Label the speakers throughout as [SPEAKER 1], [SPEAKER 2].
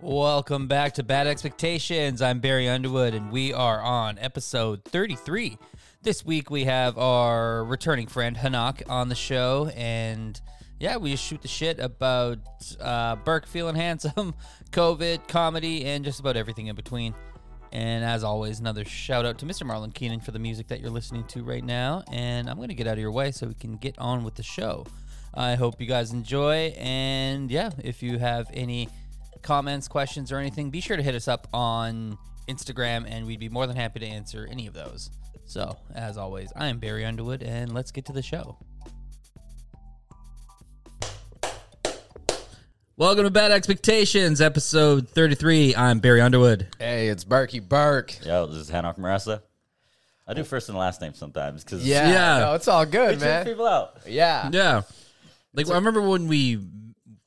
[SPEAKER 1] Welcome back to Bad Expectations. I'm Barry Underwood, and we are on episode 33. This week we have our returning friend Hanak on the show, and yeah, we just shoot the shit about uh, Burke feeling handsome, COVID, comedy, and just about everything in between. And as always, another shout out to Mr. Marlon Keenan for the music that you're listening to right now. And I'm going to get out of your way so we can get on with the show. I hope you guys enjoy. And yeah, if you have any comments, questions, or anything, be sure to hit us up on Instagram and we'd be more than happy to answer any of those. So, as always, I am Barry Underwood and let's get to the show. Welcome to Bad Expectations, episode 33. I'm Barry Underwood.
[SPEAKER 2] Hey, it's Barky Bark.
[SPEAKER 3] Yo, this is Hanok Marasa. I do first and last name sometimes because
[SPEAKER 2] Yeah,
[SPEAKER 1] Yeah.
[SPEAKER 2] No, it's all good, man.
[SPEAKER 3] people out.
[SPEAKER 2] Yeah.
[SPEAKER 1] Yeah. Like I remember when we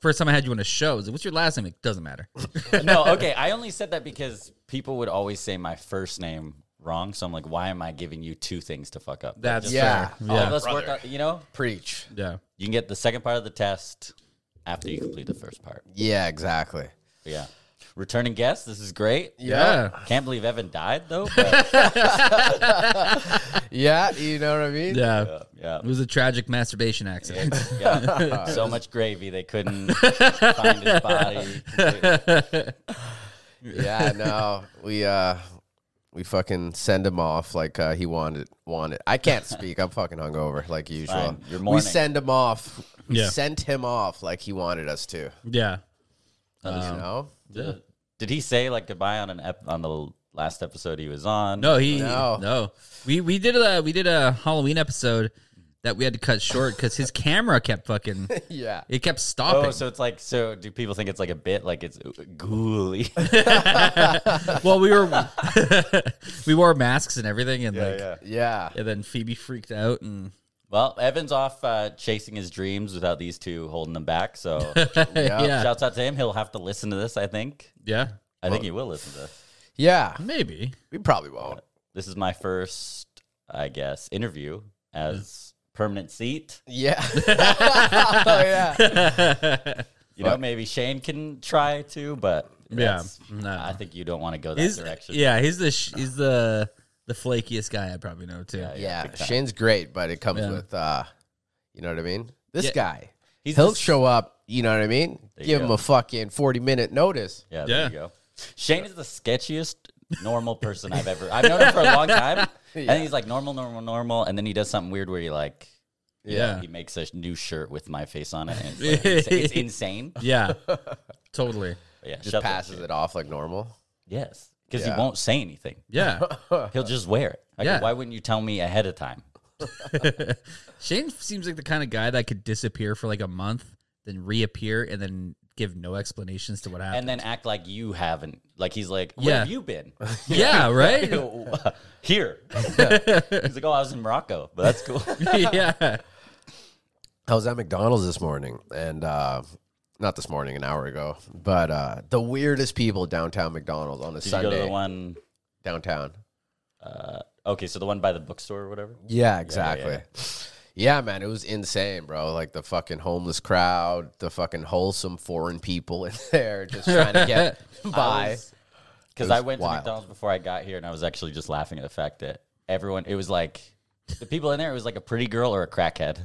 [SPEAKER 1] first time I had you on a show, I was like, what's your last name? It doesn't matter.
[SPEAKER 3] no, okay. I only said that because people would always say my first name wrong, so I'm like, why am I giving you two things to fuck up?
[SPEAKER 1] That's
[SPEAKER 2] Yeah.
[SPEAKER 1] fair.
[SPEAKER 3] all of
[SPEAKER 1] Yeah.
[SPEAKER 3] us work out. You know,
[SPEAKER 2] Preach.
[SPEAKER 1] Yeah.
[SPEAKER 3] you can get the second part of the test after you complete the first part.
[SPEAKER 2] Yeah, exactly.
[SPEAKER 3] But yeah, returning guest. This is great.
[SPEAKER 1] Yeah.
[SPEAKER 3] Can't believe Evan died though. But,
[SPEAKER 2] Yeah, you know what I mean?
[SPEAKER 1] Yeah.
[SPEAKER 3] uh, yeah,
[SPEAKER 1] It was a tragic masturbation accident.
[SPEAKER 3] yeah. So much gravy they couldn't find his body. completely.
[SPEAKER 2] Yeah, no. We uh we fucking send him off like uh, he wanted wanted. I can't speak. I'm fucking hungover like usual.
[SPEAKER 3] fine. You're
[SPEAKER 2] we
[SPEAKER 3] mourning.
[SPEAKER 2] send him off. We
[SPEAKER 1] Yeah.
[SPEAKER 2] sent him off like he wanted us to.
[SPEAKER 1] yeah.
[SPEAKER 2] you know?
[SPEAKER 1] Yeah.
[SPEAKER 3] Did he say like goodbye on an ep- on the last episode he was on?
[SPEAKER 1] No, he no.
[SPEAKER 2] No.
[SPEAKER 1] We we did a we did a Halloween episode that we had to cut short because his camera kept fucking
[SPEAKER 2] Yeah.
[SPEAKER 1] it kept stopping.
[SPEAKER 3] Oh, so it's like so. Do people think it's like a bit like it's ghouly?
[SPEAKER 1] well, we were we wore masks and everything, and like
[SPEAKER 2] Yeah.
[SPEAKER 1] and then Phoebe freaked out, and
[SPEAKER 3] Well, Evan's off uh, chasing his dreams without these two holding him back. So,
[SPEAKER 1] yeah,
[SPEAKER 3] shouts out to him. He'll have to listen to this. I think.
[SPEAKER 1] yeah,
[SPEAKER 3] I think he will listen to this.
[SPEAKER 2] Yeah.
[SPEAKER 1] maybe.
[SPEAKER 2] We probably won't.
[SPEAKER 3] This is my first, I guess, interview as permanent seat.
[SPEAKER 2] Yeah. oh yeah.
[SPEAKER 3] You know, maybe Shane can try to, but
[SPEAKER 1] Yeah,
[SPEAKER 3] that's-
[SPEAKER 1] no.
[SPEAKER 3] I think you don't want to go that
[SPEAKER 1] He's,
[SPEAKER 3] direction.
[SPEAKER 1] yeah, he's the sh- he's the the flakiest guy I probably know too. Yeah,
[SPEAKER 2] Yeah, Shane's great, but it comes
[SPEAKER 1] Yeah.
[SPEAKER 2] with, uh, you know what I mean? This
[SPEAKER 1] Yeah.
[SPEAKER 2] guy,
[SPEAKER 3] He's
[SPEAKER 2] he'll
[SPEAKER 3] the-
[SPEAKER 2] show up, you know what I mean?
[SPEAKER 3] you
[SPEAKER 2] Give him
[SPEAKER 3] go.
[SPEAKER 2] a fucking 40 minute notice.
[SPEAKER 3] Yeah, there
[SPEAKER 1] Yeah.
[SPEAKER 3] you go. Shane is the sketchiest normal person I've ever. I've known him for a long time, and he's like normal, normal, normal, and then he does something weird where he like,
[SPEAKER 1] Yeah.
[SPEAKER 3] he makes a new shirt with my face on it, and it's, like, it's, it's insane.
[SPEAKER 1] totally.
[SPEAKER 3] But yeah,
[SPEAKER 2] Just
[SPEAKER 3] shut that
[SPEAKER 2] passes
[SPEAKER 3] shit.
[SPEAKER 2] it off like normal.
[SPEAKER 3] Yes, because
[SPEAKER 2] Yeah.
[SPEAKER 3] he won't say anything.
[SPEAKER 1] Yeah,
[SPEAKER 3] He'll just wear it. I go,
[SPEAKER 1] Yeah.
[SPEAKER 3] Why wouldn't you tell me ahead of time?
[SPEAKER 1] Shane seems like the kind of guy that could disappear for like a month, then reappear, and then give no explanations to what happened.
[SPEAKER 3] And then act like you haven't. Like he's like, where
[SPEAKER 1] Yeah.
[SPEAKER 3] have you been?
[SPEAKER 1] yeah, right.
[SPEAKER 3] Here. he's like, oh, I was in Morocco, but that's cool.
[SPEAKER 1] yeah.
[SPEAKER 2] I was at McDonald's this morning, and uh, not this morning, an hour ago, but uh, the weirdest people downtown McDonald's on a
[SPEAKER 3] Did you go to
[SPEAKER 2] Sunday
[SPEAKER 3] the one?
[SPEAKER 2] downtown.
[SPEAKER 3] Okay, so the one by the bookstore or whatever.
[SPEAKER 2] Yeah, exactly. Yeah, man, it was insane, bro. Like the fucking homeless crowd, the fucking wholesome foreign people in there just trying to get by. It
[SPEAKER 3] Because
[SPEAKER 2] was
[SPEAKER 3] I went
[SPEAKER 2] wild.
[SPEAKER 3] to McDonald's before I got here, and I was actually just laughing at the fact that everyone, it was like the people in there, it was like a pretty girl or a crackhead.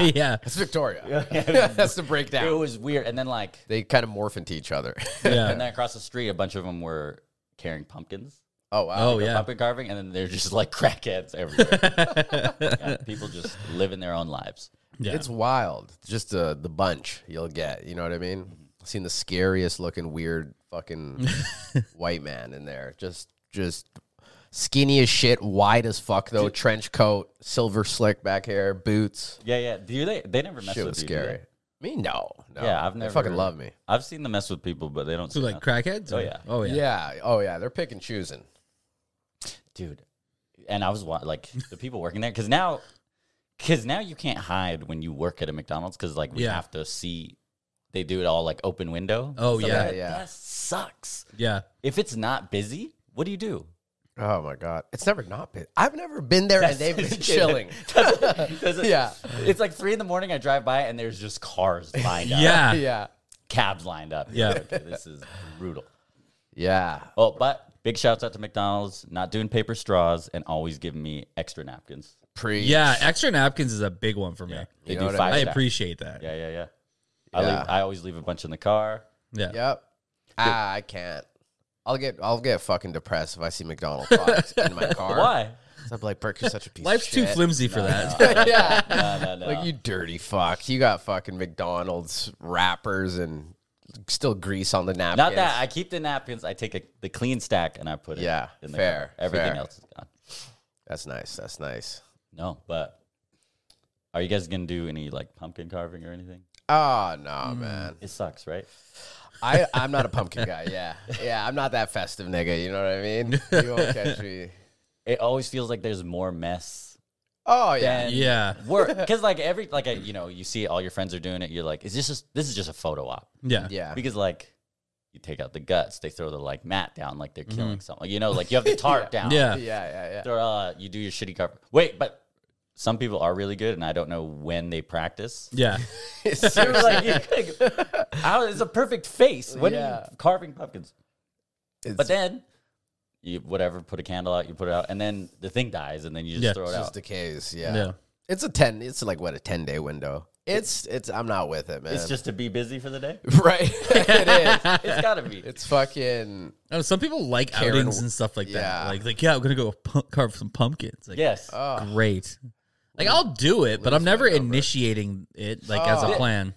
[SPEAKER 1] yeah.
[SPEAKER 2] That's Victoria. That's the breakdown.
[SPEAKER 3] It was weird. And then, like,
[SPEAKER 2] they kind of morph into each other.
[SPEAKER 1] Yeah.
[SPEAKER 3] and then across the street, a bunch of them were carrying pumpkins,
[SPEAKER 2] oh wow.
[SPEAKER 1] oh yeah.
[SPEAKER 3] pumpkin carving, and then they're just like crackheads everywhere. Yeah, people just living their own lives.
[SPEAKER 1] yeah.
[SPEAKER 2] It's wild. Just uh, the bunch you'll get. You know what I mean?
[SPEAKER 3] Mm-hmm.
[SPEAKER 2] I've seen the scariest looking weird fucking white man in there. Just just skinny as shit, wide as fuck though, trench coat, silver slick back hair, boots.
[SPEAKER 3] Yeah, yeah. Do they? They never mess
[SPEAKER 2] Shit
[SPEAKER 3] with
[SPEAKER 2] was
[SPEAKER 3] you, do they?
[SPEAKER 2] scary. Me no. No.
[SPEAKER 3] Yeah, I've
[SPEAKER 2] They
[SPEAKER 3] never-
[SPEAKER 2] fucking love me.
[SPEAKER 3] I've seen them mess with people, but they don't.
[SPEAKER 1] so
[SPEAKER 3] say
[SPEAKER 1] like
[SPEAKER 3] nothing.
[SPEAKER 1] crackheads.
[SPEAKER 3] Oh,
[SPEAKER 1] or-
[SPEAKER 3] yeah.
[SPEAKER 1] Oh yeah.
[SPEAKER 2] Yeah. Oh yeah. They're pick and choosing.
[SPEAKER 3] dude. And I was wa- like the people working there because now, because now you can't hide when you work at a McDonald's because like we
[SPEAKER 1] Yeah.
[SPEAKER 3] have to see. They do it all like open window.
[SPEAKER 1] Oh,
[SPEAKER 3] So,
[SPEAKER 1] yeah.
[SPEAKER 3] like,
[SPEAKER 2] Yeah.
[SPEAKER 3] That sucks.
[SPEAKER 1] Yeah.
[SPEAKER 3] If it's not busy, what do you do?
[SPEAKER 2] Oh my god. It's never not been I've never been there and they've been chilling.
[SPEAKER 3] Does it-
[SPEAKER 2] Yeah.
[SPEAKER 3] it's like three in the morning. I drive by and there's just cars lined up.
[SPEAKER 1] Yeah.
[SPEAKER 2] yeah.
[SPEAKER 3] cabs lined up.
[SPEAKER 1] Yeah.
[SPEAKER 3] Okay, this is brutal.
[SPEAKER 2] Yeah.
[SPEAKER 3] Oh, but big shouts out to McDonald's, not doing paper straws and always giving me extra napkins.
[SPEAKER 2] Pre.
[SPEAKER 1] Yeah, extra napkins is a big one for me.
[SPEAKER 3] They
[SPEAKER 2] You know
[SPEAKER 3] do
[SPEAKER 2] what I
[SPEAKER 3] five.
[SPEAKER 1] I
[SPEAKER 3] stack.
[SPEAKER 1] appreciate that.
[SPEAKER 3] Yeah, yeah, yeah. I,
[SPEAKER 2] Yeah.
[SPEAKER 3] leave, I always leave a bunch in the car.
[SPEAKER 1] Yeah.
[SPEAKER 2] Yep. Ah, I can't. I'll get I'll get fucking depressed if I see McDonald's products in my car.
[SPEAKER 3] Why?
[SPEAKER 2] So I'm like, Burke, you're such a piece
[SPEAKER 1] Life's
[SPEAKER 2] of
[SPEAKER 1] too
[SPEAKER 2] shit.
[SPEAKER 1] flimsy for that.
[SPEAKER 2] yeah.
[SPEAKER 3] No, no, no.
[SPEAKER 2] Like you dirty fuck. You got fucking McDonald's wrappers and still grease on the napkins.
[SPEAKER 3] not that. I keep the napkins. I take a, the clean stack and I put it.
[SPEAKER 2] Yeah,
[SPEAKER 3] in the
[SPEAKER 2] fair,
[SPEAKER 3] Car. Everything
[SPEAKER 2] fair.
[SPEAKER 3] else is gone.
[SPEAKER 2] That's nice. That's nice.
[SPEAKER 3] No, but are you guys gonna do any like pumpkin carving or anything?
[SPEAKER 2] Oh no, man.
[SPEAKER 3] It sucks, right?
[SPEAKER 2] I, I'm not a pumpkin guy, yeah. Yeah, I'm not that festive nigga, you know what I mean? You won't catch me.
[SPEAKER 3] It always feels like there's more mess
[SPEAKER 2] Oh yeah.
[SPEAKER 3] than
[SPEAKER 1] Yeah.
[SPEAKER 3] work. Because like every like I, you know you see all your friends are doing it. You're like, is this just this is just a photo op?
[SPEAKER 1] Yeah.
[SPEAKER 2] Yeah.
[SPEAKER 3] Because like you take out the guts, they throw the like mat down like
[SPEAKER 2] Mm-hmm.
[SPEAKER 3] they're killing something. You know, like you have the tarp down.
[SPEAKER 1] Yeah.
[SPEAKER 2] Yeah, yeah, yeah.
[SPEAKER 3] Throw, uh, you do your shitty cover. Wait, but some people are really good, and I don't know when they practice.
[SPEAKER 1] Yeah.
[SPEAKER 2] Seriously.
[SPEAKER 3] like, you could- how- it's a perfect face. When are
[SPEAKER 2] Yeah.
[SPEAKER 3] you carving pumpkins?
[SPEAKER 2] It's
[SPEAKER 3] But then you whatever, put a candle out, you put it out, and then the thing dies, and then you just
[SPEAKER 1] Yeah,
[SPEAKER 3] throw it
[SPEAKER 2] just
[SPEAKER 3] out.
[SPEAKER 2] decays,
[SPEAKER 1] Yeah.
[SPEAKER 2] yeah. It's a ten. It's like what a ten day window. It's it's. I'm not with it, man.
[SPEAKER 3] it's just to be busy for the day.
[SPEAKER 2] right. it is.
[SPEAKER 3] It's gotta be.
[SPEAKER 2] It's fucking.
[SPEAKER 1] I don't know, some people like
[SPEAKER 2] Karen
[SPEAKER 1] outings
[SPEAKER 2] w-
[SPEAKER 1] and stuff like that.
[SPEAKER 2] Yeah.
[SPEAKER 1] Like, like, yeah, I'm gonna go pu- carve some pumpkins. Like,
[SPEAKER 3] yes.
[SPEAKER 2] Oh,
[SPEAKER 1] great. Like, I'll do it, but I'm never initiating it like as a
[SPEAKER 2] Oh.
[SPEAKER 1] plan.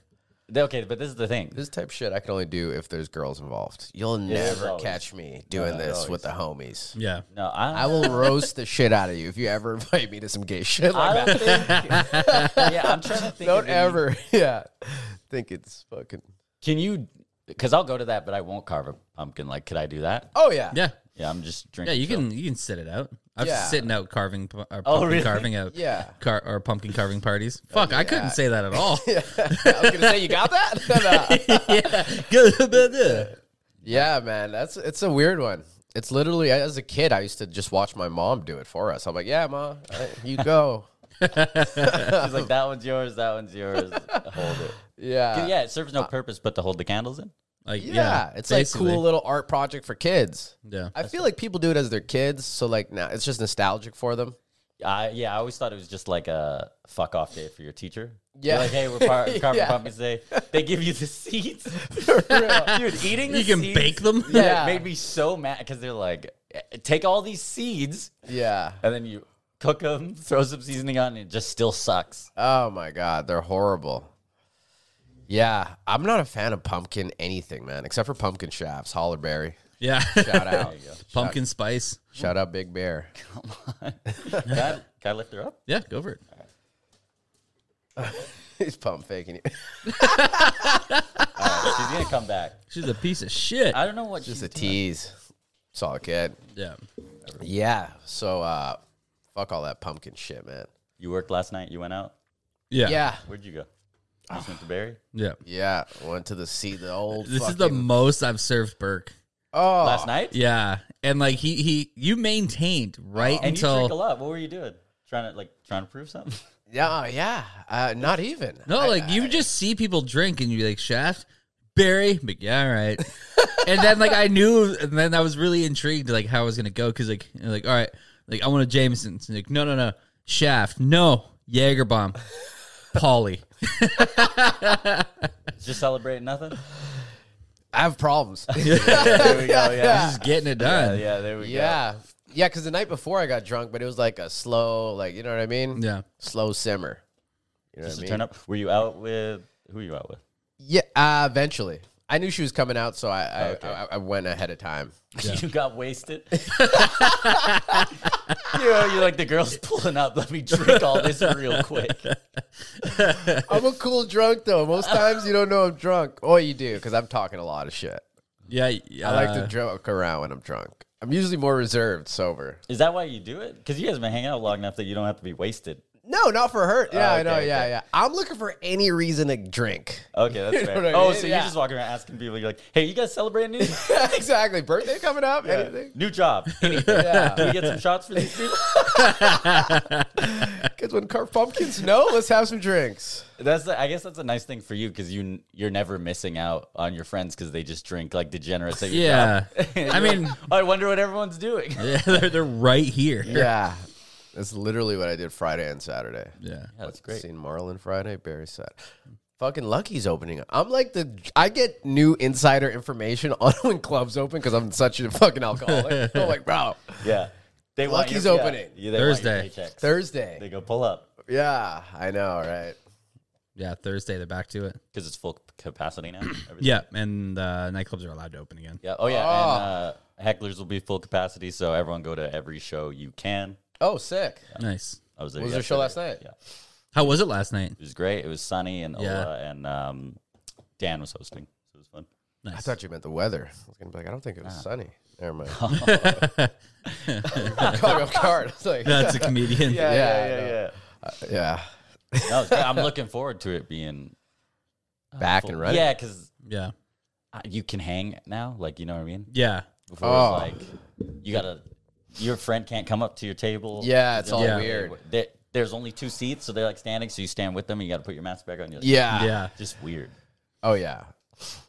[SPEAKER 3] okay, but this is the thing.
[SPEAKER 2] this type of shit I can only do if there's girls involved. You'll
[SPEAKER 3] there's
[SPEAKER 2] never
[SPEAKER 3] always-
[SPEAKER 2] catch me doing
[SPEAKER 3] No,
[SPEAKER 2] this
[SPEAKER 3] always.
[SPEAKER 2] with the homies.
[SPEAKER 1] Yeah.
[SPEAKER 3] No, I,
[SPEAKER 2] I will roast the shit out of you if you ever invite me to some gay shit like
[SPEAKER 3] I
[SPEAKER 2] that.
[SPEAKER 3] don't think. yeah, I'm trying to think.
[SPEAKER 2] Don't
[SPEAKER 3] of any-
[SPEAKER 2] ever. Yeah. Think it's fucking.
[SPEAKER 3] Can you? Because I'll go to that, but I won't carve a pumpkin. Like, could I do that?
[SPEAKER 2] Oh yeah.
[SPEAKER 1] Yeah.
[SPEAKER 3] Yeah, I'm just
[SPEAKER 1] Yeah.
[SPEAKER 3] drinking.
[SPEAKER 1] You
[SPEAKER 3] Coke.
[SPEAKER 1] can you can sit it out. I've
[SPEAKER 2] Yeah. Oh,
[SPEAKER 1] sitting out carving pu- or pumpkin
[SPEAKER 3] really?
[SPEAKER 1] carving out.
[SPEAKER 2] Yeah. Oh,
[SPEAKER 1] Car- or pumpkin carving parties. Fuck, I couldn't say that at all.
[SPEAKER 2] I was gonna say you got that. No.
[SPEAKER 1] yeah. Good.
[SPEAKER 2] Yeah, man, that's it's a weird one. It's literally as a kid, I used to just watch my mom do it for us. I'm like, yeah, ma, uh, you go.
[SPEAKER 3] She's like, that one's yours. That one's yours. Uh, Hold it.
[SPEAKER 2] Yeah.
[SPEAKER 3] yeah, it serves no purpose but to hold the candles in.
[SPEAKER 1] Like, yeah.
[SPEAKER 2] Yeah, it's like cool little art project for kids.
[SPEAKER 1] Yeah.
[SPEAKER 2] I feel like people do it as their kids, so like now it's just nostalgic for them.
[SPEAKER 3] I yeah, I always thought it was just like a fuck off day for your teacher.
[SPEAKER 2] Yeah.
[SPEAKER 3] You're like, hey, we're par- carving
[SPEAKER 2] Yeah.
[SPEAKER 3] pumpkins day. They give you the seeds. Dude, eating the
[SPEAKER 1] You can
[SPEAKER 3] seeds-
[SPEAKER 1] bake them?
[SPEAKER 3] Yeah,
[SPEAKER 2] Yeah.
[SPEAKER 3] It made me so mad because they're like, "Eh, take all these seeds
[SPEAKER 2] Yeah.
[SPEAKER 3] and then you cook them, throw some seasoning on, and it just still sucks.
[SPEAKER 2] Oh my god, they're horrible. Yeah, I'm not a fan of pumpkin anything, man, except for pumpkin shafts. Hollerberry,
[SPEAKER 1] Yeah.
[SPEAKER 2] shout out,
[SPEAKER 1] pumpkin spice.
[SPEAKER 2] shout out, Big Bear.
[SPEAKER 3] Can I, can I lift her up?
[SPEAKER 1] Yeah, go for it.
[SPEAKER 2] He's pump faking you.
[SPEAKER 3] She's gonna come back.
[SPEAKER 1] She's a piece of shit.
[SPEAKER 3] I don't know what
[SPEAKER 2] Just
[SPEAKER 3] she's
[SPEAKER 2] a tease. It's all good.
[SPEAKER 1] yeah.
[SPEAKER 2] Yeah. So uh fuck all that pumpkin shit, man.
[SPEAKER 3] You worked last night. You went out.
[SPEAKER 1] Yeah.
[SPEAKER 2] Yeah.
[SPEAKER 3] Where'd you go? You just went to Barry.
[SPEAKER 1] Yeah.
[SPEAKER 2] Yeah. Went to the sea the old
[SPEAKER 1] This is the
[SPEAKER 2] fucking-
[SPEAKER 1] most I've served Burke.
[SPEAKER 2] Oh
[SPEAKER 3] Last night.
[SPEAKER 1] Yeah. And like he he you maintained right
[SPEAKER 3] And Oh, you drink a
[SPEAKER 1] until
[SPEAKER 3] lot. What were you doing? Trying to like trying to prove something?
[SPEAKER 2] Yeah, yeah. Uh not even.
[SPEAKER 1] No, like you just see people drink and you like Shaft, Barry, but yeah, all right. and then like I knew and then I was really intrigued like how I was gonna go because like you're like all right, like I want a Jameson. It's like, no no no. Shaft, no, Jaeger bomb. Polly.
[SPEAKER 3] Just celebrating nothing?
[SPEAKER 2] I have problems.
[SPEAKER 3] there we go. Yeah.
[SPEAKER 1] Just getting it
[SPEAKER 3] Yeah,
[SPEAKER 1] done.
[SPEAKER 3] yeah, there we
[SPEAKER 2] yeah. Yeah, because the night before I got drunk, but it was like a slow, like you know what I mean?
[SPEAKER 1] Yeah.
[SPEAKER 2] Slow simmer. You know
[SPEAKER 3] go. Just
[SPEAKER 2] what I mean?
[SPEAKER 3] to turn up. Were you out with who were you out with?
[SPEAKER 2] Yeah, uh, eventually. I knew she was coming out, so I I,
[SPEAKER 3] Okay.
[SPEAKER 2] I I went ahead of time.
[SPEAKER 3] you got wasted. you know, you're like the girl's pulling up. Let me drink all this real quick.
[SPEAKER 2] I'm a cool drunk though. Most times you don't know I'm drunk. Oh, you do, because I'm talking a lot of shit.
[SPEAKER 1] Yeah.
[SPEAKER 2] I like to
[SPEAKER 1] uh,
[SPEAKER 2] joke around when I'm drunk. I'm usually more reserved sober.
[SPEAKER 3] Is that why you do it? Because you guys have been hanging out long enough that you don't have to be wasted.
[SPEAKER 2] No, not for her. Yeah, I know.
[SPEAKER 3] okay,
[SPEAKER 2] Yeah,
[SPEAKER 3] okay.
[SPEAKER 2] yeah. I'm looking for any reason to drink.
[SPEAKER 3] Okay, that's
[SPEAKER 2] know
[SPEAKER 3] fair.
[SPEAKER 2] what I
[SPEAKER 3] Oh,
[SPEAKER 2] mean?
[SPEAKER 3] so
[SPEAKER 2] Yeah.
[SPEAKER 3] you're just walking around asking people, you're like, hey, you guys celebrating anything?
[SPEAKER 2] exactly. Birthday coming up. Anything.
[SPEAKER 3] New job. Anything.
[SPEAKER 2] Yeah.
[SPEAKER 3] Can we get some shots for these people?
[SPEAKER 2] Because when car pumpkins know, let's have some drinks.
[SPEAKER 3] That's the, I guess that's a nice thing for you because you you're never missing out on your friends because they just drink like degenerates. At your
[SPEAKER 1] Yeah.
[SPEAKER 3] job.
[SPEAKER 1] I mean,
[SPEAKER 3] I wonder what everyone's doing. Yeah,
[SPEAKER 1] yeah, they're, they're right here.
[SPEAKER 2] Yeah. That's literally what I did Friday and Saturday.
[SPEAKER 1] Yeah.
[SPEAKER 3] that's great.
[SPEAKER 2] Seen Marlin Friday, Barry Saturday. Fucking Lucky's opening up. I'm like the I get new insider information on when clubs open because I'm such a fucking alcoholic. I'm like, bro,
[SPEAKER 3] Yeah, they want
[SPEAKER 2] Lucky's
[SPEAKER 3] your-
[SPEAKER 2] opening.
[SPEAKER 3] Yeah, they want your
[SPEAKER 1] Thursday.
[SPEAKER 3] paychecks. They
[SPEAKER 2] Thursday.
[SPEAKER 3] go pull up
[SPEAKER 2] Yeah, I know, right?
[SPEAKER 1] Yeah. Thursday, they're back to it.
[SPEAKER 3] because it's full capacity now. Everything.
[SPEAKER 1] Yeah. And uh, nightclubs are allowed to open again.
[SPEAKER 3] yeah. Oh yeah,
[SPEAKER 2] Oh.
[SPEAKER 3] and uh, hecklers will be full capacity, so everyone go to every show you can.
[SPEAKER 2] Oh, sick.
[SPEAKER 1] Nice.
[SPEAKER 3] I was there.
[SPEAKER 2] What was your show last
[SPEAKER 3] yesterday.
[SPEAKER 2] night?
[SPEAKER 3] Yeah,
[SPEAKER 1] How was it last night?
[SPEAKER 3] it was great. It was sunny and
[SPEAKER 1] Yeah.
[SPEAKER 3] Ola and um, Dan was hosting. So it was fun.
[SPEAKER 2] I thought you meant the weather. I was gonna be like, I don't think it was sunny. Never mind. Caught me off guard. I was like, yeah,
[SPEAKER 1] That's a comedian.
[SPEAKER 2] yeah,
[SPEAKER 3] yeah, yeah.
[SPEAKER 2] yeah.
[SPEAKER 3] No, it's great. I'm looking forward to it being
[SPEAKER 2] Back
[SPEAKER 3] full-
[SPEAKER 2] and running.
[SPEAKER 3] Yeah, because
[SPEAKER 1] Yeah.
[SPEAKER 3] uh, you can hang now. Like you know what I mean.
[SPEAKER 1] Yeah.
[SPEAKER 3] Before it was
[SPEAKER 2] Oh.
[SPEAKER 3] like you gotta, your friend can't come up to your table.
[SPEAKER 2] Yeah, it's all
[SPEAKER 1] Yeah.
[SPEAKER 2] weird.
[SPEAKER 3] There- there's only two seats, so they're like standing. So you stand with them, and you gotta put your mask back on. You're like,
[SPEAKER 2] Yeah.
[SPEAKER 1] Yeah.
[SPEAKER 3] just weird.
[SPEAKER 2] Oh yeah.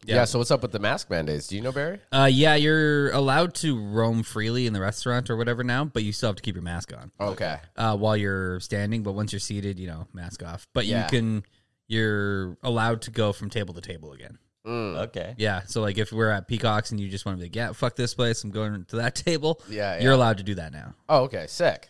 [SPEAKER 1] Yeah.
[SPEAKER 2] yeah. So what's up with the mask mandates? Do you know Barry?
[SPEAKER 1] Uh, yeah, you're allowed to roam freely in the restaurant or whatever now, but you still have to keep your mask on
[SPEAKER 2] Okay.
[SPEAKER 1] uh, while you're standing. But once you're seated, you know, mask off. But
[SPEAKER 2] Yeah.
[SPEAKER 1] you can, you're allowed to go from table to table again.
[SPEAKER 2] Hmm.
[SPEAKER 3] Okay.
[SPEAKER 1] Yeah. So like if we're at Peacocks and you just want to be like, yeah, fuck this place, I'm going to that table.
[SPEAKER 2] Yeah,
[SPEAKER 1] You're
[SPEAKER 2] yeah.
[SPEAKER 1] allowed to do that now.
[SPEAKER 2] Oh, okay. Sick.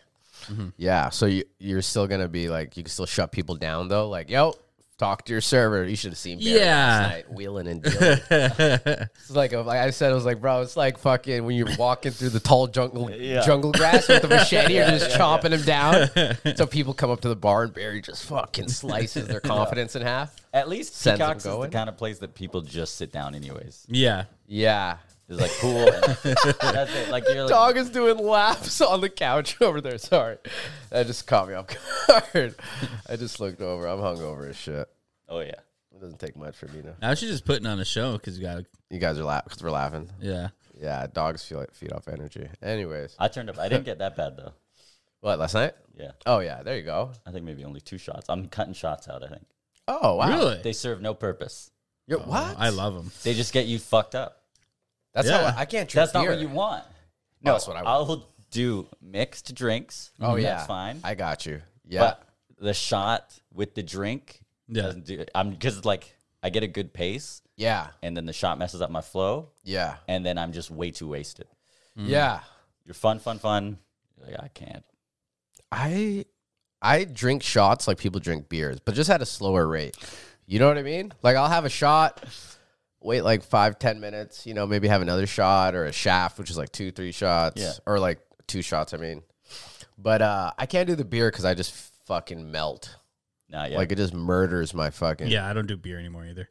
[SPEAKER 2] Yeah. So you you're still gonna be like you can still shut people down though. Like yo, talk to your server. You should have seen Barry
[SPEAKER 1] Yeah.
[SPEAKER 2] last night wheeling and dealing. it's like a- like I said, I was like, bro, it's like fucking when you're walking through the tall jungle
[SPEAKER 3] Yeah.
[SPEAKER 2] jungle grass with the machete, you're just chopping them down. so people come up to the bar and Barry just fucking slices their confidence in half.
[SPEAKER 3] At least
[SPEAKER 2] Sends 'em
[SPEAKER 3] Peacocks is the
[SPEAKER 2] going.
[SPEAKER 3] kind of place that people just sit down anyways.
[SPEAKER 1] Yeah.
[SPEAKER 2] Yeah.
[SPEAKER 3] It's like cool. and that's it. Like you're like,
[SPEAKER 2] Dog is doing laps on the couch over there. Sorry. That just caught me off guard. I just looked over. I'm hungover as shit.
[SPEAKER 3] oh yeah.
[SPEAKER 2] It doesn't take much for me to.
[SPEAKER 1] I was just putting on a show because you got to,
[SPEAKER 2] You guys are laughing because we're laughing.
[SPEAKER 1] yeah.
[SPEAKER 2] Yeah, dogs feel like feed off energy. Anyways,
[SPEAKER 3] I turned up. I didn't get that bad though.
[SPEAKER 2] what last night?
[SPEAKER 3] Yeah.
[SPEAKER 2] Oh yeah, there you go.
[SPEAKER 3] I think maybe only two shots. I'm cutting shots out. I think
[SPEAKER 2] Oh wow,
[SPEAKER 1] Really? Oh,
[SPEAKER 3] they serve no purpose.
[SPEAKER 2] Yo, what?
[SPEAKER 1] I love them.
[SPEAKER 3] They just get you fucked up.
[SPEAKER 2] That's
[SPEAKER 1] Yeah.
[SPEAKER 2] how I, I can't drink.
[SPEAKER 3] That's not what
[SPEAKER 2] beer.
[SPEAKER 3] you want.
[SPEAKER 2] No, that's what I want.
[SPEAKER 3] Oh, I'll do mixed drinks.
[SPEAKER 2] oh yeah,
[SPEAKER 3] that's fine.
[SPEAKER 2] I got you. Yeah,
[SPEAKER 3] But the shot with the drink
[SPEAKER 1] Yeah.
[SPEAKER 3] doesn't do. I'm because like I get a good pace,
[SPEAKER 2] yeah,
[SPEAKER 3] and then the shot messes up my flow,
[SPEAKER 2] yeah,
[SPEAKER 3] and then I'm just way too wasted.
[SPEAKER 1] Mm-hmm.
[SPEAKER 2] yeah.
[SPEAKER 3] You're fun, fun, fun. You're Like I can't.
[SPEAKER 2] I I drink shots like people drink beers, but just at a slower rate. You know what I mean? Like I'll have a shot, wait like five, ten minutes, you know, maybe have another shot or a shaft, which is like two, three shots.
[SPEAKER 3] Yeah.
[SPEAKER 2] Or like two shots, I mean. But uh I can't do the beer because I just fucking melt.
[SPEAKER 3] Not yet.
[SPEAKER 2] Like it just murders my fucking
[SPEAKER 1] Yeah. I don't do beer anymore either.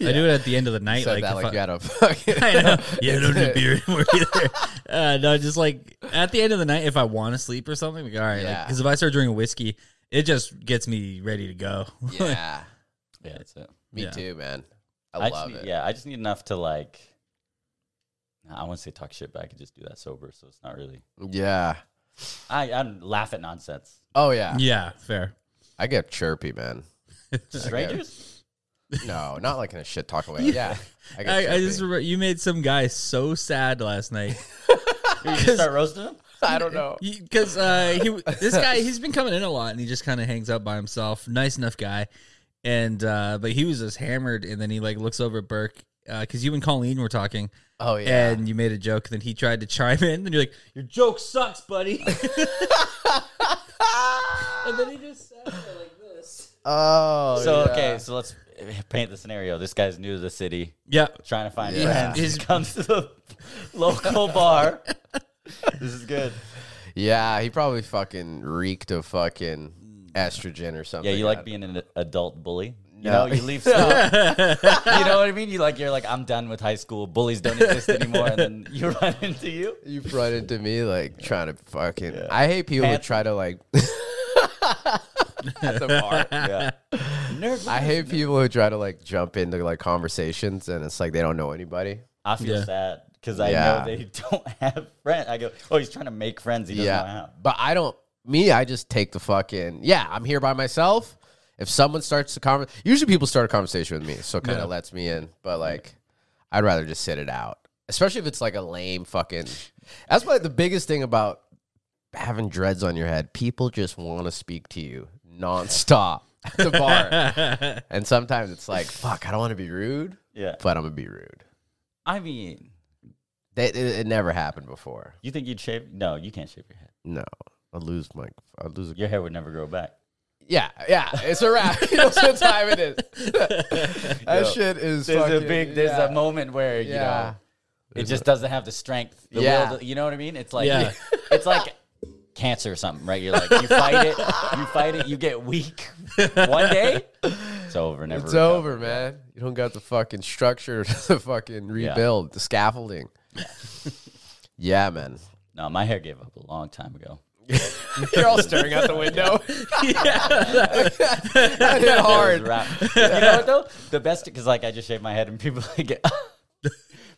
[SPEAKER 1] I do it at the end of the night.
[SPEAKER 2] Said
[SPEAKER 1] like
[SPEAKER 2] that
[SPEAKER 1] if
[SPEAKER 2] like
[SPEAKER 1] I-
[SPEAKER 2] you had a fucking
[SPEAKER 1] I know. Yeah, I don't do beer anymore either. Uh, no, just like at the end of the night, if I want to sleep or something, like all right,
[SPEAKER 2] Yeah.
[SPEAKER 1] because if I start drinking whiskey, it just gets me ready to go.
[SPEAKER 2] Yeah.
[SPEAKER 3] yeah, that's it.
[SPEAKER 2] Me
[SPEAKER 1] Yeah.
[SPEAKER 2] too, man. I,
[SPEAKER 3] I just
[SPEAKER 2] love
[SPEAKER 3] need-
[SPEAKER 2] it.
[SPEAKER 3] Yeah, I just need enough to like. I want to say talk shit, but I could just do that sober, so it's not really.
[SPEAKER 2] yeah.
[SPEAKER 3] I I laugh at nonsense.
[SPEAKER 2] Oh yeah.
[SPEAKER 1] yeah, fair.
[SPEAKER 2] I get chirpy, man.
[SPEAKER 3] Strangers.
[SPEAKER 2] No, not like in a shit talk way. Yeah. get
[SPEAKER 1] I, I
[SPEAKER 2] chirpy.
[SPEAKER 1] just remember you made some guy so sad last night
[SPEAKER 3] You just start roasting them.
[SPEAKER 2] I don't know.
[SPEAKER 1] because uh, he this guy he's been coming in a lot and he just kind of hangs out by himself. Nice enough guy, and uh, but he was just hammered, and then he like looks over at Burke because you and Colleen were talking.
[SPEAKER 2] Oh yeah.
[SPEAKER 1] and you made a joke, and then he tried to chime in, and you're like, "Your joke sucks, buddy." and then he just sat there like this.
[SPEAKER 2] oh.
[SPEAKER 3] So
[SPEAKER 2] yeah.
[SPEAKER 3] okay, so let's eh, paint the scenario. This guy's new to the city.
[SPEAKER 1] Yeah,
[SPEAKER 3] trying to find
[SPEAKER 2] Yeah.
[SPEAKER 3] friends.
[SPEAKER 1] His-
[SPEAKER 3] He comes to the local bar. this is good.
[SPEAKER 2] Yeah, he probably fucking reeked of fucking estrogen or something.
[SPEAKER 3] Yeah, you like
[SPEAKER 2] I-
[SPEAKER 3] being an adult bully. You
[SPEAKER 2] No.
[SPEAKER 3] know, you leave. School, you know what I mean? You like, you're like, I'm done with high school. Bullies don't exist anymore. And then you run into you.
[SPEAKER 2] You run into me like trying to fucking. I hate people who
[SPEAKER 3] Pants-
[SPEAKER 2] try to like.
[SPEAKER 3] That's a bar. Yeah. Nerd.
[SPEAKER 2] I hate people who try to like jump into like conversations and it's like they don't know anybody.
[SPEAKER 3] I feel
[SPEAKER 1] Yeah.
[SPEAKER 3] sad because I
[SPEAKER 2] Yeah.
[SPEAKER 3] know they don't have friends. I go, oh, he's trying to make friends. He doesn't know
[SPEAKER 2] Yeah.
[SPEAKER 3] how.
[SPEAKER 2] But I don't me, I just take the fucking yeah, I'm here by myself. If someone starts the conversation, usually people start a conversation with me, so it kind of lets me in. But like I'd rather just sit it out. Especially if it's like a lame fucking That's probably the biggest thing about having dreads on your head. People just want to speak to you nonstop at the bar. and sometimes it's like, fuck, I don't want to be rude,
[SPEAKER 3] Yeah.
[SPEAKER 2] but I'm gonna be rude.
[SPEAKER 3] I mean,
[SPEAKER 2] That it, it never happened before.
[SPEAKER 3] you think you'd shave? No, you can't shave your head.
[SPEAKER 2] No, I lose my, I lose. A,
[SPEAKER 3] Your hair would never grow back.
[SPEAKER 2] yeah, yeah, it's a wrap. you know what time it is. that shit is.
[SPEAKER 3] There's a
[SPEAKER 2] fucking-
[SPEAKER 3] big, there's
[SPEAKER 2] yeah.
[SPEAKER 3] a moment where you
[SPEAKER 2] Yeah.
[SPEAKER 3] know it just doesn't have the strength. The
[SPEAKER 2] Yeah.
[SPEAKER 3] will to, you know what I mean? It's like,
[SPEAKER 1] Yeah.
[SPEAKER 3] it's like cancer or something, right? You're like, you fight it, you fight it, you get weak. One day, it's over. Never.
[SPEAKER 2] It's
[SPEAKER 3] recover.
[SPEAKER 2] over, man. You don't got the fucking structure to fucking rebuild the scaffolding. yeah, man.
[SPEAKER 3] No, my hair gave up a long time ago.
[SPEAKER 2] You're all staring out the window. That hit
[SPEAKER 3] It was
[SPEAKER 2] hard.
[SPEAKER 3] rough. you know what though? The best because like I just shaved my head and people like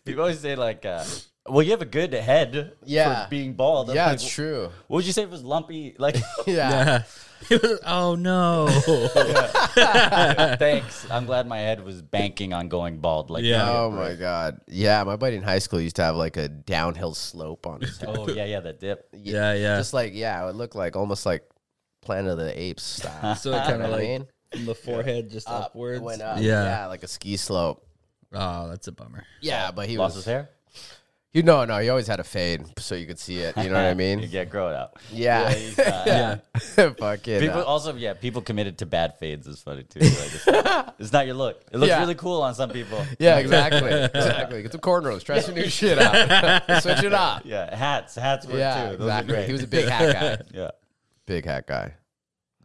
[SPEAKER 3] people always say like, uh, well, you have a good head.
[SPEAKER 2] Yeah.
[SPEAKER 3] for being bald. I'm
[SPEAKER 2] Yeah,
[SPEAKER 3] like,
[SPEAKER 2] it's true.
[SPEAKER 3] What would you say if it was lumpy? Like,
[SPEAKER 2] Yeah.
[SPEAKER 1] oh no.
[SPEAKER 3] thanks. I'm glad my head was banking on going bald. Like,
[SPEAKER 1] Yeah.
[SPEAKER 3] that.
[SPEAKER 2] Oh my god. Yeah, my buddy in high school used to have like a downhill slope on his head.
[SPEAKER 3] Oh yeah, yeah, that dip.
[SPEAKER 1] yeah, yeah.
[SPEAKER 2] Just like yeah, it would look like almost like Planet of the Apes style.
[SPEAKER 1] so it kind
[SPEAKER 2] You know
[SPEAKER 1] of
[SPEAKER 2] what I
[SPEAKER 1] like
[SPEAKER 2] mean?
[SPEAKER 1] from the forehead just
[SPEAKER 2] Up,
[SPEAKER 1] upwards.
[SPEAKER 2] went up. Yeah.
[SPEAKER 1] Yeah.
[SPEAKER 2] like a ski slope.
[SPEAKER 1] Oh, that's a bummer.
[SPEAKER 2] Yeah, but he
[SPEAKER 3] Lost
[SPEAKER 2] was
[SPEAKER 3] his hair.
[SPEAKER 2] you know no, he always had a fade so you could see it. You know what I
[SPEAKER 3] You
[SPEAKER 2] mean?
[SPEAKER 3] get grow it out.
[SPEAKER 2] Yeah,
[SPEAKER 3] He's, uh,
[SPEAKER 1] Yeah.
[SPEAKER 2] fucking.
[SPEAKER 3] People
[SPEAKER 2] uh,
[SPEAKER 3] also, yeah, people committed to bad fades is funny too. Like, it's, it's not your look. It looks
[SPEAKER 2] Yeah.
[SPEAKER 3] really cool on some people.
[SPEAKER 2] yeah, exactly, exactly. Get some cornrows, try some new shit out, switch it up.
[SPEAKER 3] Yeah, hats, hats work
[SPEAKER 2] Yeah,
[SPEAKER 3] too. Those are
[SPEAKER 2] exactly.
[SPEAKER 3] great.
[SPEAKER 2] He was a big hat guy.
[SPEAKER 3] yeah.
[SPEAKER 2] Big hat guy.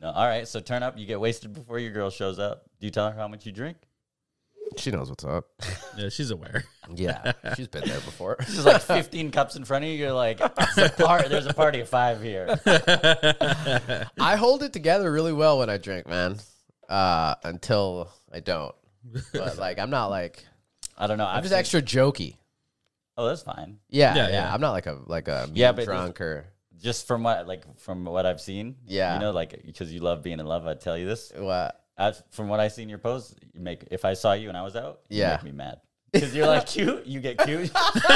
[SPEAKER 3] No, all right. So turn up. You get wasted before your girl shows up. Do you tell her how much you drink?
[SPEAKER 2] She knows what's up.
[SPEAKER 1] Yeah, she's aware.
[SPEAKER 2] Yeah, she's been there before.
[SPEAKER 3] There's like 15 cups in front of you. You're like, it's a par- there's a party of five here.
[SPEAKER 2] I hold it together really well when I drink, man. Uh, until I don't. But like, I'm not like
[SPEAKER 3] I don't know.
[SPEAKER 2] I'm just extra jokey.
[SPEAKER 3] Oh, that's fine.
[SPEAKER 2] Yeah, yeah,
[SPEAKER 1] Yeah, yeah.
[SPEAKER 2] I'm not like a like a
[SPEAKER 3] Yeah,
[SPEAKER 2] yeah,
[SPEAKER 3] but
[SPEAKER 2] drunk or
[SPEAKER 3] Just from what like from what I've seen.
[SPEAKER 2] Yeah.
[SPEAKER 3] You know, like because you love being in love. I tell you this.
[SPEAKER 2] what.
[SPEAKER 3] I, from what I see in your posts, you make if I saw you and I was out, you
[SPEAKER 2] Yeah.
[SPEAKER 3] make me mad because you're like cute. You get cute.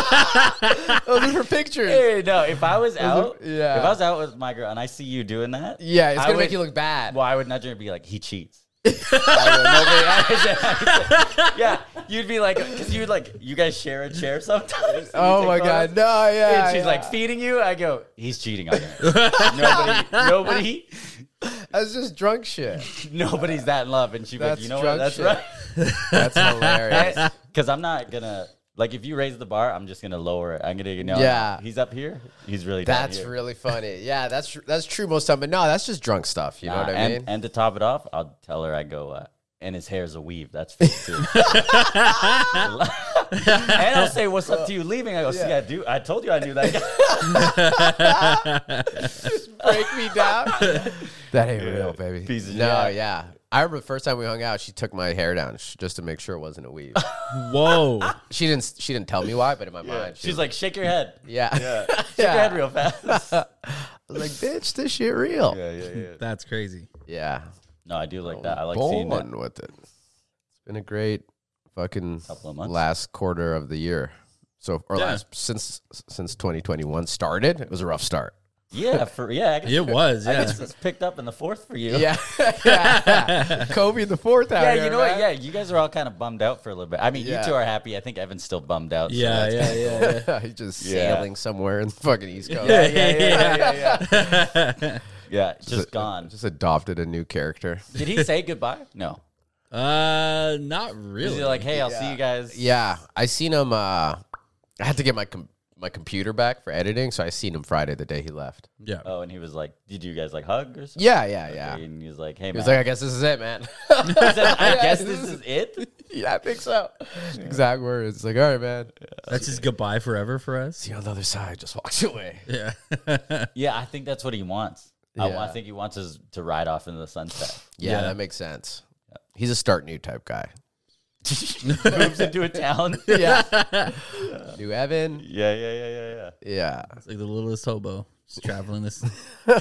[SPEAKER 2] Those are for pictures.
[SPEAKER 3] Hey, no, if I was out,
[SPEAKER 2] yeah.
[SPEAKER 3] if I was out with my girl and I see you doing that,
[SPEAKER 2] Yeah, it's
[SPEAKER 3] I
[SPEAKER 2] gonna
[SPEAKER 3] would-
[SPEAKER 2] make you look bad.
[SPEAKER 3] Well, I would nudge her and be like, he cheats. yeah, you'd be like, because you'd like, you guys share a chair sometimes.
[SPEAKER 2] oh my god, no, yeah.
[SPEAKER 3] And she's
[SPEAKER 2] yeah.
[SPEAKER 3] like feeding you. I go, he's cheating on you. nobody, nobody,
[SPEAKER 2] that's just drunk shit.
[SPEAKER 3] nobody's that in love. And she's like,
[SPEAKER 2] That's
[SPEAKER 3] you know what?
[SPEAKER 2] drunk
[SPEAKER 3] That's
[SPEAKER 2] shit.
[SPEAKER 3] right.
[SPEAKER 2] That's hilarious.
[SPEAKER 3] Because I'm not gonna like if you raise the bar, I'm just gonna lower it. I'm gonna you know,
[SPEAKER 2] Yeah.
[SPEAKER 3] he's up here. He's really down
[SPEAKER 2] That's
[SPEAKER 3] here.
[SPEAKER 2] really funny. Yeah, that's that's true most time, but no, that's just drunk stuff. You know
[SPEAKER 3] Nah,
[SPEAKER 2] what I
[SPEAKER 3] and,
[SPEAKER 2] mean?
[SPEAKER 3] And to top it off, I'll tell her I go, uh, and his hair's a weave. That's fake too. and I'll say, "What's up to you leaving?" I go, "See,
[SPEAKER 2] Yeah.
[SPEAKER 3] I do. I told you I knew that." Guy.
[SPEAKER 2] break me down. that ain't real, baby.
[SPEAKER 3] piece of
[SPEAKER 2] no,
[SPEAKER 3] shit.
[SPEAKER 2] yeah. I remember the first time we hung out, she took my hair down sh- just to make sure it wasn't a weave.
[SPEAKER 1] Whoa.
[SPEAKER 2] she didn't. She didn't tell me why, but in my mind, she
[SPEAKER 3] She's like, "Shake your head,
[SPEAKER 2] "Yeah, yeah."
[SPEAKER 3] shake your head real fast."
[SPEAKER 2] I was like, "Bitch, this shit real." Yeah,
[SPEAKER 1] That's crazy.
[SPEAKER 3] no, I do like that. I like seeing
[SPEAKER 2] born
[SPEAKER 3] that.
[SPEAKER 2] with it. It's been a great fucking
[SPEAKER 3] Couple of months.
[SPEAKER 2] last quarter of the year. So, or
[SPEAKER 1] Yeah.
[SPEAKER 2] last since since 2021 started, it was a rough start.
[SPEAKER 3] Yeah, for yeah, I guess
[SPEAKER 1] It was,
[SPEAKER 3] I
[SPEAKER 1] yeah.
[SPEAKER 3] guess it's picked up in the fourth for you.
[SPEAKER 2] Yeah, Kobe the fourth out
[SPEAKER 3] Yeah,
[SPEAKER 2] here,
[SPEAKER 3] you know what?
[SPEAKER 2] man.
[SPEAKER 3] Yeah, you guys are all kind of bummed out for a little bit. I mean,
[SPEAKER 2] Yeah.
[SPEAKER 3] you two are happy. I think Evan's still bummed out. so
[SPEAKER 1] Yeah,
[SPEAKER 3] that's-
[SPEAKER 1] yeah, yeah, yeah.
[SPEAKER 2] He's just
[SPEAKER 3] Yeah.
[SPEAKER 2] sailing somewhere in the fucking East Coast.
[SPEAKER 1] Yeah, yeah, yeah,
[SPEAKER 3] yeah, just gone.
[SPEAKER 2] Just adopted a new character.
[SPEAKER 3] Did he say goodbye? No.
[SPEAKER 1] Uh, not really.
[SPEAKER 3] Is he like, hey, I'll see you guys?
[SPEAKER 2] Yeah, I seen him. Uh, I had to get my com- my computer back for editing, so I seen him Friday the day he left.
[SPEAKER 1] yeah.
[SPEAKER 3] Oh, and he was like, did you guys like hug or something?
[SPEAKER 2] Yeah, yeah, yeah.
[SPEAKER 3] And he was like, hey,
[SPEAKER 2] He
[SPEAKER 3] man.
[SPEAKER 2] was like, I guess this is it, man.
[SPEAKER 3] He said, I guess this is it.
[SPEAKER 2] yeah, I think so. Exact words. It's like, all right, man.
[SPEAKER 1] That's his goodbye forever for us.
[SPEAKER 2] See you on the other side. Just walks away.
[SPEAKER 1] Yeah.
[SPEAKER 3] Yeah, I think that's what he wants. I, wa- I
[SPEAKER 2] Yeah.
[SPEAKER 3] think he wants us to ride off into the sunset.
[SPEAKER 2] Yeah,
[SPEAKER 1] Yeah.
[SPEAKER 2] that makes sense. He's a start new type guy.
[SPEAKER 3] Moves into a town.
[SPEAKER 2] Yeah. new Evan.
[SPEAKER 3] Yeah, yeah, yeah, yeah, yeah.
[SPEAKER 2] Yeah.
[SPEAKER 1] It's like the littlest hobo just traveling this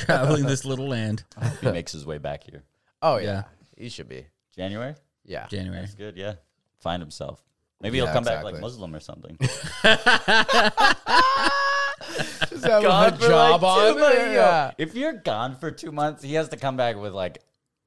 [SPEAKER 1] traveling this little land.
[SPEAKER 3] I hope he makes his way back here.
[SPEAKER 2] Oh yeah.
[SPEAKER 1] Yeah.
[SPEAKER 2] He should be.
[SPEAKER 3] January?
[SPEAKER 2] Yeah.
[SPEAKER 1] January.
[SPEAKER 3] That's good, yeah. Find himself. Maybe
[SPEAKER 2] Yeah,
[SPEAKER 3] he'll come back
[SPEAKER 2] exactly.
[SPEAKER 3] like Muslim or something.
[SPEAKER 2] Is that
[SPEAKER 3] Gone
[SPEAKER 2] what
[SPEAKER 3] for,
[SPEAKER 2] the job
[SPEAKER 3] like, two
[SPEAKER 2] on?
[SPEAKER 3] months, yo.
[SPEAKER 2] Yeah.
[SPEAKER 3] If you're gone for two months, he has to come back with like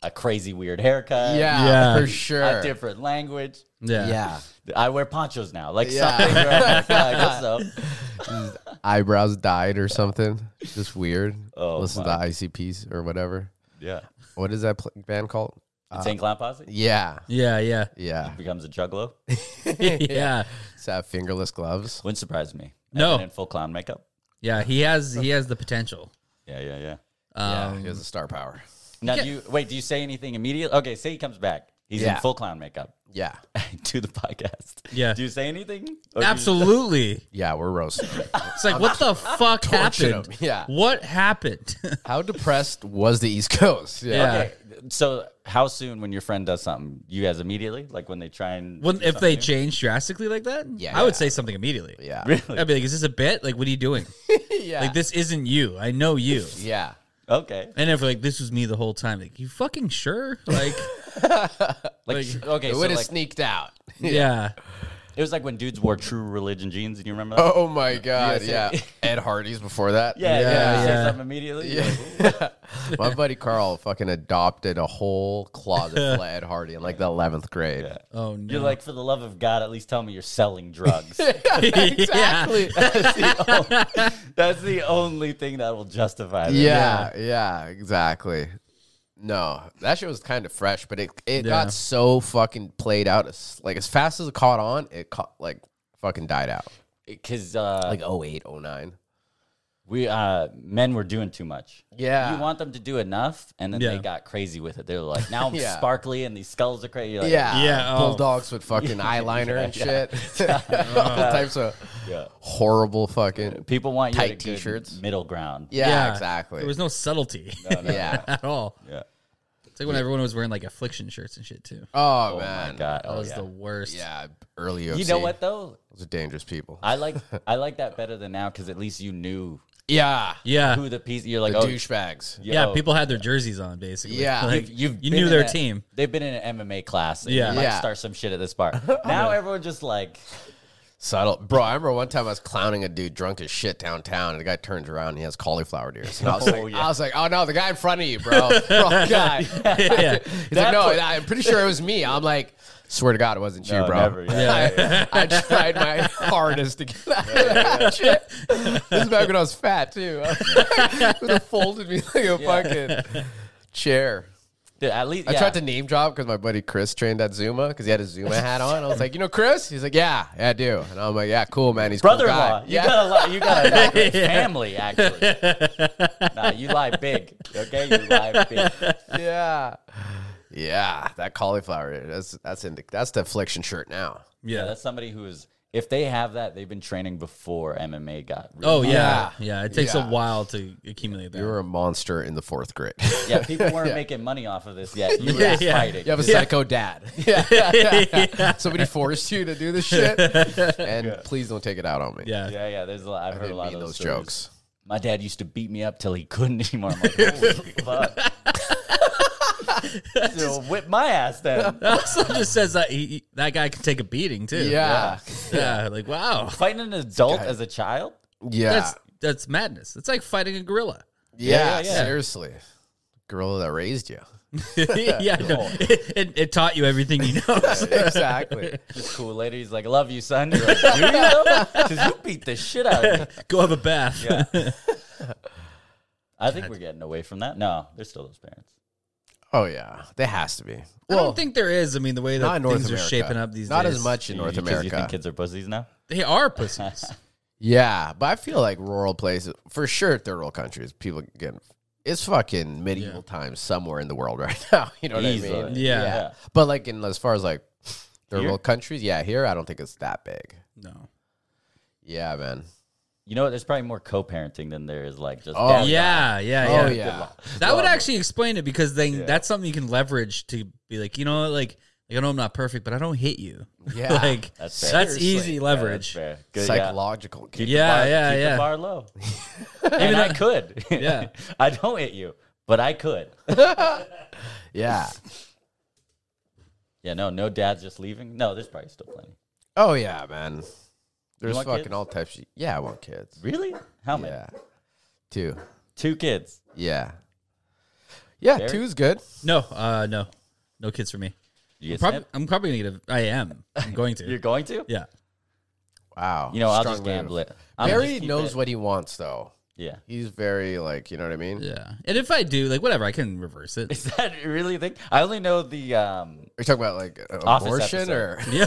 [SPEAKER 3] a crazy weird haircut.
[SPEAKER 2] Yeah,
[SPEAKER 1] Yeah.
[SPEAKER 2] for sure.
[SPEAKER 3] A different language.
[SPEAKER 1] Yeah.
[SPEAKER 2] Yeah.
[SPEAKER 3] I wear ponchos now. Like
[SPEAKER 2] Yeah.
[SPEAKER 3] something. where I'm like, "Yeah, I guess so.
[SPEAKER 2] Eyebrows dyed or something. Just weird.
[SPEAKER 3] Oh,
[SPEAKER 2] Listen
[SPEAKER 3] my.
[SPEAKER 2] to ICPs or whatever.
[SPEAKER 3] Yeah.
[SPEAKER 2] What is that pl- band called?
[SPEAKER 3] It's Saint Clown Posse
[SPEAKER 2] Yeah.
[SPEAKER 1] Yeah, yeah.
[SPEAKER 2] Uh, Yeah.
[SPEAKER 3] becomes a juggalo.
[SPEAKER 1] yeah.
[SPEAKER 2] It's that fingerless gloves.
[SPEAKER 3] Wouldn't surprise me.
[SPEAKER 1] No.
[SPEAKER 3] Evan in full clown makeup.
[SPEAKER 1] Yeah, he has he has the potential.
[SPEAKER 3] Yeah, yeah, yeah.
[SPEAKER 2] Yeah.
[SPEAKER 1] Um,
[SPEAKER 2] He has a star power.
[SPEAKER 3] Now, do you wait? Do you say anything immediately? Okay, say he comes back. He's
[SPEAKER 2] Yeah.
[SPEAKER 3] in full clown makeup
[SPEAKER 2] Yeah.
[SPEAKER 3] to the podcast.
[SPEAKER 1] Yeah.
[SPEAKER 3] Do you say anything? Or do you just-
[SPEAKER 1] absolutely.
[SPEAKER 2] Yeah, we're roasting. him.
[SPEAKER 1] It's like what the fuck
[SPEAKER 2] torturing
[SPEAKER 1] happened?
[SPEAKER 2] him. Yeah.
[SPEAKER 1] What happened?
[SPEAKER 2] How depressed was the East Coast?
[SPEAKER 1] Yeah.
[SPEAKER 3] Okay, So, how soon when your friend does something, you guys immediately like when they try and
[SPEAKER 1] when if they change drastically like that?
[SPEAKER 2] Yeah.
[SPEAKER 1] I would say something immediately.
[SPEAKER 2] Yeah.
[SPEAKER 3] really?
[SPEAKER 1] I'd be like, "Is this a bit? Like, what are you doing?
[SPEAKER 2] Yeah.
[SPEAKER 1] Like, this isn't you. I know you."
[SPEAKER 2] yeah.
[SPEAKER 3] Okay.
[SPEAKER 1] And if like this was me the whole time, like, you fucking sure? Like,
[SPEAKER 3] Like,
[SPEAKER 1] Like,
[SPEAKER 3] okay,
[SPEAKER 2] It
[SPEAKER 3] so
[SPEAKER 2] would have
[SPEAKER 3] like,
[SPEAKER 2] sneaked out.
[SPEAKER 1] yeah,
[SPEAKER 3] it was like when dudes wore True Religion jeans. Do you remember that?
[SPEAKER 2] Oh my God.
[SPEAKER 3] Yeah,
[SPEAKER 2] Yeah. Ed Hardy's before that.
[SPEAKER 3] yeah, yeah,
[SPEAKER 1] Yeah,
[SPEAKER 3] you say
[SPEAKER 1] yeah.
[SPEAKER 3] something immediately. You're like,
[SPEAKER 2] My buddy Carl fucking adopted a whole closet full of Ed Hardy in like the 11th grade.
[SPEAKER 3] Yeah.
[SPEAKER 1] Oh no.
[SPEAKER 3] You're like, for the love of God, at least tell me you're selling drugs.
[SPEAKER 1] exactly.
[SPEAKER 3] that's, the only, that's the only thing that will justify it.
[SPEAKER 2] Yeah, yeah, exactly. No, that shit was kind of fresh, but it it
[SPEAKER 1] Yeah.
[SPEAKER 2] got so fucking played out. as- Like as fast as it caught on, it caught like fucking died out.
[SPEAKER 3] Because uh,
[SPEAKER 2] Like 08, 09.
[SPEAKER 3] we uh, men were doing too much.
[SPEAKER 2] Yeah.
[SPEAKER 3] You want them to do enough, and then they
[SPEAKER 1] Yeah.
[SPEAKER 3] got crazy with it. They were like, now I'm
[SPEAKER 2] Yeah.
[SPEAKER 3] sparkly and these skulls are crazy. You're like,
[SPEAKER 2] yeah,
[SPEAKER 1] Yeah, oh.
[SPEAKER 2] bulldogs with fucking eyeliner and shit, all types of
[SPEAKER 3] Yeah.
[SPEAKER 2] horrible fucking.
[SPEAKER 3] People want you
[SPEAKER 2] Tight
[SPEAKER 3] at a good
[SPEAKER 2] t-shirts.
[SPEAKER 3] middle ground.
[SPEAKER 2] Yeah,
[SPEAKER 1] Yeah.
[SPEAKER 2] exactly.
[SPEAKER 1] There was no subtlety
[SPEAKER 2] yeah.
[SPEAKER 1] at all.
[SPEAKER 3] Yeah.
[SPEAKER 1] It's like when everyone was wearing like affliction shirts and shit too.
[SPEAKER 2] Oh,
[SPEAKER 3] Oh
[SPEAKER 2] man.
[SPEAKER 3] my god.
[SPEAKER 1] That
[SPEAKER 3] Oh,
[SPEAKER 1] was
[SPEAKER 3] yeah.
[SPEAKER 1] the worst.
[SPEAKER 2] Yeah, early UFC.
[SPEAKER 3] you know what though?
[SPEAKER 2] Those are dangerous people.
[SPEAKER 3] I like I like that better than now because at least you knew
[SPEAKER 2] yeah,
[SPEAKER 1] Yeah.
[SPEAKER 3] who the piece. You're like,
[SPEAKER 2] the
[SPEAKER 3] oh,
[SPEAKER 2] douchebags.
[SPEAKER 1] yeah,
[SPEAKER 3] yo,
[SPEAKER 1] people had their jerseys on basically.
[SPEAKER 2] Yeah.
[SPEAKER 1] Like,
[SPEAKER 3] You've, you've
[SPEAKER 1] you
[SPEAKER 3] been
[SPEAKER 1] knew
[SPEAKER 3] in
[SPEAKER 1] their
[SPEAKER 3] a-
[SPEAKER 1] team.
[SPEAKER 3] They've been in an MMA class. And
[SPEAKER 1] Yeah.
[SPEAKER 3] yeah, you might
[SPEAKER 2] Yeah.
[SPEAKER 3] start some shit at this bar. Now everyone just like,
[SPEAKER 2] Subtle, bro. I remember one time I was clowning a dude drunk as shit downtown, and the guy turns around and he has cauliflower ears. And I was like, I was like, oh no, the guy in front of you, bro, wrong guy. He's
[SPEAKER 1] yeah.
[SPEAKER 2] like, no, I'm pretty sure it was me. I'm like, swear to God, it wasn't you,
[SPEAKER 3] No,
[SPEAKER 2] bro.
[SPEAKER 3] oh, never, yeah, yeah,
[SPEAKER 2] I, I tried my hardest to get out of that shit. This is back when I was fat too. I was like, would've folded me like a fucking chair.
[SPEAKER 3] dude, at least
[SPEAKER 2] I
[SPEAKER 3] yeah.
[SPEAKER 2] tried to name drop because my buddy Chris trained at Zuma because he had a Zuma hat on. I was like, you know, Chris? He's like, yeah, yeah, I do. And I'm like, yeah, cool, man. He's a cool
[SPEAKER 3] brother-in-law.
[SPEAKER 2] guy.
[SPEAKER 3] You
[SPEAKER 2] yeah.
[SPEAKER 3] got a lot. You got a lot of family actually. nah, you lie big. Okay, you lie big.
[SPEAKER 2] yeah, yeah. That cauliflower. That's that's in that's the affliction shirt now.
[SPEAKER 3] Yeah,
[SPEAKER 1] Yeah.
[SPEAKER 3] that's somebody who's if they have that, they've been training before MMA got. Really
[SPEAKER 1] Oh
[SPEAKER 3] hot.
[SPEAKER 1] yeah.
[SPEAKER 2] Yeah.
[SPEAKER 1] Yeah. It takes
[SPEAKER 2] Yeah.
[SPEAKER 1] a while to accumulate that.
[SPEAKER 2] You were a monster in the fourth grade.
[SPEAKER 3] yeah. People weren't making money off of this yet. You were
[SPEAKER 1] Yeah,
[SPEAKER 3] just
[SPEAKER 1] yeah.
[SPEAKER 3] fighting.
[SPEAKER 2] You have a psycho dad. yeah, Somebody forced you to do this shit, and please don't take it out on me.
[SPEAKER 1] yeah.
[SPEAKER 3] Yeah, yeah. There's a lot.
[SPEAKER 2] I
[SPEAKER 3] I've heard a
[SPEAKER 2] didn't
[SPEAKER 3] lot
[SPEAKER 2] mean
[SPEAKER 3] of
[SPEAKER 2] those
[SPEAKER 3] stories.
[SPEAKER 2] jokes.
[SPEAKER 3] My dad used to beat me up till he couldn't anymore. I'm like, holy fuck. So whip my ass then.
[SPEAKER 1] also just says that he, he- that guy can take a beating too.
[SPEAKER 2] Yeah,
[SPEAKER 1] Yeah. Like wow.
[SPEAKER 3] Fighting an adult as a child?
[SPEAKER 2] yeah,
[SPEAKER 1] That's that's madness. It's like fighting a gorilla.
[SPEAKER 2] yeah,
[SPEAKER 3] yeah, yeah.
[SPEAKER 2] Seriously, gorilla that raised you.
[SPEAKER 1] yeah. I know. It, it, it taught you everything you know.
[SPEAKER 2] exactly.
[SPEAKER 3] This cool lady, he's like, love you, son. You're like, do you though? Because you beat the shit out of me.
[SPEAKER 1] Go have a bath.
[SPEAKER 3] Yeah. I think we're getting away from that. No, they're still those parents.
[SPEAKER 2] Oh yeah, there has to be.
[SPEAKER 1] I don't think there is. I mean, the way
[SPEAKER 2] not
[SPEAKER 1] that
[SPEAKER 2] in
[SPEAKER 1] things
[SPEAKER 2] North
[SPEAKER 1] are
[SPEAKER 2] America.
[SPEAKER 1] shaping up these
[SPEAKER 2] not
[SPEAKER 1] days.
[SPEAKER 2] as much in North
[SPEAKER 3] You- 'cause You
[SPEAKER 2] America.
[SPEAKER 3] think kids are pussies now?
[SPEAKER 1] They are pussies.
[SPEAKER 2] yeah, but I feel like rural places, for sure, third world countries, people get. It's fucking medieval times somewhere in the world right now. You know what I mean?
[SPEAKER 3] Easily.
[SPEAKER 1] Yeah.
[SPEAKER 2] But like, in as far as like third
[SPEAKER 3] Here?
[SPEAKER 2] world countries, yeah, here I don't think it's that big.
[SPEAKER 1] No.
[SPEAKER 2] Yeah, man.
[SPEAKER 3] You know what? There's probably more co-parenting than there is like just.
[SPEAKER 2] Oh,
[SPEAKER 3] dad.
[SPEAKER 1] yeah, yeah, yeah.
[SPEAKER 2] Oh yeah.
[SPEAKER 1] That would
[SPEAKER 3] Well,
[SPEAKER 1] actually explain it because then
[SPEAKER 3] Yeah.
[SPEAKER 1] that's something you can leverage to be like, you know, what, like, like I know I'm not perfect, but I don't hate you.
[SPEAKER 2] Yeah.
[SPEAKER 1] like
[SPEAKER 3] That's
[SPEAKER 1] that's,
[SPEAKER 3] fair.
[SPEAKER 2] Seriously.
[SPEAKER 1] easy
[SPEAKER 3] Yeah, that's
[SPEAKER 1] leverage.
[SPEAKER 3] fair. Good, yeah.
[SPEAKER 2] Psychological.
[SPEAKER 3] Keep the
[SPEAKER 1] Yeah,
[SPEAKER 3] bar-
[SPEAKER 1] yeah,
[SPEAKER 3] keep
[SPEAKER 1] yeah.
[SPEAKER 3] The bar low. and I could.
[SPEAKER 1] Yeah.
[SPEAKER 3] I don't hit you, but I could.
[SPEAKER 2] Yeah.
[SPEAKER 3] Yeah, no, no dad's just leaving. No, there's probably still plenty.
[SPEAKER 2] Oh yeah, man. There's
[SPEAKER 3] want
[SPEAKER 2] fucking
[SPEAKER 3] kids?
[SPEAKER 2] all types. Of, yeah, I want kids.
[SPEAKER 3] Really? How many?
[SPEAKER 2] Yeah. Two.
[SPEAKER 3] Two kids.
[SPEAKER 2] Yeah. Yeah,
[SPEAKER 3] Very-
[SPEAKER 2] two's good.
[SPEAKER 1] No, uh, no, no kids for me.
[SPEAKER 3] You get
[SPEAKER 1] Prob-
[SPEAKER 3] snipped?
[SPEAKER 1] I'm probably gonna get a. I am. I'm going to.
[SPEAKER 3] You're going to?
[SPEAKER 1] yeah.
[SPEAKER 2] Wow.
[SPEAKER 3] You know, I'll
[SPEAKER 2] Strong
[SPEAKER 3] just
[SPEAKER 2] man.
[SPEAKER 3] gamble it. I'm gonna
[SPEAKER 2] Barry
[SPEAKER 3] just keep
[SPEAKER 2] knows
[SPEAKER 3] it.
[SPEAKER 2] what he wants though.
[SPEAKER 3] Yeah.
[SPEAKER 2] He's very like, you know what I mean?
[SPEAKER 1] Yeah. And if I do, like, whatever, I can reverse it.
[SPEAKER 3] Is that really a thing? I only know the um
[SPEAKER 2] Are you talking about like a-
[SPEAKER 3] Office
[SPEAKER 2] abortion or
[SPEAKER 1] Yeah.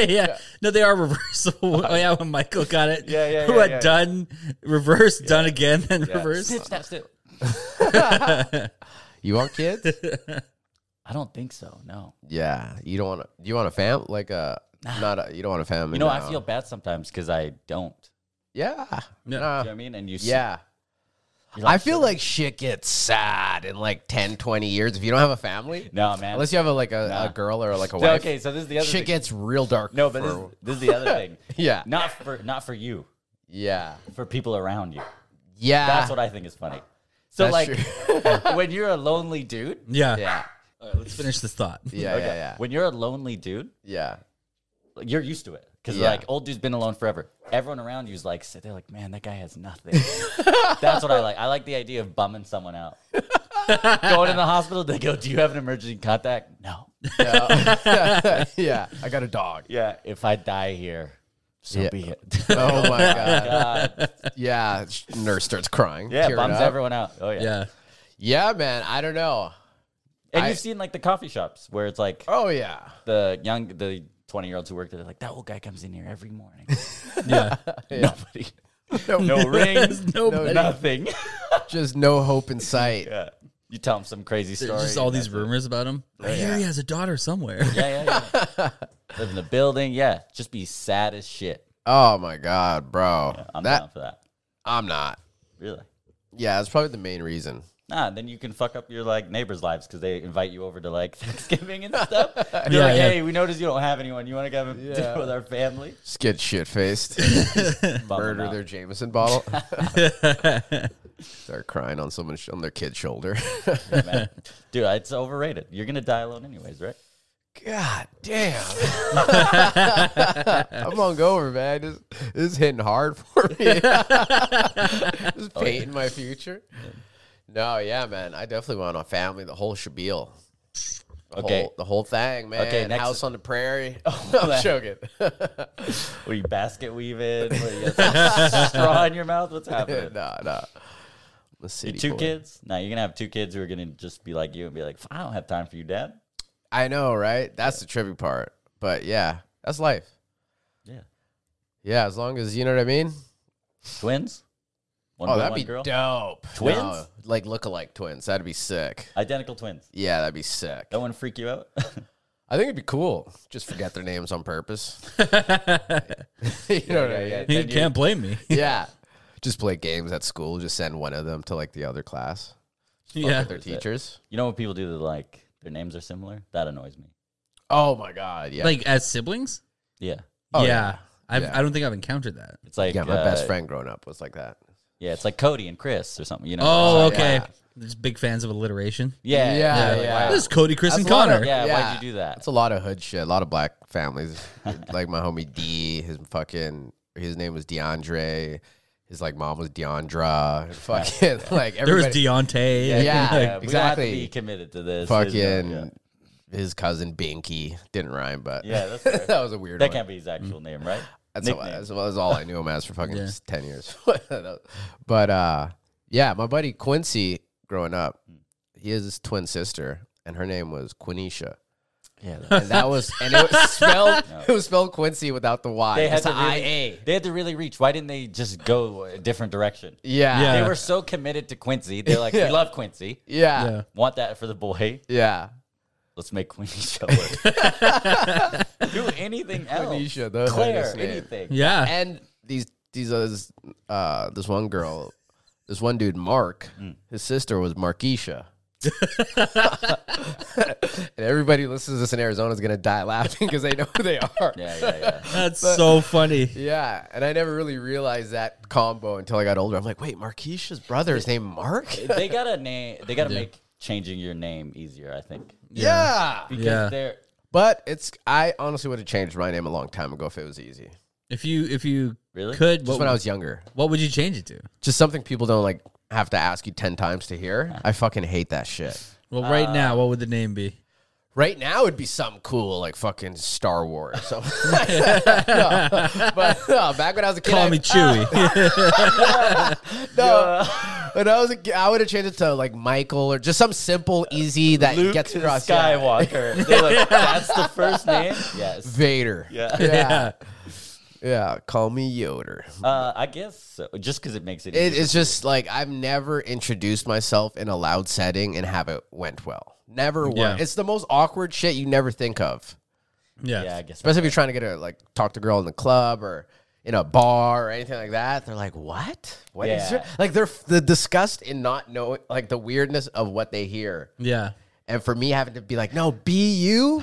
[SPEAKER 1] yeah. No, they are reversible. Oh, yeah, when Michael got it.
[SPEAKER 3] Yeah, yeah, yeah,
[SPEAKER 1] What,
[SPEAKER 3] yeah.
[SPEAKER 1] done, reverse, done again, then
[SPEAKER 3] yeah.
[SPEAKER 1] reverse?
[SPEAKER 3] Snip, snap, snip.
[SPEAKER 2] you want kids?
[SPEAKER 3] I don't think so. No.
[SPEAKER 2] yeah. You don't want to, you want a fam like a not a you don't want a family.
[SPEAKER 3] You know, I
[SPEAKER 2] no.
[SPEAKER 3] feel bad sometimes because I don't.
[SPEAKER 2] Yeah.
[SPEAKER 1] No.
[SPEAKER 2] Nah.
[SPEAKER 3] You know what I mean? And you s-
[SPEAKER 2] Yeah.
[SPEAKER 3] you're
[SPEAKER 2] I feel like shit gets sad in like 10, 20 years if you don't have a family.
[SPEAKER 3] No, man.
[SPEAKER 2] Unless you have a, like a,
[SPEAKER 3] Nah.
[SPEAKER 2] a girl or like a
[SPEAKER 3] So,
[SPEAKER 2] wife.
[SPEAKER 3] okay, so this is the other
[SPEAKER 2] shit
[SPEAKER 3] thing.
[SPEAKER 2] gets real dark.
[SPEAKER 3] No, but this,
[SPEAKER 2] for-
[SPEAKER 3] this is the other thing.
[SPEAKER 2] yeah,
[SPEAKER 3] Not for not for you,
[SPEAKER 2] yeah,
[SPEAKER 3] for people around you.
[SPEAKER 2] yeah.
[SPEAKER 3] That's what I think is funny. So
[SPEAKER 2] Ah. That's
[SPEAKER 3] like when you're a lonely dude,
[SPEAKER 1] Yeah.
[SPEAKER 2] yeah,
[SPEAKER 1] Let's finish this thought.
[SPEAKER 2] yeah,
[SPEAKER 3] okay,
[SPEAKER 2] yeah, yeah,
[SPEAKER 3] when you're a lonely dude,
[SPEAKER 2] yeah.
[SPEAKER 3] like, you're used to it because
[SPEAKER 2] Yeah.
[SPEAKER 3] like old dude's been alone forever. Everyone around you's like, so they're like, man, that guy has nothing. That's what I like. I like the idea of bumming someone out. Going in the hospital, they go, "Do you have an emergency contact?" No.
[SPEAKER 2] Yeah. Yeah. I got a dog.
[SPEAKER 3] Yeah. If I die here, so
[SPEAKER 2] Yeah.
[SPEAKER 3] be it.
[SPEAKER 2] Oh my god.
[SPEAKER 3] God.
[SPEAKER 2] Yeah, sh- nurse starts crying.
[SPEAKER 3] Yeah,
[SPEAKER 2] tearing
[SPEAKER 3] bums
[SPEAKER 2] up.
[SPEAKER 3] everyone out. Oh yeah.
[SPEAKER 1] Yeah.
[SPEAKER 2] Yeah, man. I don't know.
[SPEAKER 3] And
[SPEAKER 2] I-
[SPEAKER 3] you've seen like the coffee shops where it's like
[SPEAKER 2] Oh yeah,
[SPEAKER 3] the young the 20 year olds who work there they're like that old guy comes in here every morning
[SPEAKER 1] Yeah.
[SPEAKER 3] nobody
[SPEAKER 2] no,
[SPEAKER 3] no rings
[SPEAKER 1] There's nobody.
[SPEAKER 3] nothing
[SPEAKER 2] just no hope in sight.
[SPEAKER 3] yeah you tell him some crazy
[SPEAKER 1] There's
[SPEAKER 3] story
[SPEAKER 1] just all
[SPEAKER 3] and
[SPEAKER 1] these
[SPEAKER 3] that's it.
[SPEAKER 1] rumors about him. I hear he has a daughter somewhere.
[SPEAKER 3] yeah yeah yeah live in the building yeah just be sad as shit
[SPEAKER 2] Oh my god, bro.
[SPEAKER 3] i'm
[SPEAKER 2] that
[SPEAKER 3] down for that
[SPEAKER 2] I'm not.
[SPEAKER 3] really
[SPEAKER 2] Yeah, that's probably the main reason.
[SPEAKER 3] Nah, then you can fuck up your like neighbors' lives because they invite you over to like Thanksgiving and stuff. You're
[SPEAKER 1] Yeah,
[SPEAKER 3] like,
[SPEAKER 1] yeah.
[SPEAKER 3] hey, we notice you don't have anyone. You want to come and dinner with our family?
[SPEAKER 2] Just get shit faced.
[SPEAKER 3] Bum them
[SPEAKER 2] Murder
[SPEAKER 3] out.
[SPEAKER 2] their Jameson bottle. Start crying on someone's sh- on their kid's shoulder.
[SPEAKER 3] Yeah, man. Dude, it's overrated. You're gonna die alone anyways, right?
[SPEAKER 2] God damn. I'm hungover, man. This, this is hitting hard for
[SPEAKER 3] Oh,
[SPEAKER 2] me. Just painting my future. No, yeah, man. I definitely want a family, the whole shabil. The
[SPEAKER 3] Okay.
[SPEAKER 2] Whole, the whole thing, man.
[SPEAKER 3] Okay, next-
[SPEAKER 2] House on the prairie. I'm joking.
[SPEAKER 3] What Are you basket weaving? What, you got some straw in your mouth? What's happening?
[SPEAKER 2] nah, nah. The city
[SPEAKER 3] You two
[SPEAKER 2] boy.
[SPEAKER 3] kids? No, you're gonna have two kids who are gonna just be like you and be like, I don't have time for you, Dad.
[SPEAKER 2] I know, right? That's the trippy part. But yeah, that's life.
[SPEAKER 3] Yeah.
[SPEAKER 2] Yeah, as long as you know what I mean.
[SPEAKER 3] Twins? One
[SPEAKER 2] Oh,
[SPEAKER 3] boy,
[SPEAKER 2] that'd
[SPEAKER 3] one
[SPEAKER 2] be
[SPEAKER 3] girl?
[SPEAKER 2] dope.
[SPEAKER 3] Twins?
[SPEAKER 2] No, like look-alike twins. That'd be sick.
[SPEAKER 3] Identical twins.
[SPEAKER 2] Yeah, that'd be sick.
[SPEAKER 3] That one freak you out?
[SPEAKER 2] I think it'd be cool. Just forget their names on purpose. you know what I mean?
[SPEAKER 3] yeah,
[SPEAKER 2] Yeah.
[SPEAKER 1] He
[SPEAKER 3] Then you-
[SPEAKER 1] can't blame me.
[SPEAKER 2] Just play games at school. Just send one of them to like the other class. Fuck
[SPEAKER 1] yeah.
[SPEAKER 2] with their
[SPEAKER 3] That's it.
[SPEAKER 2] teachers.
[SPEAKER 3] You know what people do that like their names are similar? That annoys me.
[SPEAKER 2] Oh my god! Yeah.
[SPEAKER 1] Like, as siblings?
[SPEAKER 3] Yeah.
[SPEAKER 2] Oh,
[SPEAKER 1] yeah.
[SPEAKER 2] yeah.
[SPEAKER 1] I've,
[SPEAKER 2] Yeah.
[SPEAKER 1] I don't think I've encountered that.
[SPEAKER 3] It's like
[SPEAKER 2] yeah, my
[SPEAKER 3] uh,
[SPEAKER 2] best friend growing up was like that.
[SPEAKER 3] Yeah, it's like Cody and Chris or something, you know.
[SPEAKER 1] Oh,
[SPEAKER 2] yeah.
[SPEAKER 1] okay. Just big fans of alliteration.
[SPEAKER 3] Yeah.
[SPEAKER 2] Yeah,
[SPEAKER 3] like,
[SPEAKER 2] yeah.
[SPEAKER 3] wow.
[SPEAKER 1] This is Cody, Chris,
[SPEAKER 2] That's
[SPEAKER 1] and
[SPEAKER 2] a lot of-
[SPEAKER 1] Connor.
[SPEAKER 3] yeah,
[SPEAKER 2] Yeah.
[SPEAKER 3] why'd you do that?
[SPEAKER 2] That's a lot of hood shit. A lot of black families. like my homie D, his fucking his name was DeAndre. His like mom was Deandra. and Fucking like everybody.
[SPEAKER 1] there was Deontay. and,
[SPEAKER 2] Yeah.
[SPEAKER 1] like,
[SPEAKER 3] yeah, we don't have to
[SPEAKER 2] exactly.
[SPEAKER 3] be committed to this. There's
[SPEAKER 2] fucking
[SPEAKER 3] no- yeah.
[SPEAKER 2] his cousin Binky. Didn't rhyme, but
[SPEAKER 3] Yeah, that's fair.
[SPEAKER 2] that was a weird
[SPEAKER 3] That
[SPEAKER 2] one.
[SPEAKER 3] can't be his actual name, right?
[SPEAKER 2] That's all, that's, that's all I knew him as for fucking
[SPEAKER 1] Yeah.
[SPEAKER 2] ten years. but uh, yeah, my buddy Quincy, growing up, he has his twin sister, and her name was Quinisha.
[SPEAKER 3] Yeah.
[SPEAKER 2] And that was and it was spelled it was spelled Quincy without the Y.
[SPEAKER 3] They had
[SPEAKER 2] It's
[SPEAKER 3] to
[SPEAKER 2] a
[SPEAKER 3] really,
[SPEAKER 2] IA.
[SPEAKER 3] They had to really reach. Why didn't they just go a different direction?
[SPEAKER 2] Yeah.
[SPEAKER 1] Yeah.
[SPEAKER 2] Yeah.
[SPEAKER 3] They were so committed to Quincy. They're like, we love Quincy.
[SPEAKER 2] Yeah.
[SPEAKER 1] yeah.
[SPEAKER 3] Want that for the boy.
[SPEAKER 2] yeah.
[SPEAKER 3] Let's make Quincy show work. Do anything else.
[SPEAKER 2] Quinnisha, the
[SPEAKER 3] Claire,
[SPEAKER 2] hardest name.
[SPEAKER 3] anything.
[SPEAKER 1] Yeah.
[SPEAKER 2] And these these uh, this, uh, this one girl, this one dude, Mark,
[SPEAKER 1] Mm.
[SPEAKER 2] his sister was Markeisha. and everybody who listens to this in Arizona is gonna die laughing because they know who they are. Yeah.
[SPEAKER 3] Yeah, yeah, yeah.
[SPEAKER 1] That's so funny.
[SPEAKER 2] and I never really realized that combo until I got older. I'm like, wait, Markeisha's brother is named Mark.
[SPEAKER 3] they gotta name. They gotta make changing your name easier. I think
[SPEAKER 2] yeah,
[SPEAKER 3] because
[SPEAKER 1] Yeah.
[SPEAKER 3] they're
[SPEAKER 2] but it's I honestly would have changed my name a long time ago if it was easy.
[SPEAKER 1] If you if you
[SPEAKER 3] Really?
[SPEAKER 1] could,
[SPEAKER 2] Just
[SPEAKER 1] what,
[SPEAKER 2] when I was younger,
[SPEAKER 1] what would you change it to?
[SPEAKER 2] just something people don't like have to ask you ten times to hear. I fucking hate that shit.
[SPEAKER 1] Well, right
[SPEAKER 2] Uh,
[SPEAKER 1] now, what would the name be?
[SPEAKER 2] Right now, it'd be something cool like fucking Star Wars. Or something. no, but no, back when I was a kid,
[SPEAKER 1] Call
[SPEAKER 2] I,
[SPEAKER 1] me
[SPEAKER 2] uh,
[SPEAKER 1] Chewy.
[SPEAKER 2] no,
[SPEAKER 3] uh,
[SPEAKER 2] when I was a kid, I would have changed it to like Michael or just some simple, easy that
[SPEAKER 3] Luke
[SPEAKER 2] gets across. yeah.
[SPEAKER 3] Skywalker. They're like, that's the first name. Yes.
[SPEAKER 2] Vader.
[SPEAKER 3] Yeah.
[SPEAKER 2] yeah, yeah. Call me Yoder.
[SPEAKER 3] Uh, I guess so. Just because it makes it.
[SPEAKER 2] It,
[SPEAKER 3] easier.
[SPEAKER 2] it's just like I've never introduced myself in a loud setting and have it went well. Never. went.
[SPEAKER 1] Yeah.
[SPEAKER 2] It's the most awkward shit you never think of.
[SPEAKER 1] yeah.
[SPEAKER 3] yeah, I guess.
[SPEAKER 2] especially if you're trying to get a like talk to a girl in the club or in a bar or anything like that. They're like, "What? What is
[SPEAKER 3] Yeah.
[SPEAKER 2] your-" like?" They're f- the disgust in not knowing, like the weirdness of what they hear,
[SPEAKER 1] Yeah.
[SPEAKER 2] and for me having to be like, "No, B U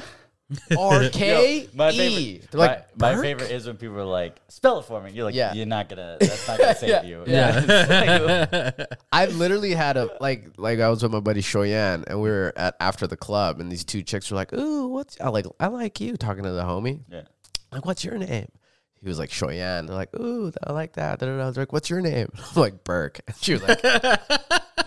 [SPEAKER 2] R K
[SPEAKER 3] My
[SPEAKER 2] E."
[SPEAKER 3] favorite,
[SPEAKER 2] They're like,
[SPEAKER 3] my, my
[SPEAKER 2] "Burke?"
[SPEAKER 3] favorite is when people are like, "Spell it for me." You're like,
[SPEAKER 2] Yeah.
[SPEAKER 3] "You're not gonna. That's not gonna save you."
[SPEAKER 1] Yeah.
[SPEAKER 2] I literally had a like like I was with my buddy Shoyan and we were at after the club and these two chicks were like, "Ooh, what's I like I like you talking to the homie."
[SPEAKER 3] Yeah.
[SPEAKER 2] like, what's your name? He was like, Shoyan. They're like, ooh, I like that. Da, da, da. I was like, what's your name? I'm like, Burke. And she was like,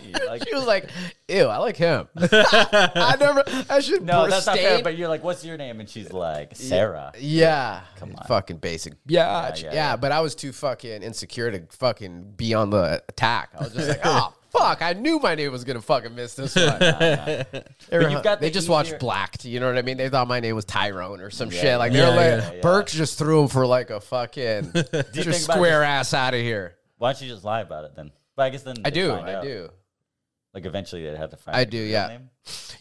[SPEAKER 3] You're like,
[SPEAKER 2] she was like, ew, I like him. I never, I should
[SPEAKER 3] no, that's not fair.
[SPEAKER 2] abstain.
[SPEAKER 3] But you're like, "What's your name?" And she's like, "Sarah."
[SPEAKER 2] yeah.
[SPEAKER 3] Come on.
[SPEAKER 2] Fucking basic. Yeah, yeah,
[SPEAKER 3] yeah,
[SPEAKER 2] But I was too fucking insecure to fucking be on the attack. I was just like, oh, fuck. I knew my name was going to fucking miss this one. They were-
[SPEAKER 3] you've got
[SPEAKER 2] they
[SPEAKER 3] the
[SPEAKER 2] just
[SPEAKER 3] easier-
[SPEAKER 2] watched Blacked. You know what I mean? They thought my name was Tyrone or some
[SPEAKER 3] Yeah,
[SPEAKER 2] shit. Like,
[SPEAKER 1] yeah,
[SPEAKER 2] they were like,
[SPEAKER 3] yeah, yeah.
[SPEAKER 2] Burks just threw him for like a fucking,
[SPEAKER 3] Do you
[SPEAKER 2] get your
[SPEAKER 3] think about
[SPEAKER 2] square ass out of here.
[SPEAKER 3] Why don't you just lie about it then? But I guess then
[SPEAKER 2] I
[SPEAKER 3] they'd
[SPEAKER 2] do.
[SPEAKER 3] find
[SPEAKER 2] I
[SPEAKER 3] out.
[SPEAKER 2] do.
[SPEAKER 3] Like eventually they'd have to find.
[SPEAKER 2] I
[SPEAKER 3] out
[SPEAKER 2] do,
[SPEAKER 3] your real
[SPEAKER 2] yeah.
[SPEAKER 3] name.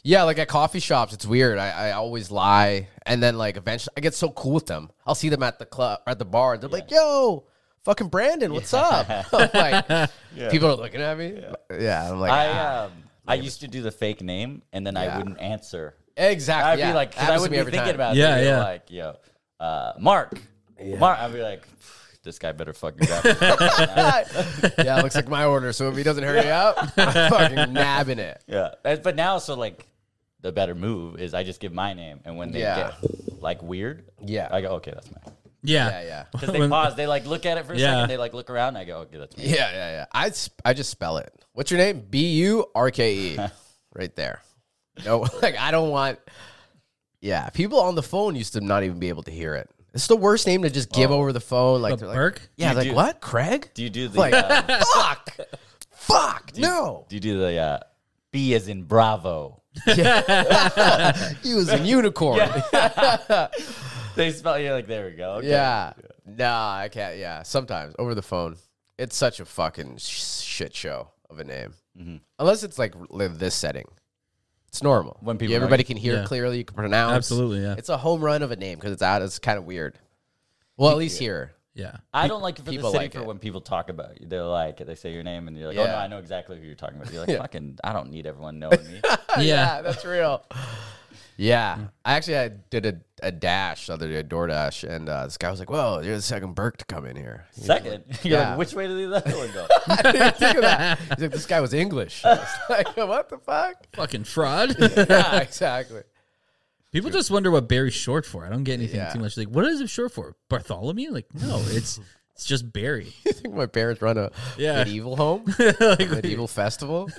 [SPEAKER 2] Yeah, like at coffee shops, it's weird. I, I always lie, and then like eventually, I get so cool with them. I'll see them at the club, at the bar, and they're like, "Yo, fucking Brandon, what's up?" I'm like, people are looking at me. Yeah, I'm like,
[SPEAKER 3] I
[SPEAKER 2] "Ah."
[SPEAKER 3] um, I used to do the fake name, and then I wouldn't answer.
[SPEAKER 2] exactly.
[SPEAKER 3] I'd
[SPEAKER 2] yeah.
[SPEAKER 3] be like, 'cause I
[SPEAKER 2] Happens to
[SPEAKER 3] would
[SPEAKER 2] me
[SPEAKER 3] be
[SPEAKER 2] every
[SPEAKER 3] thinking
[SPEAKER 2] time.
[SPEAKER 3] about
[SPEAKER 1] Yeah,
[SPEAKER 3] it.
[SPEAKER 1] yeah.
[SPEAKER 3] Yeah, Like, yo, uh, Mark, Mark. I'd be like, this guy better fucking grab me.
[SPEAKER 2] yeah, it looks like my order. So if he doesn't hurry up, I'm fucking nabbing it.
[SPEAKER 3] Yeah. That's- But now, so like, the better move is I just give my name, and when they
[SPEAKER 2] Yeah.
[SPEAKER 3] get like weird,
[SPEAKER 2] Yeah.
[SPEAKER 3] I go, okay, that's mine.
[SPEAKER 2] Yeah,
[SPEAKER 1] Yeah.
[SPEAKER 2] yeah,
[SPEAKER 3] Because they pause, they like look at it for a
[SPEAKER 1] Yeah.
[SPEAKER 3] second, they like look around, and I go, okay, that's
[SPEAKER 2] yeah,
[SPEAKER 3] me.
[SPEAKER 2] yeah, yeah. I sp- I just spell it. What's your name? B U R K E, right there. No, like I don't want. Yeah, people on the phone used to not even be able to hear it. It's the worst name to just give over the phone. Like,
[SPEAKER 1] But
[SPEAKER 2] they're
[SPEAKER 1] Burke?
[SPEAKER 2] like yeah,
[SPEAKER 3] You
[SPEAKER 2] like
[SPEAKER 3] do-
[SPEAKER 2] what? Craig?
[SPEAKER 3] Do you do the
[SPEAKER 2] Like-
[SPEAKER 3] uh,
[SPEAKER 2] fuck, fuck, no.
[SPEAKER 3] do you do the uh, B as in Bravo?
[SPEAKER 2] He was a unicorn. Yeah.
[SPEAKER 3] They spell you like there we go. Okay.
[SPEAKER 2] nah, I can't. Yeah, sometimes over the phone, it's such a fucking sh- shit show of a name. Unless it's like live this setting, it's normal
[SPEAKER 3] When people
[SPEAKER 2] Yeah,
[SPEAKER 3] know
[SPEAKER 2] everybody
[SPEAKER 3] you-
[SPEAKER 2] can hear
[SPEAKER 1] yeah.
[SPEAKER 2] clearly, you can pronounce
[SPEAKER 1] Absolutely, yeah.
[SPEAKER 2] It's a home run of a name because it's out. It's kind of weird. Well, at least here.
[SPEAKER 1] Yeah.
[SPEAKER 3] I don't like it for the
[SPEAKER 2] people
[SPEAKER 3] city
[SPEAKER 2] like
[SPEAKER 3] for
[SPEAKER 2] it.
[SPEAKER 3] when people talk about you. They're like, they say your name and you're like, oh
[SPEAKER 2] Yeah.
[SPEAKER 3] no, I know exactly who you're talking about. You're like,
[SPEAKER 2] Yeah.
[SPEAKER 3] fucking, I don't need everyone knowing me.
[SPEAKER 2] Oh,
[SPEAKER 1] Yeah.
[SPEAKER 2] that's real. Yeah, I actually I did a, a dash the other day, DoorDash, and uh, this guy was like, "Whoa, you're the second Burke to come in here." He's
[SPEAKER 3] Second, you're
[SPEAKER 2] Yeah.
[SPEAKER 3] like, which way did the other one go?
[SPEAKER 2] like, "This guy was English." I was like, "What the fuck?"
[SPEAKER 1] Fucking fraud.
[SPEAKER 2] Yeah, exactly.
[SPEAKER 1] People just wonder what Barry's short for. I don't get anything
[SPEAKER 2] Yeah.
[SPEAKER 1] too much. Like, what is it short for? Bartholomew? Like, no, it's it's just Barry.
[SPEAKER 2] You think my parents run a
[SPEAKER 1] Yeah.
[SPEAKER 2] medieval home, A medieval festival?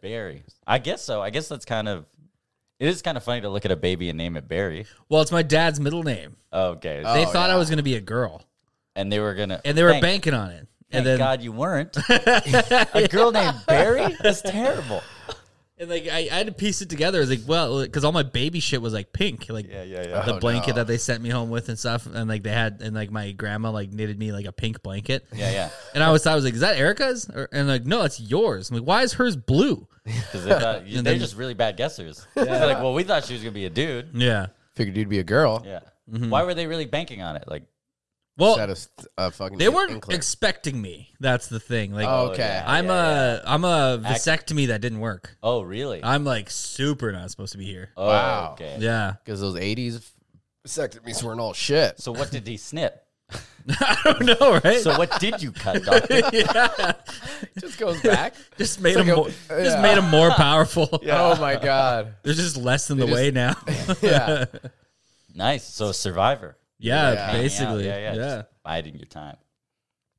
[SPEAKER 3] Barry. I guess so. I guess that's kind of. It is kind of funny to look at a baby and name it Barry.
[SPEAKER 1] Well, it's my dad's middle name.
[SPEAKER 3] Okay,
[SPEAKER 1] They
[SPEAKER 2] Oh,
[SPEAKER 1] thought I was going to be a girl,
[SPEAKER 3] and they were gonna
[SPEAKER 1] and they were
[SPEAKER 3] thank,
[SPEAKER 1] banking on it.
[SPEAKER 3] Thank
[SPEAKER 1] And then,
[SPEAKER 3] God you weren't. a girl named Barry. That's terrible.
[SPEAKER 1] and like, I, I had to piece it together. I was like, well, because all my baby shit was like pink, like
[SPEAKER 3] yeah, oh, yeah.
[SPEAKER 1] the blanket that they sent me home with and stuff. And like, they had, and like, my grandma like knitted me like a pink blanket.
[SPEAKER 3] Yeah, yeah.
[SPEAKER 1] And I was, I was like, is that Erica's? Or, and like, no, that's yours. I'm like, why is hers blue?
[SPEAKER 3] Because they thought they're
[SPEAKER 1] then-
[SPEAKER 3] just really bad guessers. They're like, well, we thought she was gonna be a dude.
[SPEAKER 1] Yeah.
[SPEAKER 2] Figured you'd be a girl.
[SPEAKER 1] Mm-hmm.
[SPEAKER 3] Yeah. Why were they really banking on it? Like,
[SPEAKER 1] Well,
[SPEAKER 2] set us a fucking.
[SPEAKER 1] they weren't
[SPEAKER 2] inkling.
[SPEAKER 1] expecting me. That's the thing. Like,
[SPEAKER 2] Oh,
[SPEAKER 3] Oh,
[SPEAKER 2] okay.
[SPEAKER 3] yeah.
[SPEAKER 1] I'm a I'm a vasectomy that didn't work.
[SPEAKER 3] Oh, really?
[SPEAKER 1] I'm like super not supposed to be here.
[SPEAKER 3] oh,
[SPEAKER 2] Wow.
[SPEAKER 3] Okay.
[SPEAKER 1] Yeah,
[SPEAKER 2] Because those '80s vasectomies weren't all shit.
[SPEAKER 3] So what did he snip?
[SPEAKER 1] I don't know, right?
[SPEAKER 3] So what did you cut, doctor?
[SPEAKER 1] yeah,
[SPEAKER 2] Just goes back.
[SPEAKER 1] just made them
[SPEAKER 2] It's like a-
[SPEAKER 1] more, just
[SPEAKER 2] yeah.
[SPEAKER 1] made 'em more powerful.
[SPEAKER 2] Oh my god.
[SPEAKER 1] They're just less than the
[SPEAKER 2] just-
[SPEAKER 1] way now.
[SPEAKER 2] Yeah.
[SPEAKER 3] nice. So survivor.
[SPEAKER 1] yeah,
[SPEAKER 2] Yeah.
[SPEAKER 1] basically.
[SPEAKER 3] Yeah,
[SPEAKER 1] Yeah,
[SPEAKER 3] yeah. yeah.
[SPEAKER 1] yeah.
[SPEAKER 3] Just biding your time.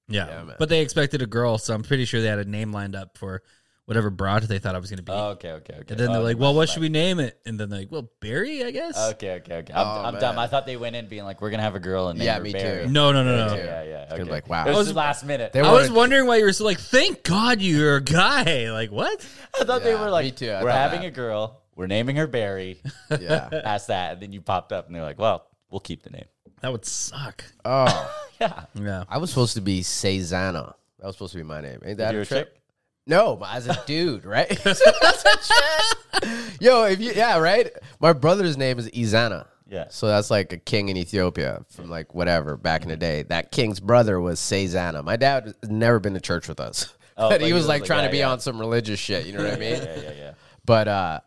[SPEAKER 2] Yeah, man.
[SPEAKER 1] but they expected a girl, so I'm pretty sure they had a name lined up for whatever broad they thought I was going to be.
[SPEAKER 3] Oh, okay, okay, okay.
[SPEAKER 1] and then
[SPEAKER 3] Oh,
[SPEAKER 1] they're
[SPEAKER 3] you
[SPEAKER 1] like, "Well,
[SPEAKER 3] must
[SPEAKER 1] what
[SPEAKER 3] have
[SPEAKER 1] should we name it?" And then they're like, "Well, Barry, I guess."
[SPEAKER 3] liked- Okay, okay, okay. I'm,
[SPEAKER 2] Oh,
[SPEAKER 3] I'm dumb.
[SPEAKER 2] man.
[SPEAKER 3] I thought they went in being like, "We're gonna have a girl," and name
[SPEAKER 2] Yeah,
[SPEAKER 3] her
[SPEAKER 2] me
[SPEAKER 3] Barry.
[SPEAKER 2] too.
[SPEAKER 1] No, no, no,
[SPEAKER 3] Yeah,
[SPEAKER 1] no.
[SPEAKER 3] yeah, yeah.
[SPEAKER 2] Kinda
[SPEAKER 3] okay.
[SPEAKER 2] like, wow. I
[SPEAKER 3] It was
[SPEAKER 2] was-
[SPEAKER 3] last minute.
[SPEAKER 2] They
[SPEAKER 1] I was
[SPEAKER 2] wanted-
[SPEAKER 1] wondering why you were so like, "Thank God you're a guy." Like, what?
[SPEAKER 3] I thought they
[SPEAKER 2] Yeah,
[SPEAKER 3] were like,
[SPEAKER 2] me too. I
[SPEAKER 3] "We're
[SPEAKER 2] thought
[SPEAKER 3] having
[SPEAKER 2] that.
[SPEAKER 3] a girl. We're naming her Barry."
[SPEAKER 2] Yeah.
[SPEAKER 3] Ask that, and then you popped up, and they're like, "Well, we'll keep the name."
[SPEAKER 1] That would suck.
[SPEAKER 2] Oh,
[SPEAKER 3] Yeah.
[SPEAKER 1] Yeah.
[SPEAKER 2] I was supposed to be Cezanna. That was supposed to be my name. Ain't that
[SPEAKER 3] You're
[SPEAKER 2] a
[SPEAKER 3] a
[SPEAKER 2] trip?
[SPEAKER 3] chick?
[SPEAKER 2] No, but as a dude, right? That's a chick. Yo, if you yeah, right. My brother's name is Izana.
[SPEAKER 3] Yeah.
[SPEAKER 2] So that's like a king in Ethiopia from like whatever back in the day. That king's brother was Cezanna. My dad has never been to church with us.
[SPEAKER 3] Oh,
[SPEAKER 2] but
[SPEAKER 3] but
[SPEAKER 2] he was like, trying
[SPEAKER 3] yeah,
[SPEAKER 2] to be
[SPEAKER 3] yeah.
[SPEAKER 2] on some religious shit, you know what I mean?
[SPEAKER 3] Yeah, yeah, yeah.
[SPEAKER 2] But uh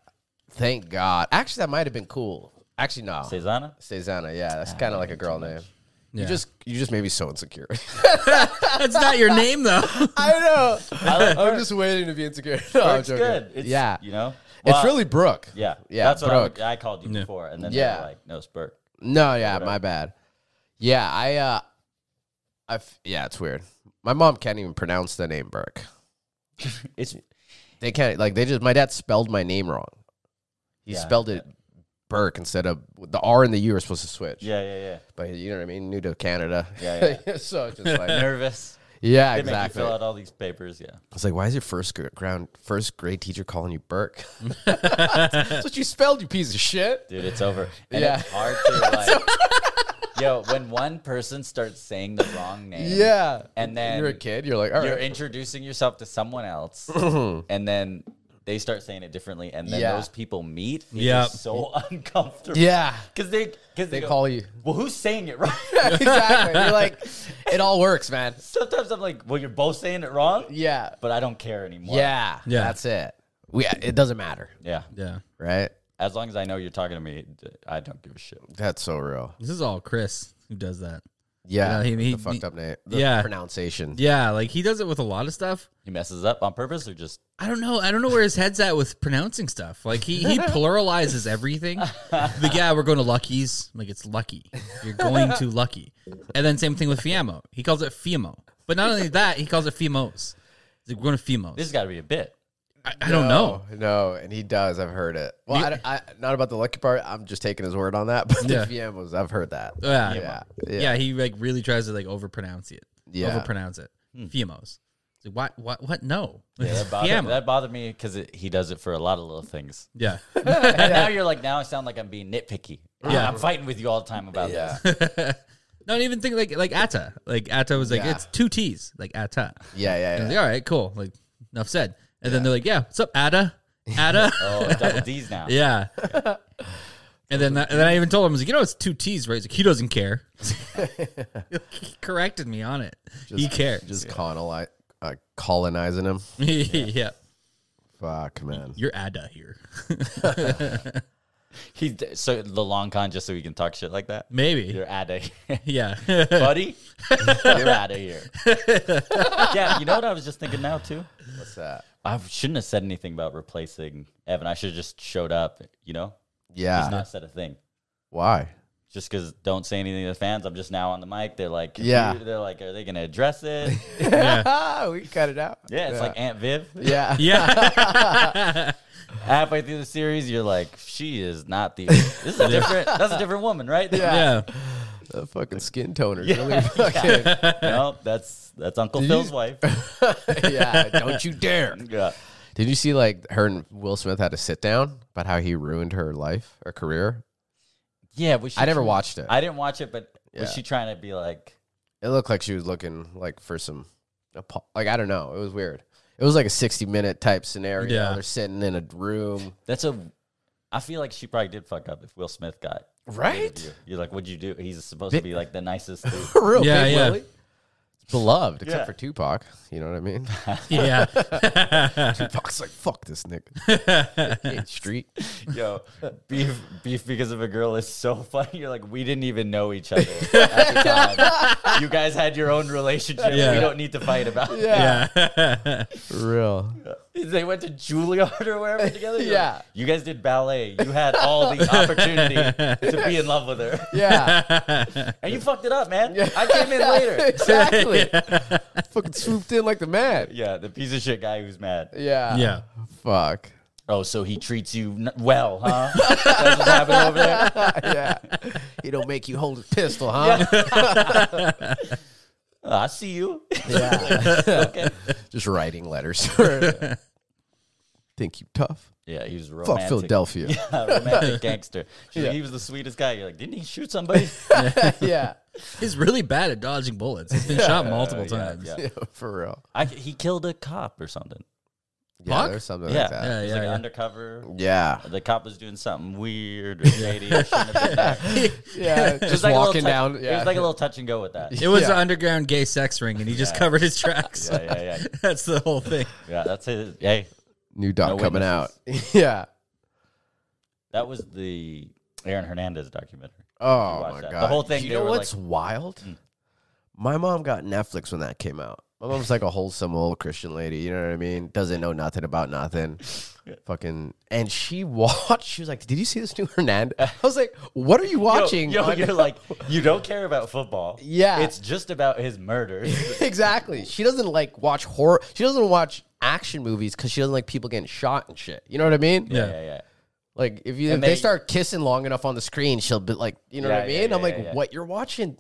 [SPEAKER 2] thank God. Actually that might have been cool. Actually no.
[SPEAKER 3] Cezanna?
[SPEAKER 2] Cezanna, yeah.
[SPEAKER 3] Ah,
[SPEAKER 2] That's kind of like a girl name. You
[SPEAKER 1] Yeah.
[SPEAKER 2] just you just made me so insecure.
[SPEAKER 1] That's not your name though.
[SPEAKER 2] I know.
[SPEAKER 3] I like her.
[SPEAKER 2] I'm just waiting to be insecure. No, I'm
[SPEAKER 3] It's
[SPEAKER 2] joking.
[SPEAKER 3] good. It's,
[SPEAKER 2] yeah.
[SPEAKER 3] You know?
[SPEAKER 2] it's
[SPEAKER 3] Well,
[SPEAKER 2] really Brooke.
[SPEAKER 3] Yeah.
[SPEAKER 2] Yeah.
[SPEAKER 3] That's what I,
[SPEAKER 2] Brooke.
[SPEAKER 3] would- I called you
[SPEAKER 1] Yeah.
[SPEAKER 3] before. And then
[SPEAKER 2] Yeah.
[SPEAKER 3] they were like, no, it's Burke.
[SPEAKER 2] No, yeah, my bad. Yeah, I uh I f- yeah, it's weird. My mom can't even pronounce the name Burke.
[SPEAKER 3] It's,
[SPEAKER 2] They can't like they just my dad spelled my name wrong. He
[SPEAKER 3] Yeah.
[SPEAKER 2] spelled it Burke instead of the R and the U are supposed to switch.
[SPEAKER 3] yeah, yeah, yeah.
[SPEAKER 2] But you know what I mean? New to Canada.
[SPEAKER 3] Yeah,
[SPEAKER 2] so it's just like
[SPEAKER 3] Nervous.
[SPEAKER 2] Yeah,
[SPEAKER 3] They
[SPEAKER 2] exactly.
[SPEAKER 3] make you fill
[SPEAKER 2] I
[SPEAKER 3] out all these papers. Yeah.
[SPEAKER 2] was like, why is your first gr- ground first grade teacher calling you Burke? That's what you spelled, you piece of shit.
[SPEAKER 3] Dude, it's over. And
[SPEAKER 2] Yeah.
[SPEAKER 3] it's hard to like. yo, when one person starts saying the wrong name.
[SPEAKER 2] Yeah.
[SPEAKER 3] And then
[SPEAKER 2] you're a kid, you're like, all
[SPEAKER 3] you're
[SPEAKER 2] right.
[SPEAKER 3] introducing yourself to someone else, and then they start saying it differently, and then
[SPEAKER 2] Yeah.
[SPEAKER 3] those people meet. Yeah,
[SPEAKER 1] Yep.
[SPEAKER 3] so uncomfortable.
[SPEAKER 2] yeah.
[SPEAKER 3] because they because
[SPEAKER 2] They call you.
[SPEAKER 3] Well, who's saying it right?
[SPEAKER 2] exactly. You're like, it all works, man.
[SPEAKER 3] Sometimes I'm like, well, you're both saying it wrong,
[SPEAKER 2] Yeah.
[SPEAKER 3] but I don't care anymore.
[SPEAKER 2] Yeah.
[SPEAKER 1] Yeah.
[SPEAKER 2] That's it. We, it doesn't matter,
[SPEAKER 3] yeah.
[SPEAKER 1] Yeah.
[SPEAKER 2] right?
[SPEAKER 3] As long as I know you're talking to me, d- I don't give a shit.
[SPEAKER 2] That's so real.
[SPEAKER 1] This is all Chris who does that.
[SPEAKER 2] Yeah.
[SPEAKER 1] Yeah, he- he-
[SPEAKER 2] the fucked
[SPEAKER 1] he-
[SPEAKER 2] up name. The
[SPEAKER 1] yeah.
[SPEAKER 2] Pronunciation.
[SPEAKER 1] Yeah, like he does it with a lot of stuff.
[SPEAKER 3] He messes up on purpose or just
[SPEAKER 1] I don't know. I don't know where his head's at with pronouncing stuff. Like he, he pluralizes everything. Like yeah, we're going to Lucky's. Like it's Lucky. You're going to Lucky. And then same thing with Fiamo. He calls it Fiamo. But not only that, he calls it Fimos. He's like, we're going to Fimos.
[SPEAKER 3] this has got to be a bit.
[SPEAKER 1] I, I don't know.
[SPEAKER 2] No, no, and he does. I've heard it. Well, I, I, not about the lucky part. I'm just taking his word on that. But
[SPEAKER 1] Yeah.
[SPEAKER 2] the VM was, I've heard that.
[SPEAKER 1] Yeah.
[SPEAKER 2] Yeah.
[SPEAKER 1] Yeah. he like really tries to like overpronounce it.
[SPEAKER 2] Yeah.
[SPEAKER 1] Overpronounce it. Fiamos. It's Like, what? What? What? No.
[SPEAKER 3] Hmm. Yeah, that bothered,
[SPEAKER 1] Fiamo.
[SPEAKER 3] that bothered me because he does it for a lot of little things.
[SPEAKER 1] yeah.
[SPEAKER 3] And now you're like, now I sound like I'm being nitpicky. Yeah, I'm fighting with you all the time about
[SPEAKER 2] Yeah.
[SPEAKER 3] this.
[SPEAKER 1] Don't even think like like Atta. Like Atta was like
[SPEAKER 2] Yeah.
[SPEAKER 1] it's two T's. Like Atta.
[SPEAKER 2] Yeah. Yeah.
[SPEAKER 1] And I
[SPEAKER 2] yeah.
[SPEAKER 1] was like, all right, cool. Like enough said. And then they're like, yeah, what's up, Atta? Atta.
[SPEAKER 3] Oh, double D's now.
[SPEAKER 1] yeah. And then, that, and then I even told him, I was like, you know, it's two T's, right? He's like, he doesn't care. he corrected me on it. he cares.
[SPEAKER 2] Just coloni- uh, colonizing him.
[SPEAKER 1] yeah.
[SPEAKER 2] Fuck, man.
[SPEAKER 1] You're Ada here.
[SPEAKER 3] He d- so the long con just so we can talk shit like that.
[SPEAKER 1] Maybe.
[SPEAKER 3] You're out of here,
[SPEAKER 1] Yeah.
[SPEAKER 3] buddy. You're out of here. yeah, you know what I was just thinking now too.
[SPEAKER 2] What's that?
[SPEAKER 3] I shouldn't have said anything about replacing Evan. I should have just showed up. You know,
[SPEAKER 2] Yeah.
[SPEAKER 3] not said a thing.
[SPEAKER 2] Why?
[SPEAKER 3] Just because don't say anything to the fans. I'm just now on the mic. They're like,
[SPEAKER 2] Yeah.
[SPEAKER 3] confused. They're like, are they gonna address it?
[SPEAKER 2] we cut it out.
[SPEAKER 3] Yeah, it's like Aunt Viv.
[SPEAKER 2] Yeah.
[SPEAKER 1] yeah.
[SPEAKER 3] Halfway through the series, you're like, she is not the. This is a different. That's a different woman, right?
[SPEAKER 1] Yeah.
[SPEAKER 2] The fucking skin toner. Really fucking.
[SPEAKER 3] no, that's that's Uncle
[SPEAKER 2] Did you-
[SPEAKER 3] Phil's wife.
[SPEAKER 2] yeah, don't you dare.
[SPEAKER 3] Yeah.
[SPEAKER 2] Did you see like her and Will Smith had a sit down about how he ruined her life or career?
[SPEAKER 3] Yeah, was she
[SPEAKER 2] I never
[SPEAKER 3] try-
[SPEAKER 2] watched it.
[SPEAKER 3] I didn't watch it, but
[SPEAKER 2] Yeah.
[SPEAKER 3] was she trying to be like?
[SPEAKER 2] It looked like she was looking like for some, apo- like I don't know. It was weird. It was like a sixty minute type scenario.
[SPEAKER 1] Yeah.
[SPEAKER 2] They're sitting in a room.
[SPEAKER 3] That's a. I feel like she probably did fuck up if Will Smith got
[SPEAKER 2] Right?
[SPEAKER 3] You're like, what'd you do? He's supposed to be like the nicest. dude.
[SPEAKER 2] For real,
[SPEAKER 1] Yeah,
[SPEAKER 2] Big
[SPEAKER 1] yeah.
[SPEAKER 2] Willie. Beloved, except
[SPEAKER 3] Yeah.
[SPEAKER 2] for Tupac. You know what I mean?
[SPEAKER 1] Yeah.
[SPEAKER 2] Tupac's like, fuck this nigga. Hey, Street.
[SPEAKER 3] Yo, beef, beef because of a girl is so funny. You're like, we didn't even know each other. At the time. You guys had your own relationship.
[SPEAKER 1] Yeah.
[SPEAKER 3] We don't need to fight about. it.
[SPEAKER 1] yeah.
[SPEAKER 2] For real.
[SPEAKER 3] They went to Juilliard or wherever together. You're like,
[SPEAKER 2] Yeah.
[SPEAKER 3] you guys did ballet. You had all the opportunity to be in love with her,
[SPEAKER 2] Yeah,
[SPEAKER 3] and you fucked it up, man. I came in later.
[SPEAKER 2] exactly. Fucking swooped in like the man.
[SPEAKER 3] Yeah, the piece of shit guy who's mad.
[SPEAKER 2] Yeah.
[SPEAKER 1] yeah.
[SPEAKER 2] Fuck.
[SPEAKER 3] Oh, so he treats you n- well, huh? That's what's happening over there.
[SPEAKER 2] yeah. He don't make you hold a pistol, huh?
[SPEAKER 3] Oh, I see you.
[SPEAKER 2] Yeah.
[SPEAKER 3] okay.
[SPEAKER 2] Just writing letters. Think you tough?
[SPEAKER 3] Yeah, he was a romantic.
[SPEAKER 2] Fuck Philadelphia.
[SPEAKER 3] romantic gangster. She's like,
[SPEAKER 2] Yeah.
[SPEAKER 3] he was the sweetest guy. You're like, didn't he shoot somebody?
[SPEAKER 2] yeah.
[SPEAKER 1] He's really bad at dodging bullets. He's been shot multiple
[SPEAKER 3] Yeah,
[SPEAKER 1] times.
[SPEAKER 3] yeah.
[SPEAKER 2] yeah. For real.
[SPEAKER 3] I, he killed a cop or something.
[SPEAKER 2] Yeah,
[SPEAKER 1] Fuck?
[SPEAKER 2] there's something
[SPEAKER 3] Yeah.
[SPEAKER 2] like that.
[SPEAKER 1] Yeah,
[SPEAKER 3] It was
[SPEAKER 1] yeah,
[SPEAKER 3] like
[SPEAKER 1] yeah.
[SPEAKER 3] undercover.
[SPEAKER 2] Yeah.
[SPEAKER 3] The cop was doing something weird or shady. or shouldn't have been there. It
[SPEAKER 2] Yeah. Just,
[SPEAKER 3] was like a little
[SPEAKER 2] walking
[SPEAKER 3] touch-
[SPEAKER 2] down.
[SPEAKER 3] It
[SPEAKER 2] Yeah.
[SPEAKER 3] was like a little touch and go with that.
[SPEAKER 1] It was
[SPEAKER 2] Yeah.
[SPEAKER 1] an underground gay sex ring, and he just
[SPEAKER 3] Yeah.
[SPEAKER 1] covered his tracks.
[SPEAKER 3] Yeah, yeah, yeah.
[SPEAKER 1] That's the whole thing.
[SPEAKER 3] Yeah, that's his. Hey,
[SPEAKER 2] New doc
[SPEAKER 3] No
[SPEAKER 2] coming out. yeah.
[SPEAKER 3] that was the Aaron Hernandez documentary.
[SPEAKER 2] Oh
[SPEAKER 3] watch
[SPEAKER 2] my
[SPEAKER 3] that.
[SPEAKER 2] god.
[SPEAKER 3] The whole thing,
[SPEAKER 2] You
[SPEAKER 3] they
[SPEAKER 2] know
[SPEAKER 3] were hmm.
[SPEAKER 2] what's wild? My mom got Netflix when that came out. My mom's like a wholesome old Christian lady. You know what I mean? Doesn't know nothing about nothing. Fucking and she watched. She was like, "Did you see this new Hernandez?" I was like, "What are you
[SPEAKER 3] Yo,
[SPEAKER 2] watching?"
[SPEAKER 3] Yo,
[SPEAKER 2] on-
[SPEAKER 3] you're like, you don't care about football.
[SPEAKER 2] Yeah.
[SPEAKER 3] It's just about his murders.
[SPEAKER 2] exactly. She doesn't like watch horror. She doesn't watch action movies because she doesn't like people getting shot and shit. You know what I mean?
[SPEAKER 1] Yeah.
[SPEAKER 3] yeah, yeah.
[SPEAKER 2] Like if you if they,
[SPEAKER 3] they-
[SPEAKER 2] start kissing long enough on the screen, she'll be like, you know
[SPEAKER 3] Yeah,
[SPEAKER 2] what I mean?
[SPEAKER 3] yeah, yeah,
[SPEAKER 2] I'm like,
[SPEAKER 3] yeah, yeah.
[SPEAKER 2] what you're watching?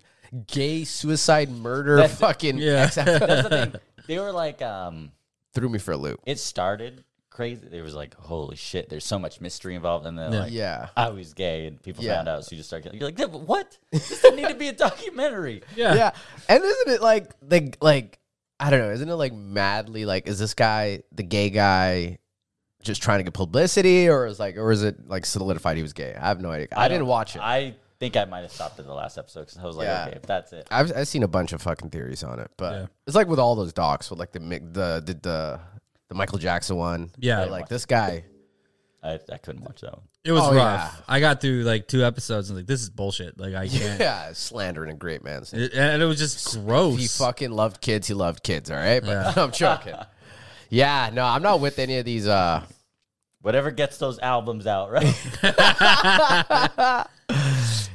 [SPEAKER 2] Gay suicide murder
[SPEAKER 3] That's-
[SPEAKER 2] fucking
[SPEAKER 1] Yeah.
[SPEAKER 2] XFL."
[SPEAKER 3] That's the thing. They were like, um,
[SPEAKER 2] threw me for a loop.
[SPEAKER 3] it started crazy. It was like, holy shit, there's so much mystery involved. And then, like,
[SPEAKER 2] Yeah.
[SPEAKER 3] I was gay and people
[SPEAKER 2] Yeah.
[SPEAKER 3] found out. So you just start getting, you're like, "Yeah, but what? This doesn't need to be a documentary.
[SPEAKER 2] yeah, And isn't it like the like I don't know? Isn't it like madly like is this guy the gay guy just trying to get publicity or is like or is it like solidified he was gay? I have no idea. I, didn't
[SPEAKER 3] don't-
[SPEAKER 2] watch it. I,
[SPEAKER 3] I think I might have stopped at the last episode because I was like,
[SPEAKER 2] Yeah.
[SPEAKER 3] okay, if that's it.
[SPEAKER 2] have I've seen a bunch of fucking theories on it, but
[SPEAKER 1] Yeah.
[SPEAKER 2] it's like with all those docs with like the mi- the the the, the Michael Jackson one.
[SPEAKER 1] Yeah.
[SPEAKER 2] They're like this guy.
[SPEAKER 3] I, I couldn't watch that one.
[SPEAKER 1] It was rough.
[SPEAKER 2] Oh, yeah.
[SPEAKER 1] I got through like two episodes and like this is bullshit. Like I can't.
[SPEAKER 2] Yeah, slandering a great man's name.
[SPEAKER 1] It- and it was just gross.
[SPEAKER 2] He fucking loved kids. He loved kids. All right, but I'm joking. Yeah, no, I'm not with any of these. uh
[SPEAKER 3] Whatever gets those albums out, right?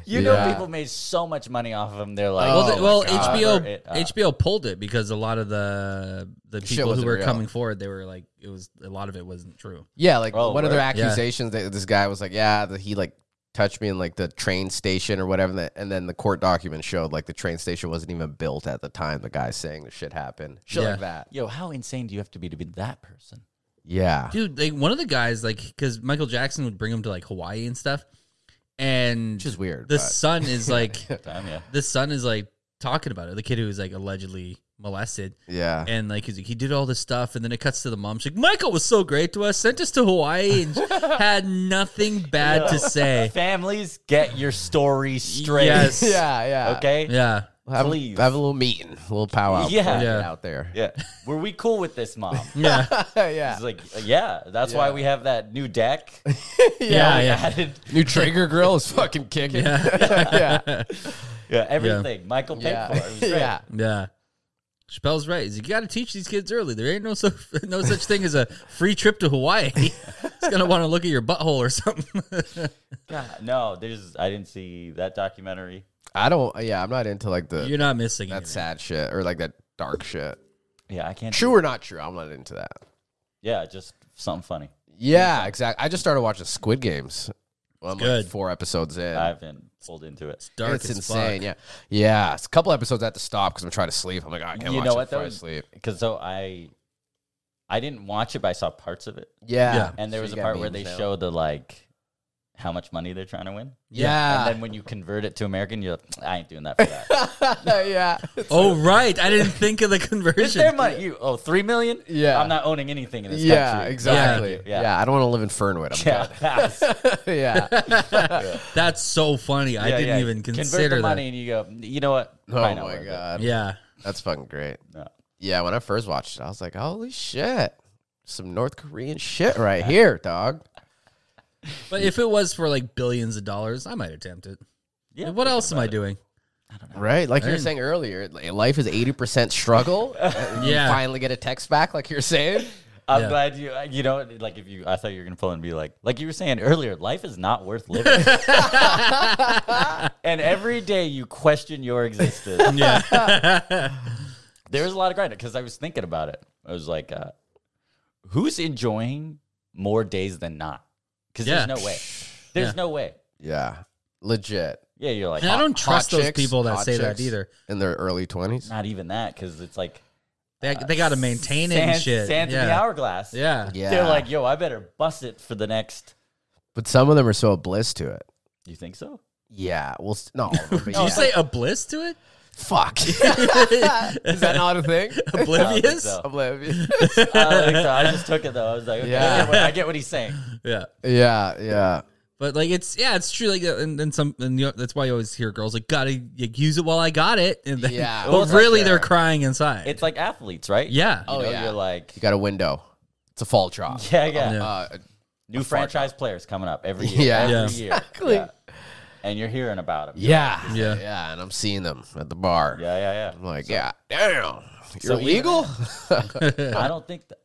[SPEAKER 3] you know,
[SPEAKER 2] Yeah.
[SPEAKER 3] people made so much money off of them. They're like,
[SPEAKER 1] well, the-
[SPEAKER 2] my
[SPEAKER 1] well,
[SPEAKER 3] God.
[SPEAKER 1] HBO
[SPEAKER 3] It, uh,
[SPEAKER 1] HBO pulled it because a lot of the the people who
[SPEAKER 2] wasn't
[SPEAKER 1] were
[SPEAKER 2] real.
[SPEAKER 1] coming forward, they were like, it was a lot of it wasn't true.
[SPEAKER 2] Yeah, like
[SPEAKER 3] Oh,
[SPEAKER 2] one of their
[SPEAKER 3] word.
[SPEAKER 1] Yeah.
[SPEAKER 2] accusations that this guy was like, yeah, that he like touched me in like the train station or whatever, and, that, and then the court document showed like the train station wasn't even built at the time. The guy's saying the shit happened, shit
[SPEAKER 1] Yeah.
[SPEAKER 2] like that.
[SPEAKER 3] yo, how insane do you have to be to be that person?
[SPEAKER 2] Yeah,
[SPEAKER 1] dude like one of the guys like because michael jackson would bring him to like hawaii and stuff and
[SPEAKER 2] which is weird.
[SPEAKER 1] the
[SPEAKER 2] but-
[SPEAKER 1] son is like
[SPEAKER 3] Damn, yeah.
[SPEAKER 1] the son is like talking about it the kid who was like allegedly molested
[SPEAKER 2] yeah,
[SPEAKER 1] and like he's like he did all this stuff and then it cuts to the mom she's like michael was so great to us sent us to hawaii and had nothing bad to say
[SPEAKER 3] Families, get your story straight.
[SPEAKER 1] Yes.
[SPEAKER 2] yeah, yeah.
[SPEAKER 3] Okay.
[SPEAKER 1] yeah
[SPEAKER 2] have,
[SPEAKER 3] please.
[SPEAKER 2] have a little meeting, a little powwow.
[SPEAKER 3] Yeah.
[SPEAKER 2] before you get
[SPEAKER 1] Yeah.
[SPEAKER 2] out there.
[SPEAKER 3] Yeah. Were we cool with this, mom?
[SPEAKER 1] yeah
[SPEAKER 2] yeah,
[SPEAKER 3] It's like, yeah, that's why we have that new deck.
[SPEAKER 1] yeah
[SPEAKER 3] We
[SPEAKER 1] yeah
[SPEAKER 3] added-
[SPEAKER 2] New trigger grill is fucking kicking. Yeah. yeah.
[SPEAKER 3] yeah, everything. Michael paid for it. It was great.
[SPEAKER 2] Yeah.
[SPEAKER 1] yeah Chappelle's right. He's like, you got to teach these kids early. There ain't no so, no such thing as a free trip to Hawaii. It's gonna want to look at your butthole or something.
[SPEAKER 3] God, no, there's. I didn't see that documentary.
[SPEAKER 2] I don't yeah, I'm not into like the
[SPEAKER 1] You're not missing
[SPEAKER 2] that
[SPEAKER 1] anything.
[SPEAKER 2] sad shit or like that dark shit.
[SPEAKER 3] Yeah, I can't.
[SPEAKER 2] True or not true, I'm not into that.
[SPEAKER 3] Yeah, just something funny.
[SPEAKER 2] Yeah, exactly. I just started watching Squid Games. Well, I'm
[SPEAKER 1] Good.
[SPEAKER 2] like four episodes in.
[SPEAKER 3] I haven't pulled into it.
[SPEAKER 1] dark
[SPEAKER 2] it's
[SPEAKER 1] as
[SPEAKER 2] insane.
[SPEAKER 1] fuck.
[SPEAKER 2] Yeah. Yeah. It's a couple episodes I had to stop because I'm trying to sleep. I'm like, "Oh, I can't
[SPEAKER 3] You
[SPEAKER 2] watch
[SPEAKER 3] know
[SPEAKER 2] it
[SPEAKER 3] what,
[SPEAKER 2] before I
[SPEAKER 3] though?
[SPEAKER 2] sleep.
[SPEAKER 3] Because so I, I didn't watch it, but I saw parts of it.
[SPEAKER 2] Yeah.
[SPEAKER 1] Yeah.
[SPEAKER 3] And there
[SPEAKER 2] So
[SPEAKER 3] was
[SPEAKER 2] you
[SPEAKER 3] a
[SPEAKER 2] got
[SPEAKER 3] part where
[SPEAKER 2] memes
[SPEAKER 3] they
[SPEAKER 2] now.
[SPEAKER 3] show the like how much money they're trying to win.
[SPEAKER 4] Yeah.
[SPEAKER 2] Ah.
[SPEAKER 3] And then when you convert it to American, you're like, I ain't doing that for that.
[SPEAKER 2] yeah.
[SPEAKER 1] Oh right, I didn't think of the
[SPEAKER 3] it's
[SPEAKER 1] conversion.
[SPEAKER 3] their money. You oh three million?
[SPEAKER 2] Yeah.
[SPEAKER 3] I'm not owning anything in this
[SPEAKER 2] Yeah,
[SPEAKER 3] country.
[SPEAKER 2] exactly.
[SPEAKER 3] Thank you.
[SPEAKER 2] Yeah.
[SPEAKER 3] Yeah.
[SPEAKER 2] I don't want to live in Fernwood. I'm
[SPEAKER 3] Yeah, pass.
[SPEAKER 2] done. yeah.
[SPEAKER 1] That's so funny. I
[SPEAKER 3] Yeah,
[SPEAKER 1] didn't
[SPEAKER 3] yeah.
[SPEAKER 1] even
[SPEAKER 3] Convert
[SPEAKER 1] consider
[SPEAKER 3] the
[SPEAKER 1] that.
[SPEAKER 3] money and you go, you know what?
[SPEAKER 2] Oh my god.
[SPEAKER 1] Yeah.
[SPEAKER 2] That's fucking great.
[SPEAKER 3] No.
[SPEAKER 2] Yeah, when I first watched it, I was like, holy shit. Some North Korean shit right here, dog.
[SPEAKER 1] But if it was for like billions of dollars, I might attempt it.
[SPEAKER 3] Yeah,
[SPEAKER 1] what else am I doing?
[SPEAKER 2] Right? Like you were
[SPEAKER 1] Right.
[SPEAKER 2] saying earlier, like, life is 80% struggle. and You
[SPEAKER 1] Yeah.
[SPEAKER 2] finally get a text back, like you're saying.
[SPEAKER 3] I'm
[SPEAKER 1] Yeah.
[SPEAKER 3] glad you, uh, you know, like if you, I thought you were gonna pull and be like, like you were saying earlier, life is not worth living. and every day you question your existence.
[SPEAKER 1] Yeah.
[SPEAKER 3] There was a lot of grind because I was thinking about it. I was like, uh, who's enjoying more days than not? Because
[SPEAKER 1] Yeah.
[SPEAKER 3] there's no way. There's
[SPEAKER 1] Yeah.
[SPEAKER 3] no way.
[SPEAKER 2] Yeah. Legit.
[SPEAKER 3] Yeah, you're like,
[SPEAKER 1] And I don't
[SPEAKER 2] Hot
[SPEAKER 1] trust those
[SPEAKER 2] chicks,
[SPEAKER 1] people that
[SPEAKER 2] hot
[SPEAKER 1] say that
[SPEAKER 2] chicks
[SPEAKER 1] either.
[SPEAKER 2] In their early 20s.
[SPEAKER 3] not even that because it's like
[SPEAKER 1] They,
[SPEAKER 2] Uh,
[SPEAKER 1] they got to maintain it
[SPEAKER 3] sand,
[SPEAKER 1] and shit.
[SPEAKER 3] sand in the
[SPEAKER 1] yeah.
[SPEAKER 3] hourglass.
[SPEAKER 1] yeah.
[SPEAKER 2] Yeah.
[SPEAKER 3] They're like, yo, I better bust it for the next.
[SPEAKER 2] but some of them are so obliss to it.
[SPEAKER 3] You think so?
[SPEAKER 2] Yeah. Well, s- no. all of them, but
[SPEAKER 1] Did
[SPEAKER 2] yeah.
[SPEAKER 1] you Oh, say obliss to it?
[SPEAKER 2] fuck? is that not a thing?
[SPEAKER 3] I don't think
[SPEAKER 1] Oblivious?
[SPEAKER 3] so.
[SPEAKER 2] Oblivious.
[SPEAKER 3] I don't think so. I just took it though. I was like, okay,
[SPEAKER 2] Yeah.
[SPEAKER 3] I, get what, I get what he's saying.
[SPEAKER 1] Yeah.
[SPEAKER 2] yeah. Yeah.
[SPEAKER 1] But like it's yeah, it's true. Like uh, and then some, and you know, that's why you always hear girls like gotta like, use it while I got it. And then,
[SPEAKER 2] Yeah,
[SPEAKER 1] but
[SPEAKER 2] well, it's like
[SPEAKER 1] really
[SPEAKER 2] a-
[SPEAKER 1] they're crying inside.
[SPEAKER 3] It's like athletes, right?
[SPEAKER 1] yeah,
[SPEAKER 3] You
[SPEAKER 2] Oh,
[SPEAKER 3] know,
[SPEAKER 2] yeah.
[SPEAKER 3] You're like,
[SPEAKER 2] You got a window. It's a fall drop.
[SPEAKER 3] yeah, yeah.
[SPEAKER 1] Yeah.
[SPEAKER 2] Uh,
[SPEAKER 3] New franchise players coming up every year.
[SPEAKER 2] Yeah.
[SPEAKER 3] Every
[SPEAKER 1] Yeah.
[SPEAKER 3] year.
[SPEAKER 2] Exactly.
[SPEAKER 3] Yeah. And you're hearing about them.
[SPEAKER 2] yeah.
[SPEAKER 1] Yeah.
[SPEAKER 2] Yeah. And I'm seeing them at the bar.
[SPEAKER 3] Yeah, yeah,
[SPEAKER 2] I'm like, yeah, damn. You're
[SPEAKER 3] So we-
[SPEAKER 2] legal?
[SPEAKER 3] yeah. I don't think. Th-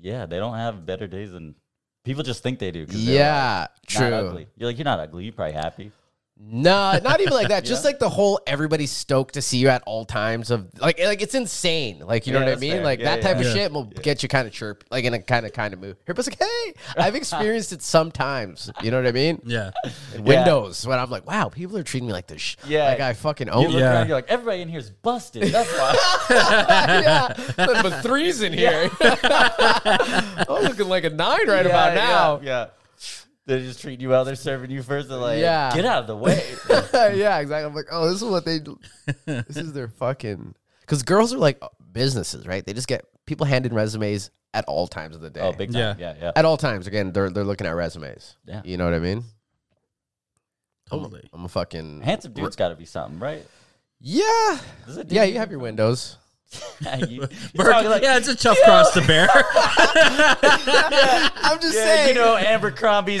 [SPEAKER 3] yeah, they don't have better days than people just think they do. 'cause they're,
[SPEAKER 2] yeah.
[SPEAKER 3] like, not
[SPEAKER 2] True.
[SPEAKER 3] ugly. You're like, you're not ugly. You're probably happy.
[SPEAKER 2] No, not even like that. Just like the whole everybody's stoked to see you at all times of like like it's insane. Like you know
[SPEAKER 3] Yeah,
[SPEAKER 2] what I
[SPEAKER 3] that's
[SPEAKER 2] mean?
[SPEAKER 3] fair.
[SPEAKER 2] Like
[SPEAKER 3] Yeah,
[SPEAKER 2] that type
[SPEAKER 1] yeah.
[SPEAKER 2] of shit will get you kind of chirp like in a kind of kind of mood. Here, like, hey, I've experienced it sometimes. You know what I mean?
[SPEAKER 1] yeah,
[SPEAKER 2] In Windows when I'm like, wow, people are treating me like this. Sh-
[SPEAKER 3] Yeah.
[SPEAKER 2] like I fucking
[SPEAKER 3] You
[SPEAKER 2] own.
[SPEAKER 3] look
[SPEAKER 2] it.
[SPEAKER 1] Yeah.
[SPEAKER 3] around, you're like, everybody in here's busted. That's why.
[SPEAKER 2] yeah, but three's in here. I'm looking like a nine right
[SPEAKER 3] Yeah,
[SPEAKER 2] about
[SPEAKER 3] yeah,
[SPEAKER 2] now.
[SPEAKER 3] Yeah. They're just treating you well. They're serving you first. They're like,
[SPEAKER 2] Yeah.
[SPEAKER 3] get out of the way.
[SPEAKER 2] yeah, exactly. I'm like, oh, this is what they. This is their fucking. Because girls are like businesses, right? They just get people handed resumes at all times of the day.
[SPEAKER 3] oh, big time.
[SPEAKER 1] Yeah.
[SPEAKER 3] Yeah, yeah.
[SPEAKER 2] At all times. Again, they're they're looking at resumes.
[SPEAKER 3] Yeah.
[SPEAKER 2] You know what I mean?
[SPEAKER 1] totally.
[SPEAKER 2] I'm a fucking
[SPEAKER 3] Handsome dude's got to be something, right?
[SPEAKER 2] Yeah.
[SPEAKER 3] This is a dude.
[SPEAKER 2] Yeah, you have your windows.
[SPEAKER 3] you, you
[SPEAKER 1] Burke-
[SPEAKER 3] talk like,
[SPEAKER 1] yeah, it's a tough cross to bear.
[SPEAKER 2] I'm just
[SPEAKER 3] yeah,
[SPEAKER 2] saying.
[SPEAKER 3] you know, Abercrombie's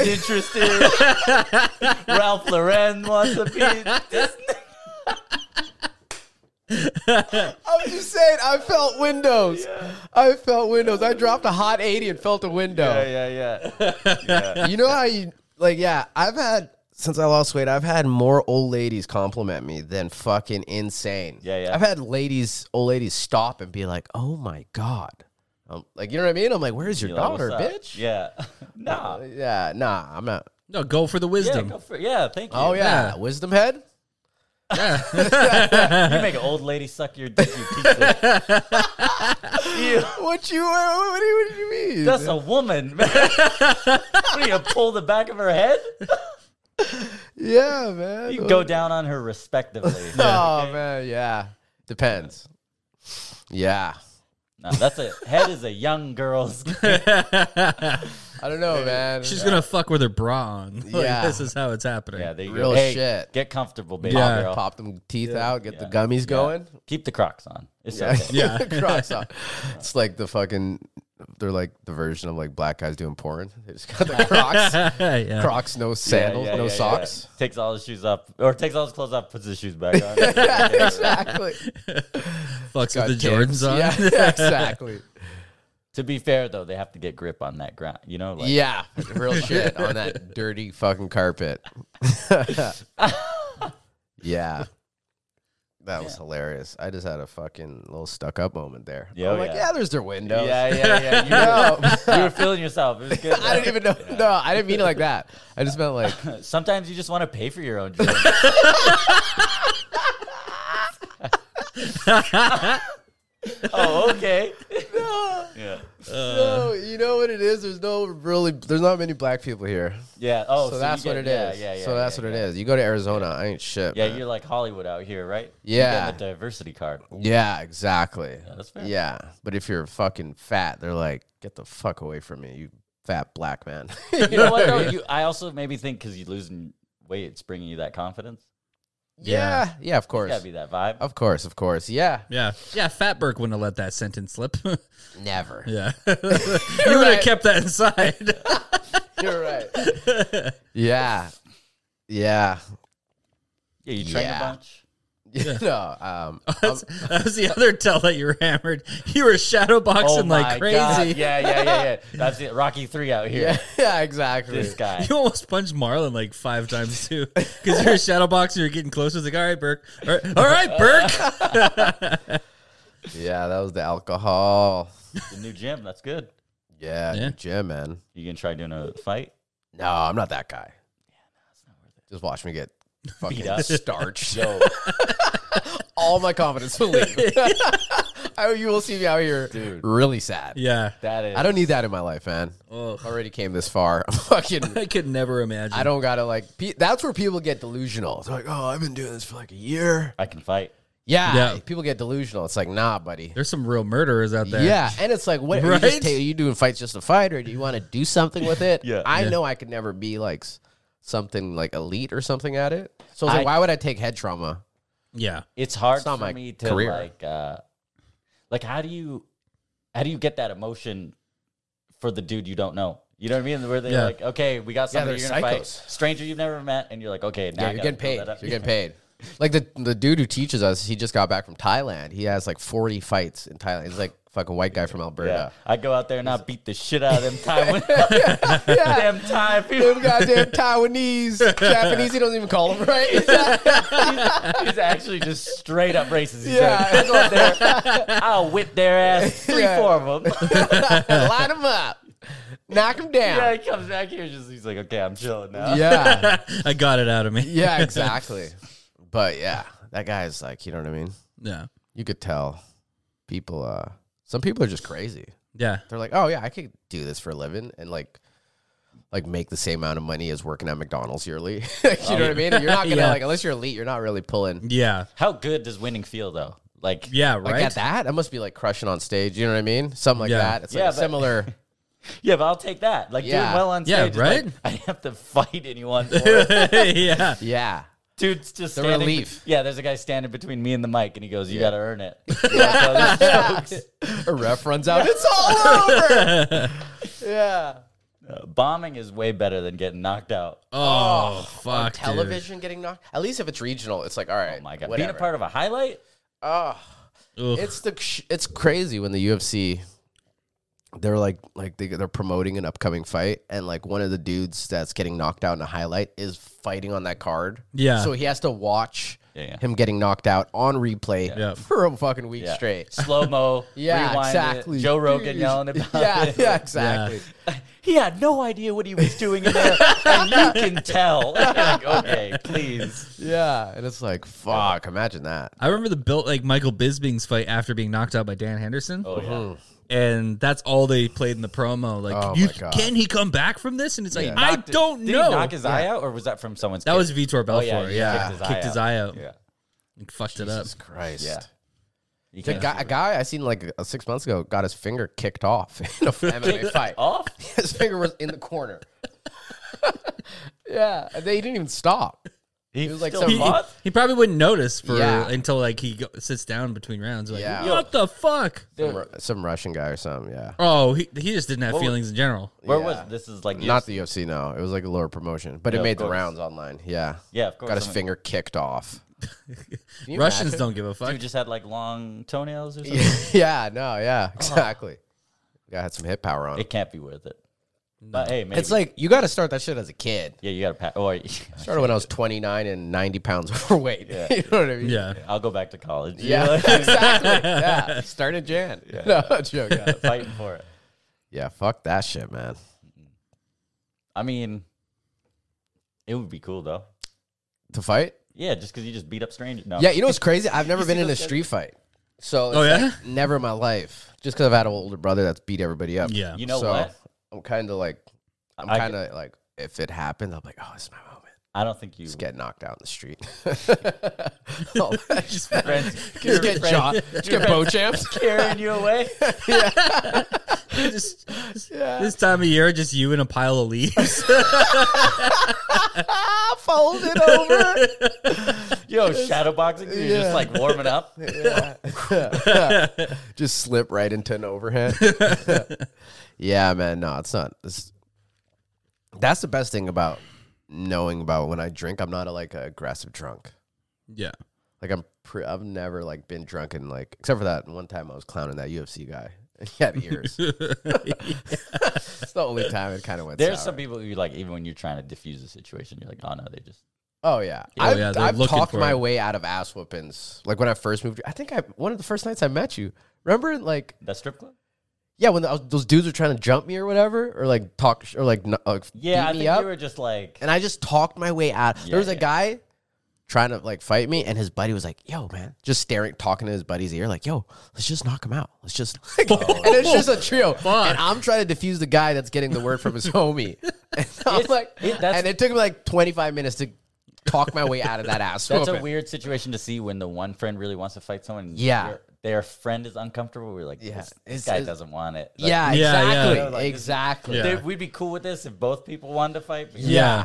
[SPEAKER 3] interested. Ralph Lauren wants a piece. This-
[SPEAKER 2] I'm just saying. I felt windows. I felt windows. I dropped a hot eighty and felt a window.
[SPEAKER 3] Yeah, yeah, yeah.
[SPEAKER 2] you know how you like yeah i've had since i lost weight i've had more old ladies compliment me than fucking insane
[SPEAKER 3] Yeah, yeah.
[SPEAKER 2] i've had ladies old ladies stop and be like oh my god um, like you know what i mean i'm like where's your
[SPEAKER 3] You're like,
[SPEAKER 2] daughter
[SPEAKER 3] "What's up?"
[SPEAKER 2] bitch
[SPEAKER 3] Yeah. Nah.
[SPEAKER 2] yeah nah i'm not
[SPEAKER 1] no, go for the
[SPEAKER 3] Yeah,
[SPEAKER 1] wisdom.
[SPEAKER 3] go for, yeah, thank you.
[SPEAKER 2] oh yeah,
[SPEAKER 1] Yeah.
[SPEAKER 2] wisdom head
[SPEAKER 3] You make an old lady suck your dick, you piece of. You-
[SPEAKER 2] what you what, do you- what do you mean
[SPEAKER 3] that's a woman, man. what do you pull the back of her head?
[SPEAKER 2] yeah man
[SPEAKER 3] You go down on her respectively.
[SPEAKER 2] oh man yeah depends yeah
[SPEAKER 3] No, that's a head is a young girl's.
[SPEAKER 2] i don't know man
[SPEAKER 1] She's gonna fuck with her bra on. Like,
[SPEAKER 2] Yeah.
[SPEAKER 1] this is how it's happening.
[SPEAKER 3] Yeah, there you
[SPEAKER 2] Real
[SPEAKER 3] go. Hey,
[SPEAKER 2] shit.
[SPEAKER 3] Get comfortable, baby
[SPEAKER 1] Yeah.
[SPEAKER 3] girl.
[SPEAKER 2] pop them teeth out get the
[SPEAKER 3] Yeah.
[SPEAKER 2] gummies going
[SPEAKER 3] Keep the Crocs on. It's
[SPEAKER 2] Yeah.
[SPEAKER 3] okay.
[SPEAKER 1] Yeah.
[SPEAKER 2] Crocs on. It's like the fucking they're like the version of like black guys doing porn. They just got the Crocs.
[SPEAKER 1] yeah.
[SPEAKER 2] Crocs, no
[SPEAKER 3] Yeah,
[SPEAKER 2] sandals,
[SPEAKER 3] yeah,
[SPEAKER 2] no
[SPEAKER 3] yeah, yeah.
[SPEAKER 2] socks.
[SPEAKER 3] Takes all his shoes off, or takes all his clothes off, puts his shoes back on. Yeah.
[SPEAKER 2] Exactly.
[SPEAKER 1] Fucks
[SPEAKER 2] Got
[SPEAKER 1] with the
[SPEAKER 2] tits.
[SPEAKER 1] Jordans on.
[SPEAKER 2] Yeah, exactly.
[SPEAKER 3] to be fair, though, they have to get grip on that ground. You know, like
[SPEAKER 2] yeah. Real shit on that dirty fucking carpet. yeah. That was hilarious. I just had a fucking little stuck up moment there.
[SPEAKER 3] Yeah, oh
[SPEAKER 2] I'm like,
[SPEAKER 3] yeah.
[SPEAKER 2] yeah, there's their windows.
[SPEAKER 3] yeah, yeah, yeah. You,
[SPEAKER 2] No.
[SPEAKER 3] were, you were feeling yourself. It was good.
[SPEAKER 2] I didn't even know. No, I didn't mean it like that. I just meant like
[SPEAKER 3] Sometimes you just want to pay for your own drink. oh, okay. Yeah.
[SPEAKER 2] no, you know what it is. There's no really. There's not many black people here.
[SPEAKER 3] Yeah. Oh,
[SPEAKER 2] so, that's
[SPEAKER 3] you
[SPEAKER 2] what
[SPEAKER 3] get-
[SPEAKER 2] it is.
[SPEAKER 3] Yeah, yeah, yeah.
[SPEAKER 2] so that's
[SPEAKER 3] yeah,
[SPEAKER 2] what
[SPEAKER 3] yeah.
[SPEAKER 2] it is. You go to Arizona, I ain't shit.
[SPEAKER 3] Yeah,
[SPEAKER 2] man.
[SPEAKER 3] you're like Hollywood out here, right?
[SPEAKER 2] Yeah.
[SPEAKER 3] You get a diversity card.
[SPEAKER 2] Yeah, exactly. Yeah,
[SPEAKER 3] that's fair.
[SPEAKER 2] but if you're fucking fat, they're like, get the fuck away from me, you fat black man.
[SPEAKER 3] You know what though? You, I also maybe think because you're losing weight, it's bringing you that confidence.
[SPEAKER 2] yeah, yeah, of course,
[SPEAKER 3] Gotta be that vibe.
[SPEAKER 2] of course, of course. Yeah,
[SPEAKER 1] Yeah, yeah. Fat Burke wouldn't have let that sentence slip.
[SPEAKER 2] never.
[SPEAKER 1] yeah, you would have
[SPEAKER 2] right.
[SPEAKER 1] kept that inside.
[SPEAKER 2] You're right. yeah, yeah.
[SPEAKER 3] Yeah, you train
[SPEAKER 2] Yeah.
[SPEAKER 3] a bunch.
[SPEAKER 2] no, um,
[SPEAKER 1] That's, that was the other tell that you were hammered. You were shadow
[SPEAKER 2] Oh
[SPEAKER 1] boxing like crazy.
[SPEAKER 3] Oh God. Yeah, yeah, yeah, yeah. That's it. Rocky three out here.
[SPEAKER 2] yeah, yeah, exactly.
[SPEAKER 3] This guy.
[SPEAKER 1] You almost punched Marlon like five times too, because you're a shadow boxer. You're getting closer. It's like, all right, Burke. All right, all right Burke.
[SPEAKER 2] Yeah, that was the alcohol.
[SPEAKER 3] the new gym. That's good.
[SPEAKER 2] Yeah,
[SPEAKER 1] Yeah.
[SPEAKER 2] yeah, gym man.
[SPEAKER 3] You gonna try doing a fight?
[SPEAKER 2] No, I'm not that guy. Just watch me get fucking
[SPEAKER 3] up.
[SPEAKER 2] starched.
[SPEAKER 3] Yo,
[SPEAKER 2] All my confidence will leave. I, you will see me out here,
[SPEAKER 3] Dude.
[SPEAKER 2] Really sad.
[SPEAKER 1] yeah,
[SPEAKER 3] that is.
[SPEAKER 2] I don't need that in my life, man.
[SPEAKER 1] Ugh.
[SPEAKER 2] Already came this far. I'm fucking.
[SPEAKER 1] I could never imagine.
[SPEAKER 2] I don't gotta like. Pe- that's where people get delusional. They're like, "Oh, I've been doing this for like a year."
[SPEAKER 3] I can fight.
[SPEAKER 2] Yeah,
[SPEAKER 1] Yeah.
[SPEAKER 2] people get delusional. It's like, nah, buddy.
[SPEAKER 1] There's some real murderers out there.
[SPEAKER 2] Yeah, and it's like, what are you,
[SPEAKER 1] Right?
[SPEAKER 2] just ta- are you doing? Fights just to fight, or do you want to do something with it?
[SPEAKER 3] Yeah.
[SPEAKER 2] I know I could never be like s- something like elite or something at it. So I was
[SPEAKER 3] I-
[SPEAKER 2] like, why would I take head trauma?
[SPEAKER 1] yeah.
[SPEAKER 3] It's hard
[SPEAKER 2] It's not
[SPEAKER 3] for
[SPEAKER 2] my
[SPEAKER 3] me to
[SPEAKER 2] career.
[SPEAKER 3] like, uh, like how do you, how do you get that emotion for the dude you don't know? You know what I mean? Where they're
[SPEAKER 1] Yeah.
[SPEAKER 3] like, okay, we got
[SPEAKER 2] Yeah,
[SPEAKER 3] somebody
[SPEAKER 2] they're
[SPEAKER 3] you're gonna fight,
[SPEAKER 2] psychos.
[SPEAKER 3] stranger you've never met, and you're like, okay, now
[SPEAKER 2] Yeah,
[SPEAKER 3] I
[SPEAKER 2] you're
[SPEAKER 3] gotta
[SPEAKER 2] getting
[SPEAKER 3] build
[SPEAKER 2] paid.
[SPEAKER 3] that up.
[SPEAKER 2] You're getting paid. Like the the dude who teaches us, he just got back from Thailand. He has like 40 fights in Thailand. He's like fucking white guy from
[SPEAKER 3] Yeah,
[SPEAKER 2] Alberta.
[SPEAKER 3] I go out there and I beat the shit out of them Taiwan, them Thai people.
[SPEAKER 2] Them goddamn Taiwanese, Japanese, he doesn't even call them right.
[SPEAKER 3] He's actually just straight up racist. He's
[SPEAKER 2] Yeah.
[SPEAKER 3] like, "Go up there, I'll whip their ass, three,
[SPEAKER 2] Yeah.
[SPEAKER 3] four of them.
[SPEAKER 2] Line them up, knock them
[SPEAKER 3] yeah,
[SPEAKER 2] down.
[SPEAKER 3] he comes back here, just he's like, okay, I'm chilling now.
[SPEAKER 2] Yeah. yeah,
[SPEAKER 1] I got it out of me.
[SPEAKER 2] exactly. But yeah, that guy's like, you know what I mean?
[SPEAKER 1] Yeah.
[SPEAKER 2] You could tell people, uh, some people are just crazy.
[SPEAKER 1] Yeah.
[SPEAKER 2] They're like, oh yeah, I could do this for a living and like, like make the same amount of money as working at McDonald's yearly. you know what I mean? You're not gonna
[SPEAKER 1] Oh, Yeah.
[SPEAKER 2] like unless you're elite, you're not really pulling.
[SPEAKER 1] Yeah.
[SPEAKER 3] How good does winning feel though? Like,
[SPEAKER 1] Yeah.
[SPEAKER 2] Like
[SPEAKER 1] Right.
[SPEAKER 2] at that, I must be like crushing on stage. You know what I mean? Something like
[SPEAKER 1] Yeah.
[SPEAKER 2] that. It's like
[SPEAKER 3] Yeah,
[SPEAKER 2] a
[SPEAKER 3] but-
[SPEAKER 2] similar.
[SPEAKER 3] yeah, but I'll take that. Like doing
[SPEAKER 2] Yeah.
[SPEAKER 3] well on stage.
[SPEAKER 1] Yeah,
[SPEAKER 3] it's like,
[SPEAKER 1] right?
[SPEAKER 3] I didn't have to fight anyone. For it.
[SPEAKER 1] yeah.
[SPEAKER 2] yeah.
[SPEAKER 3] Dude's just
[SPEAKER 2] The
[SPEAKER 3] standing.
[SPEAKER 2] relief.
[SPEAKER 3] Yeah, there's a guy standing between me and the mic, and he goes, "You got to earn it."
[SPEAKER 2] A ref runs out. It's all over. yeah.
[SPEAKER 3] Uh, bombing is way better than getting knocked out. Oh,
[SPEAKER 1] Oh, fuck. dude.
[SPEAKER 2] Television getting knocked. At least if it's regional, it's like all right.
[SPEAKER 3] Oh my god,
[SPEAKER 2] whatever.
[SPEAKER 3] being a part of a highlight.
[SPEAKER 2] Oh,
[SPEAKER 1] Ugh.
[SPEAKER 2] it's the sh- it's crazy when the UFC they're like like they, they're promoting an upcoming fight and like one of the dudes that's getting knocked out in a highlight is fighting on that card.
[SPEAKER 1] Yeah.
[SPEAKER 2] So he has to watch
[SPEAKER 3] Yeah, yeah.
[SPEAKER 2] him getting knocked out on replay
[SPEAKER 1] Yeah.
[SPEAKER 2] for a fucking week
[SPEAKER 3] Yeah.
[SPEAKER 2] straight.
[SPEAKER 3] Slow mo.
[SPEAKER 2] Yeah,
[SPEAKER 3] rewind it,
[SPEAKER 2] exactly.
[SPEAKER 3] Joe Rogan
[SPEAKER 2] Jeez.
[SPEAKER 3] yelling about
[SPEAKER 2] Yeah,
[SPEAKER 3] it.
[SPEAKER 2] yeah, exactly.
[SPEAKER 3] He had no idea what he was doing in there, and you can tell. like, okay, please.
[SPEAKER 2] Yeah, and it's like fuck, imagine that.
[SPEAKER 1] I remember the built like Michael Bisping's fight after being knocked out by Dan Henderson,
[SPEAKER 3] Oh yeah.
[SPEAKER 1] and that's all they played in the promo. Like,
[SPEAKER 2] Oh,
[SPEAKER 1] you,
[SPEAKER 2] my God.
[SPEAKER 1] can he come back from this? And it's like,
[SPEAKER 2] Yeah.
[SPEAKER 1] I
[SPEAKER 3] Knocked it-
[SPEAKER 1] don't
[SPEAKER 3] Did
[SPEAKER 1] know.
[SPEAKER 3] he knock his eye out, or was that from someone's?
[SPEAKER 1] that
[SPEAKER 3] kick?
[SPEAKER 1] was Vitor Belfort.
[SPEAKER 3] yeah,
[SPEAKER 1] yeah,
[SPEAKER 3] he
[SPEAKER 1] kicked his eye, out.
[SPEAKER 3] Yeah.
[SPEAKER 1] and fucked
[SPEAKER 2] Jesus
[SPEAKER 1] it up.
[SPEAKER 2] Christ.
[SPEAKER 3] Yeah. You
[SPEAKER 2] The
[SPEAKER 3] can't
[SPEAKER 2] guy, a guy I seen like uh, six months ago got his finger kicked off in a MMA fight.
[SPEAKER 3] off.
[SPEAKER 2] His finger was in the corner. yeah, and they didn't even stop.
[SPEAKER 3] He
[SPEAKER 2] was like
[SPEAKER 3] still
[SPEAKER 2] some-
[SPEAKER 1] He,
[SPEAKER 3] fought?
[SPEAKER 1] he probably wouldn't notice for
[SPEAKER 2] Yeah.
[SPEAKER 1] until like he go, sits down between rounds. Like,
[SPEAKER 2] Yeah.
[SPEAKER 1] what the fuck?
[SPEAKER 2] Some, Ru- some Russian guy or something. Yeah,
[SPEAKER 1] Oh, he, he just didn't have
[SPEAKER 3] What was-
[SPEAKER 1] feelings in general.
[SPEAKER 3] Where
[SPEAKER 2] Yeah.
[SPEAKER 3] was this? Is like
[SPEAKER 2] not
[SPEAKER 3] UFC.
[SPEAKER 2] the UFC. No, it was like a lower promotion, but
[SPEAKER 3] Yeah,
[SPEAKER 2] it
[SPEAKER 3] of
[SPEAKER 2] made the
[SPEAKER 3] course.
[SPEAKER 2] rounds online. Yeah,
[SPEAKER 3] Yeah, of course.
[SPEAKER 2] got his
[SPEAKER 3] I'm like,
[SPEAKER 2] finger kicked off. Can you
[SPEAKER 1] Russians
[SPEAKER 2] imagine?
[SPEAKER 1] don't give a fuck.
[SPEAKER 3] Dude just had like long toenails or something.
[SPEAKER 2] yeah, no,
[SPEAKER 3] Uh-huh.
[SPEAKER 2] yeah, exactly. Guy had some hit power on. him.
[SPEAKER 3] It can't be worth it. But hey, maybe.
[SPEAKER 2] It's like you got to start that shit as a kid.
[SPEAKER 3] yeah, you gotta pack. Or
[SPEAKER 2] Started when I was 29 and 90 pounds overweight. you know what I mean?
[SPEAKER 1] yeah.
[SPEAKER 3] I'll go back to college.
[SPEAKER 2] Yeah, exactly. Yeah, start in Jan. No, joke. Yeah.
[SPEAKER 3] fighting for it.
[SPEAKER 2] yeah, fuck that shit, man.
[SPEAKER 3] I mean, it would be cool though.
[SPEAKER 2] To fight?
[SPEAKER 3] Yeah, just because you just beat up strangers. No.
[SPEAKER 2] Yeah, you know what's crazy? I've never
[SPEAKER 3] You
[SPEAKER 2] been
[SPEAKER 3] see
[SPEAKER 2] in a
[SPEAKER 3] those guys-
[SPEAKER 2] street fight. So it's
[SPEAKER 1] Oh,
[SPEAKER 2] like,
[SPEAKER 1] yeah?
[SPEAKER 2] never in my life. Just because I've had an older brother that's beat everybody up.
[SPEAKER 1] Yeah.
[SPEAKER 3] You know
[SPEAKER 2] so
[SPEAKER 3] what?
[SPEAKER 2] I'm kind of like, I'm
[SPEAKER 3] I-
[SPEAKER 2] kind of like, if it happens, I'm like, oh, it's my moment.
[SPEAKER 3] I don't think you.
[SPEAKER 2] Just get knocked out in the street. oh, just,
[SPEAKER 3] Friends,
[SPEAKER 2] just get shot. Just get bow champs.
[SPEAKER 3] carrying you away.
[SPEAKER 1] Just- This time of year, just you and a pile of leaves.
[SPEAKER 2] Fold it over.
[SPEAKER 3] Yo, shadow boxing. You're
[SPEAKER 2] Yeah.
[SPEAKER 3] just like warming up.
[SPEAKER 2] just slip right into an overhead. yeah, man. No, it's not. It's, that's the best thing about knowing about when I drink. I'm not a, like a aggressive drunk.
[SPEAKER 1] yeah.
[SPEAKER 2] Like I'm, pre- I've never like been drunk and like except for that one time I was clowning that UFC guy. He had ears. it's the only time it kind of went.
[SPEAKER 3] There's
[SPEAKER 2] sour.
[SPEAKER 3] some people who like even when you're trying to diffuse the situation, you're like, oh no, they just
[SPEAKER 2] Oh yeah,
[SPEAKER 1] Oh,
[SPEAKER 2] I've,
[SPEAKER 1] yeah, they're
[SPEAKER 2] I've
[SPEAKER 1] looking
[SPEAKER 2] talked
[SPEAKER 1] for
[SPEAKER 2] my
[SPEAKER 1] it.
[SPEAKER 2] way out of ass whoopings. Like when I first moved, I think I one of the first nights I met you. Remember, like
[SPEAKER 3] that strip club.
[SPEAKER 2] yeah, when the, uh, those dudes were trying to jump me or whatever, or like talk sh- or like n- uh,
[SPEAKER 3] Yeah,
[SPEAKER 2] beat
[SPEAKER 3] I
[SPEAKER 2] me
[SPEAKER 3] think
[SPEAKER 2] up,
[SPEAKER 3] you were just like,
[SPEAKER 2] and I just talked my way out.
[SPEAKER 3] Yeah,
[SPEAKER 2] there was a
[SPEAKER 3] yeah.
[SPEAKER 2] guy trying to like fight me, and his buddy was like, "Yo, man," just staring, talking to his buddy's ear, like, "Yo, let's just knock him out. Let's just." and it's just a trio, and I'm trying to defuse the guy that's getting the word from his homie. And I'm
[SPEAKER 3] It's-
[SPEAKER 2] like,
[SPEAKER 3] it- that's-
[SPEAKER 2] and it took me like 25 minutes to talk my way out of that ass.
[SPEAKER 3] that's a
[SPEAKER 2] whooping.
[SPEAKER 3] weird situation to see when the one friend really wants to fight someone. and
[SPEAKER 2] Yeah.
[SPEAKER 3] your- Their friend is uncomfortable. We're like,
[SPEAKER 2] Yeah,
[SPEAKER 3] this, this
[SPEAKER 2] it's-
[SPEAKER 3] guy
[SPEAKER 2] it's-
[SPEAKER 3] doesn't want it. Like,
[SPEAKER 1] Yeah,
[SPEAKER 2] Yeah,
[SPEAKER 1] yeah.
[SPEAKER 2] exactly.
[SPEAKER 1] You know,
[SPEAKER 3] like, this-
[SPEAKER 2] exactly.
[SPEAKER 1] Yeah.
[SPEAKER 3] they- we'd be cool with this if both people wanted to fight. But
[SPEAKER 1] Yeah.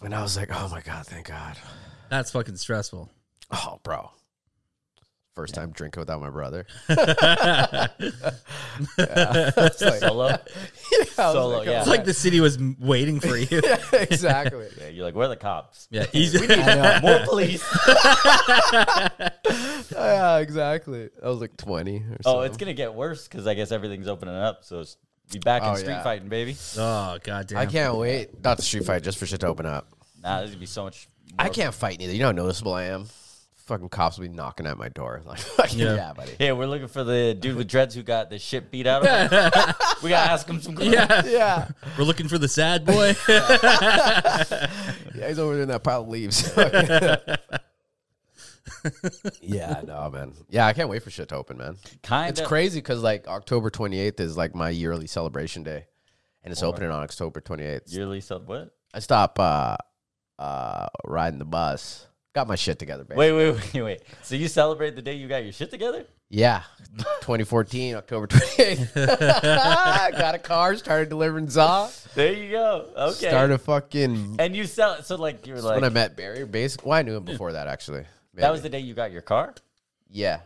[SPEAKER 3] yeah.
[SPEAKER 2] And I was like, oh my God, thank God.
[SPEAKER 1] That's fucking stressful.
[SPEAKER 2] Oh, bro. First time drinking without my brother.
[SPEAKER 3] Solo. Solo. yeah.
[SPEAKER 1] It's like the city was m- waiting for you.
[SPEAKER 2] exactly.
[SPEAKER 3] Yeah, You're like, we're the cops.
[SPEAKER 1] yeah. Easy.
[SPEAKER 3] More police.
[SPEAKER 2] Yeah, exactly. I was like 20 or
[SPEAKER 3] oh,
[SPEAKER 2] so.
[SPEAKER 3] it's gonna get worse because I guess everything's opening up. So it's be back
[SPEAKER 2] Oh,
[SPEAKER 3] in street
[SPEAKER 2] yeah.
[SPEAKER 3] fighting, baby.
[SPEAKER 1] oh goddamn.
[SPEAKER 2] I can't wait. Not the street fight, just for shit to open up.
[SPEAKER 3] Nah, there's gonna be so much.
[SPEAKER 2] I can't fight neither. You know how noticeable I am? Fucking cops will be knocking at my door. Like, yeah.
[SPEAKER 1] Yeah.
[SPEAKER 2] buddy.
[SPEAKER 3] Yeah, we're looking for the dude with dreads who got the shit beat out of him. we gotta ask him some questions.
[SPEAKER 1] Yeah.
[SPEAKER 2] Yeah.
[SPEAKER 1] We're looking for the sad boy.
[SPEAKER 2] Yeah, he's over there in that pile of leaves. yeah, no, man. Yeah, I can't wait for shit to open, man.
[SPEAKER 3] Kind
[SPEAKER 2] It's crazy because like October 28th is like my yearly celebration day, and it's opening on October 28th.
[SPEAKER 3] Yearly sub. What?
[SPEAKER 2] I stop uh, uh, riding the bus. Got my shit together, baby.
[SPEAKER 3] Wait, wait, wait, wait. So you celebrate the day you got your shit together?
[SPEAKER 2] Yeah, 2014, October 28th. Got a car. Started delivering za.
[SPEAKER 3] There you go. Okay.
[SPEAKER 2] Started fucking.
[SPEAKER 3] And you sell so like you're
[SPEAKER 2] when I
[SPEAKER 3] like
[SPEAKER 2] met Barry, basically, well, I knew him before that actually.
[SPEAKER 3] that was
[SPEAKER 2] Maybe.
[SPEAKER 3] the day you got your car,
[SPEAKER 2] yeah.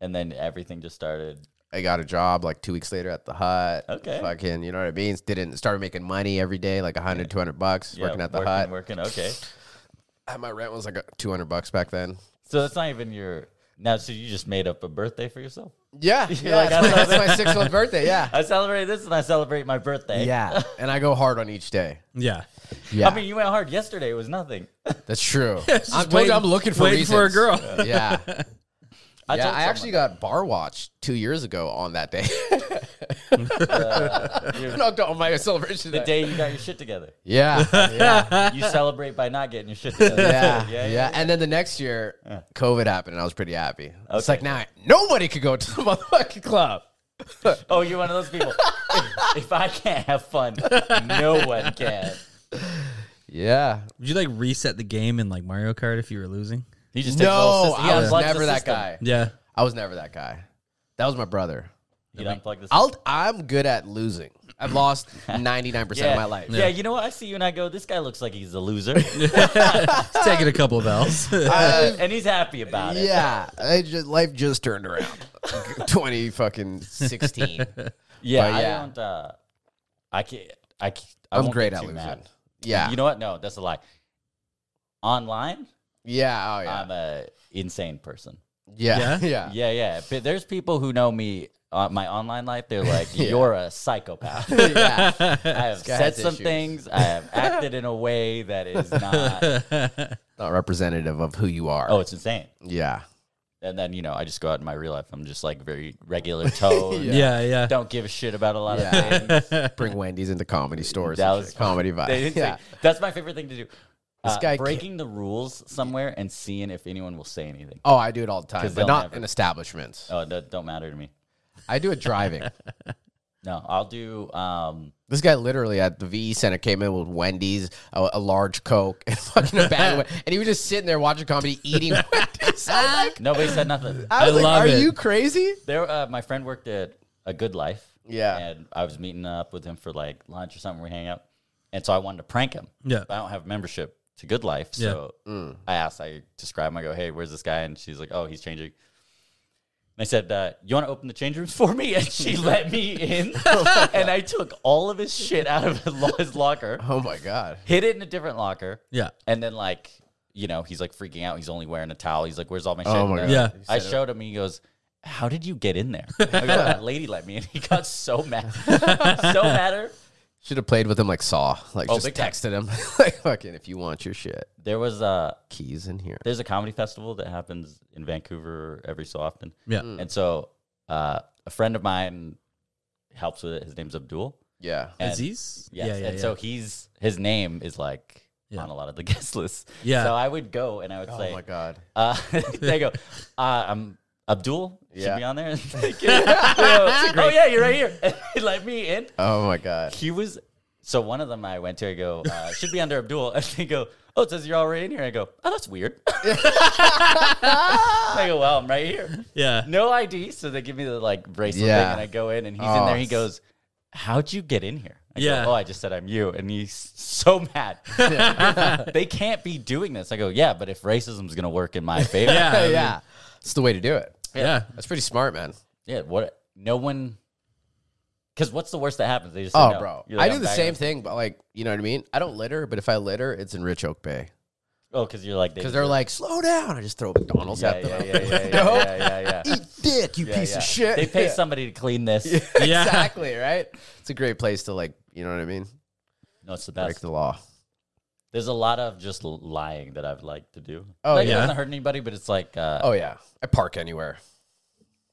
[SPEAKER 3] and then everything just started.
[SPEAKER 2] I got a job like two weeks later at the hut.
[SPEAKER 3] Okay.
[SPEAKER 2] Fucking, you know what I mean? Didn't started making money every day, like 100, 200 bucks
[SPEAKER 3] Yeah,
[SPEAKER 2] working at the
[SPEAKER 3] working,
[SPEAKER 2] hut.
[SPEAKER 3] Working. Okay.
[SPEAKER 2] Uh, My rent was like uh, 200 bucks back then.
[SPEAKER 3] So that's not even your. Now, so you just made up a birthday for yourself.
[SPEAKER 2] Yeah.
[SPEAKER 3] Yeah, like,
[SPEAKER 2] that's,
[SPEAKER 3] I
[SPEAKER 2] my, that's my six month birthday. Yeah.
[SPEAKER 3] I celebrate this and I celebrate my birthday.
[SPEAKER 2] Yeah. And I go hard on each day.
[SPEAKER 1] yeah.
[SPEAKER 2] Yeah.
[SPEAKER 3] I mean, you went hard yesterday. It was nothing.
[SPEAKER 2] that's true.
[SPEAKER 1] Just
[SPEAKER 2] I'm, told
[SPEAKER 1] waiting-
[SPEAKER 2] you I'm looking for
[SPEAKER 1] waiting for a
[SPEAKER 2] reasons.
[SPEAKER 1] girl.
[SPEAKER 2] Yeah.
[SPEAKER 3] I,
[SPEAKER 2] yeah.
[SPEAKER 3] told
[SPEAKER 2] I actually got bar watched two years ago on that day.
[SPEAKER 3] someone,
[SPEAKER 2] Knocked out on my celebration
[SPEAKER 3] Uh, the
[SPEAKER 2] day.
[SPEAKER 3] day you got your shit together.
[SPEAKER 2] Yeah. Yeah.
[SPEAKER 3] You celebrate by not getting your shit together.
[SPEAKER 2] Yeah,
[SPEAKER 3] yeah,
[SPEAKER 2] yeah, And then the next year, COVID happened, and I was pretty happy. It's
[SPEAKER 3] Okay.
[SPEAKER 2] like now I- nobody could go to the motherfucking club.
[SPEAKER 3] Oh, you're one of those people. if, if I can't have fun, no one can.
[SPEAKER 2] Yeah,
[SPEAKER 1] Would you like reset the game in like Mario Kart if you were losing?
[SPEAKER 3] He just takes all
[SPEAKER 2] no,
[SPEAKER 3] the system- he
[SPEAKER 2] I was
[SPEAKER 3] unplugs the
[SPEAKER 2] never that
[SPEAKER 3] system.
[SPEAKER 2] guy.
[SPEAKER 1] Yeah.
[SPEAKER 2] I was never that guy. That was my brother.
[SPEAKER 3] You unplug the system.
[SPEAKER 2] I'll, I'm good at losing. I've lost 99%
[SPEAKER 3] yeah.
[SPEAKER 2] of my life.
[SPEAKER 3] Yeah. you know what? I see you and I go, this guy looks like he's a loser.
[SPEAKER 1] Just taking a couple of L's.
[SPEAKER 2] I-
[SPEAKER 3] and he's happy about it.
[SPEAKER 2] Uh, yeah, I just, life just turned around. 20 fucking 16.
[SPEAKER 3] Yeah,
[SPEAKER 2] But yeah.
[SPEAKER 3] I don't. Uh, I can't. I can't. I
[SPEAKER 2] I'm
[SPEAKER 3] won't
[SPEAKER 2] great
[SPEAKER 3] get
[SPEAKER 2] at
[SPEAKER 3] too
[SPEAKER 2] losing.
[SPEAKER 3] mad.
[SPEAKER 2] Yeah.
[SPEAKER 3] You know what? No, that's a lie. Online,
[SPEAKER 2] yeah, oh yeah.
[SPEAKER 3] I'm a insane person.
[SPEAKER 2] yeah.
[SPEAKER 1] Yeah?
[SPEAKER 2] Yeah.
[SPEAKER 3] Uh, Yeah, yeah. But there's people who know me uh, my online life. They're like,
[SPEAKER 2] Yeah.
[SPEAKER 3] "You're a psychopath."
[SPEAKER 2] Yeah.
[SPEAKER 3] I have
[SPEAKER 2] guy
[SPEAKER 3] said
[SPEAKER 2] has
[SPEAKER 3] some
[SPEAKER 2] issues.
[SPEAKER 3] things. I have acted in a way that is not.
[SPEAKER 2] Not representative of who you are.
[SPEAKER 3] Oh, it's insane.
[SPEAKER 2] yeah.
[SPEAKER 3] And then you know, I just go out in my real life. I'm just like very regular tone.
[SPEAKER 1] yeah, yeah.
[SPEAKER 3] Don't give a shit about a lot
[SPEAKER 2] Yeah.
[SPEAKER 3] of things.
[SPEAKER 2] Bring Wendy's into comedy stores.
[SPEAKER 3] That
[SPEAKER 2] That
[SPEAKER 3] was-
[SPEAKER 2] was comedy vibe.
[SPEAKER 3] They didn't
[SPEAKER 2] yeah.
[SPEAKER 3] say, that's my favorite thing to do. uh,
[SPEAKER 2] guy
[SPEAKER 3] breaking the rules somewhere and seeing if anyone will say anything.
[SPEAKER 2] Oh, I do it all the time,
[SPEAKER 3] 'Cause
[SPEAKER 2] but
[SPEAKER 3] they'll
[SPEAKER 2] not
[SPEAKER 3] never-
[SPEAKER 2] in establishments.
[SPEAKER 3] Oh, that don't matter to me.
[SPEAKER 2] I do it driving.
[SPEAKER 3] No, I'll do. Um,
[SPEAKER 2] this guy literally at the VE Center came in with Wendy's, a, a large Coke, and fucking a bag of Wen- And he was just sitting there watching comedy, eating Wendy's. I'm like,
[SPEAKER 3] nobody said nothing.
[SPEAKER 2] I was
[SPEAKER 1] I
[SPEAKER 2] like,
[SPEAKER 1] love
[SPEAKER 2] are
[SPEAKER 1] it.
[SPEAKER 2] you crazy?
[SPEAKER 3] There, uh, my friend worked at a Good Life.
[SPEAKER 2] Yeah.
[SPEAKER 3] and I was meeting up with him for like lunch or something. We hang out, and so I wanted to prank him.
[SPEAKER 1] Yeah.
[SPEAKER 3] but I don't have membership to Good Life, so
[SPEAKER 2] Mm.
[SPEAKER 3] I asked. I describe him. I go, "Hey, where's this guy?" And she's like, "Oh, he's changing." And I said, uh, "You want to open the change rooms for me?" And she let me in, and I took all of his shit out of his locker,
[SPEAKER 2] Oh my God.
[SPEAKER 3] hid it in a different locker,
[SPEAKER 1] Yeah.
[SPEAKER 3] and then like, you know, he's like freaking out. He's only wearing a towel. He's like, "Where's all my shit?"
[SPEAKER 2] Oh
[SPEAKER 3] And
[SPEAKER 2] my
[SPEAKER 3] they're
[SPEAKER 2] God.
[SPEAKER 1] Yeah.
[SPEAKER 3] like- I showed him. and He goes, "How did you get in there?" I go, that lady let me in. He got so mad, so mad. at her.
[SPEAKER 2] Should have played with him like Saw. Like,
[SPEAKER 3] Oh,
[SPEAKER 2] just
[SPEAKER 3] big time.
[SPEAKER 2] texted him. like, fucking, if you want your shit,
[SPEAKER 3] There was uh, a
[SPEAKER 2] keys in here.
[SPEAKER 3] there's a comedy festival that happens in Vancouver every so often,
[SPEAKER 1] Yeah.
[SPEAKER 2] Mm.
[SPEAKER 3] and so uh, a friend of mine helps with it. His name's Abdul.
[SPEAKER 2] Yeah.
[SPEAKER 3] And-
[SPEAKER 1] Aziz?
[SPEAKER 3] Yes.
[SPEAKER 1] Yeah, yeah,
[SPEAKER 3] and
[SPEAKER 1] yeah.
[SPEAKER 3] so he's his name is like
[SPEAKER 1] Yeah.
[SPEAKER 3] on a lot of the guest lists.
[SPEAKER 1] Yeah.
[SPEAKER 3] So I would go and I would say,
[SPEAKER 2] Oh my God.
[SPEAKER 3] Uh, they go, uh, I'm Abdul.
[SPEAKER 2] Yeah.
[SPEAKER 3] Should be on there. oh yeah, you're right here. And they let me in.
[SPEAKER 2] Oh my God.
[SPEAKER 3] He was so one of them. I went to. I go, uh, should be under Abdul. And they go, oh, it says you're already in here. I go, oh, that's weird. I go, well, I'm right here.
[SPEAKER 1] Yeah.
[SPEAKER 3] No ID. So they give me the like bracelet
[SPEAKER 2] Yeah.
[SPEAKER 3] thing, and I go in, and he's
[SPEAKER 2] Oh.
[SPEAKER 3] in there. He goes, how'd you get in here? I
[SPEAKER 1] Yeah.
[SPEAKER 3] Go, oh, I just said I'm you, and he's so mad. they can't be doing this. I go, yeah, but if racism's gonna work in my favor,
[SPEAKER 1] Yeah. I mean,
[SPEAKER 2] yeah. It's the way to do it.
[SPEAKER 1] Yeah.
[SPEAKER 2] That's pretty smart, man.
[SPEAKER 3] Yeah, what? No one. Because what's the worst that happens? They just say
[SPEAKER 2] Oh,
[SPEAKER 3] no.
[SPEAKER 2] bro.
[SPEAKER 3] You're like,
[SPEAKER 2] I do
[SPEAKER 3] I'm
[SPEAKER 2] the
[SPEAKER 3] back
[SPEAKER 2] same
[SPEAKER 3] on-
[SPEAKER 2] thing, but like, you know what I mean? I don't litter, but if I litter, it's in Rich Oak Bay.
[SPEAKER 3] Oh, because you're like
[SPEAKER 2] Because they're like, slow down. I just throw McDonald's
[SPEAKER 3] yeah,
[SPEAKER 2] at
[SPEAKER 3] yeah,
[SPEAKER 2] them.
[SPEAKER 3] yeah, yeah, yeah, yeah, yeah, yeah, yeah.
[SPEAKER 2] Eat dick, you
[SPEAKER 3] Yeah,
[SPEAKER 2] piece
[SPEAKER 3] yeah.
[SPEAKER 2] of shit.
[SPEAKER 3] They pay
[SPEAKER 2] Yeah.
[SPEAKER 3] somebody to clean this.
[SPEAKER 1] Yeah.
[SPEAKER 2] Exactly, right? It's a great place to like, you know what I mean?
[SPEAKER 3] No, it's the
[SPEAKER 2] Break
[SPEAKER 3] best.
[SPEAKER 2] the law.
[SPEAKER 3] There's a lot of just l- lying that I've liked to do.
[SPEAKER 2] Oh,
[SPEAKER 3] like, it
[SPEAKER 1] yeah.
[SPEAKER 3] doesn't hurt anybody, but it's like uh,
[SPEAKER 2] Oh yeah. I park anywhere.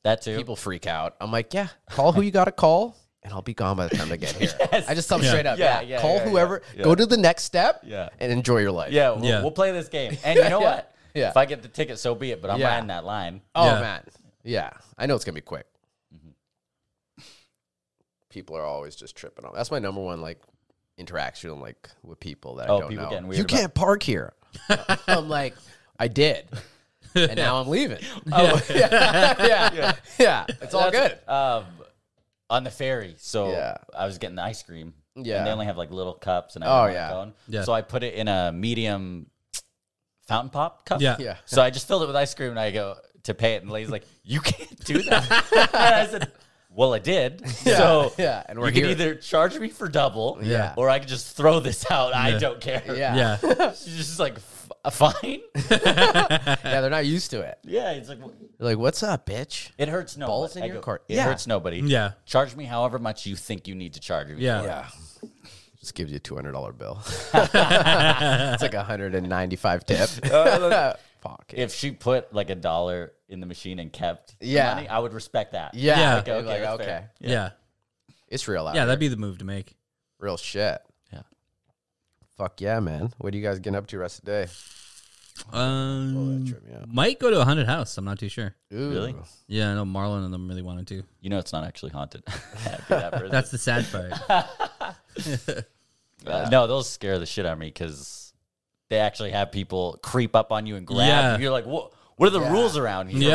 [SPEAKER 3] that too.
[SPEAKER 2] People freak out. I'm like, yeah, call who you gotta call. And I'll be gone by the time I get here.
[SPEAKER 3] Yes.
[SPEAKER 2] I just tell them straight up. Yeah,
[SPEAKER 3] Yeah, yeah,
[SPEAKER 2] call
[SPEAKER 3] yeah, yeah.
[SPEAKER 2] whoever.
[SPEAKER 3] Yeah.
[SPEAKER 2] Go to the next step.
[SPEAKER 3] Yeah.
[SPEAKER 2] and enjoy your life.
[SPEAKER 3] yeah, we'll,
[SPEAKER 1] Yeah.
[SPEAKER 3] we'll play this game, and you know
[SPEAKER 2] Yeah.
[SPEAKER 3] what?
[SPEAKER 2] Yeah.
[SPEAKER 3] If I get the ticket, so be it. But I'm
[SPEAKER 2] Yeah.
[SPEAKER 3] riding that line.
[SPEAKER 2] Oh
[SPEAKER 1] Yeah.
[SPEAKER 2] man. Yeah. I know it's gonna be quick.
[SPEAKER 3] Mm-hmm.
[SPEAKER 2] People are always just tripping on. That's my number one like interaction like with people that I
[SPEAKER 3] Oh,
[SPEAKER 2] don't
[SPEAKER 3] people
[SPEAKER 2] know.
[SPEAKER 3] getting weird
[SPEAKER 2] you
[SPEAKER 3] about-
[SPEAKER 2] can't park here. I'm like, I did. And now I'm leaving.
[SPEAKER 3] Oh,
[SPEAKER 2] yeah. yeah. Yeah. It's all
[SPEAKER 3] That's-
[SPEAKER 2] good.
[SPEAKER 3] Um, on the ferry, so
[SPEAKER 2] Yeah.
[SPEAKER 3] I was getting the ice cream.
[SPEAKER 2] Yeah.
[SPEAKER 3] and they only have like little cups, and I
[SPEAKER 2] Oh,
[SPEAKER 3] oh
[SPEAKER 2] yeah.
[SPEAKER 3] yeah, cone.
[SPEAKER 1] Yeah.
[SPEAKER 3] So I put it in a medium fountain pop cup.
[SPEAKER 1] Yeah.
[SPEAKER 2] Yeah.
[SPEAKER 3] So I just filled it with ice cream, and I go to pay it, and the lady's like, "You can't do that." and I said, "Well, I did. So
[SPEAKER 2] yeah, and we're
[SPEAKER 3] you can
[SPEAKER 2] here.
[SPEAKER 3] either charge me for double,
[SPEAKER 2] Yeah.
[SPEAKER 3] or I can just throw this out. I don't care."
[SPEAKER 2] Yeah. yeah.
[SPEAKER 1] Yeah. Yeah.
[SPEAKER 3] She's just like, "F- uh, "Fine."
[SPEAKER 2] they're not used to it.
[SPEAKER 3] yeah, it's like
[SPEAKER 2] They're like, what's up, bitch?
[SPEAKER 3] it hurts nobody.
[SPEAKER 2] Balls in
[SPEAKER 3] I
[SPEAKER 2] your
[SPEAKER 3] go,
[SPEAKER 2] court.
[SPEAKER 3] It
[SPEAKER 2] Yeah.
[SPEAKER 3] hurts nobody.
[SPEAKER 1] Yeah.
[SPEAKER 3] Charge me however much you think you need to charge me.
[SPEAKER 1] Yeah.
[SPEAKER 2] Yeah. Just gives you a two hundred dollar bill. it's like a hundred and ninety five tip.
[SPEAKER 3] Oh,
[SPEAKER 2] Fuck.
[SPEAKER 3] if she put like a dollar in the machine and kept the
[SPEAKER 2] Yeah.
[SPEAKER 3] money, I would respect that.
[SPEAKER 2] Yeah.
[SPEAKER 1] Yeah.
[SPEAKER 2] Okay.
[SPEAKER 3] Okay,
[SPEAKER 2] like,
[SPEAKER 3] that's
[SPEAKER 2] okay.
[SPEAKER 3] fair.
[SPEAKER 1] Yeah.
[SPEAKER 2] It's real out.
[SPEAKER 1] That'd be the move to make.
[SPEAKER 2] here. real shit.
[SPEAKER 3] Yeah.
[SPEAKER 2] Fuck yeah, man. What are you guys getting up to rest of the day?
[SPEAKER 1] Um,
[SPEAKER 2] trip me up.
[SPEAKER 1] might go to a haunted house. I'm not too sure.
[SPEAKER 2] Ooh.
[SPEAKER 3] Really?
[SPEAKER 1] Yeah, I know Marlon and them really wanted to.
[SPEAKER 3] You know, it's not actually haunted. That'd be that person.
[SPEAKER 1] That's the sad part.
[SPEAKER 3] Uh, no, those scare the shit out of me because they actually have people creep up on you and grab
[SPEAKER 1] Yeah.
[SPEAKER 3] you. You're like, what? What are the
[SPEAKER 2] Yeah.
[SPEAKER 3] rules around here?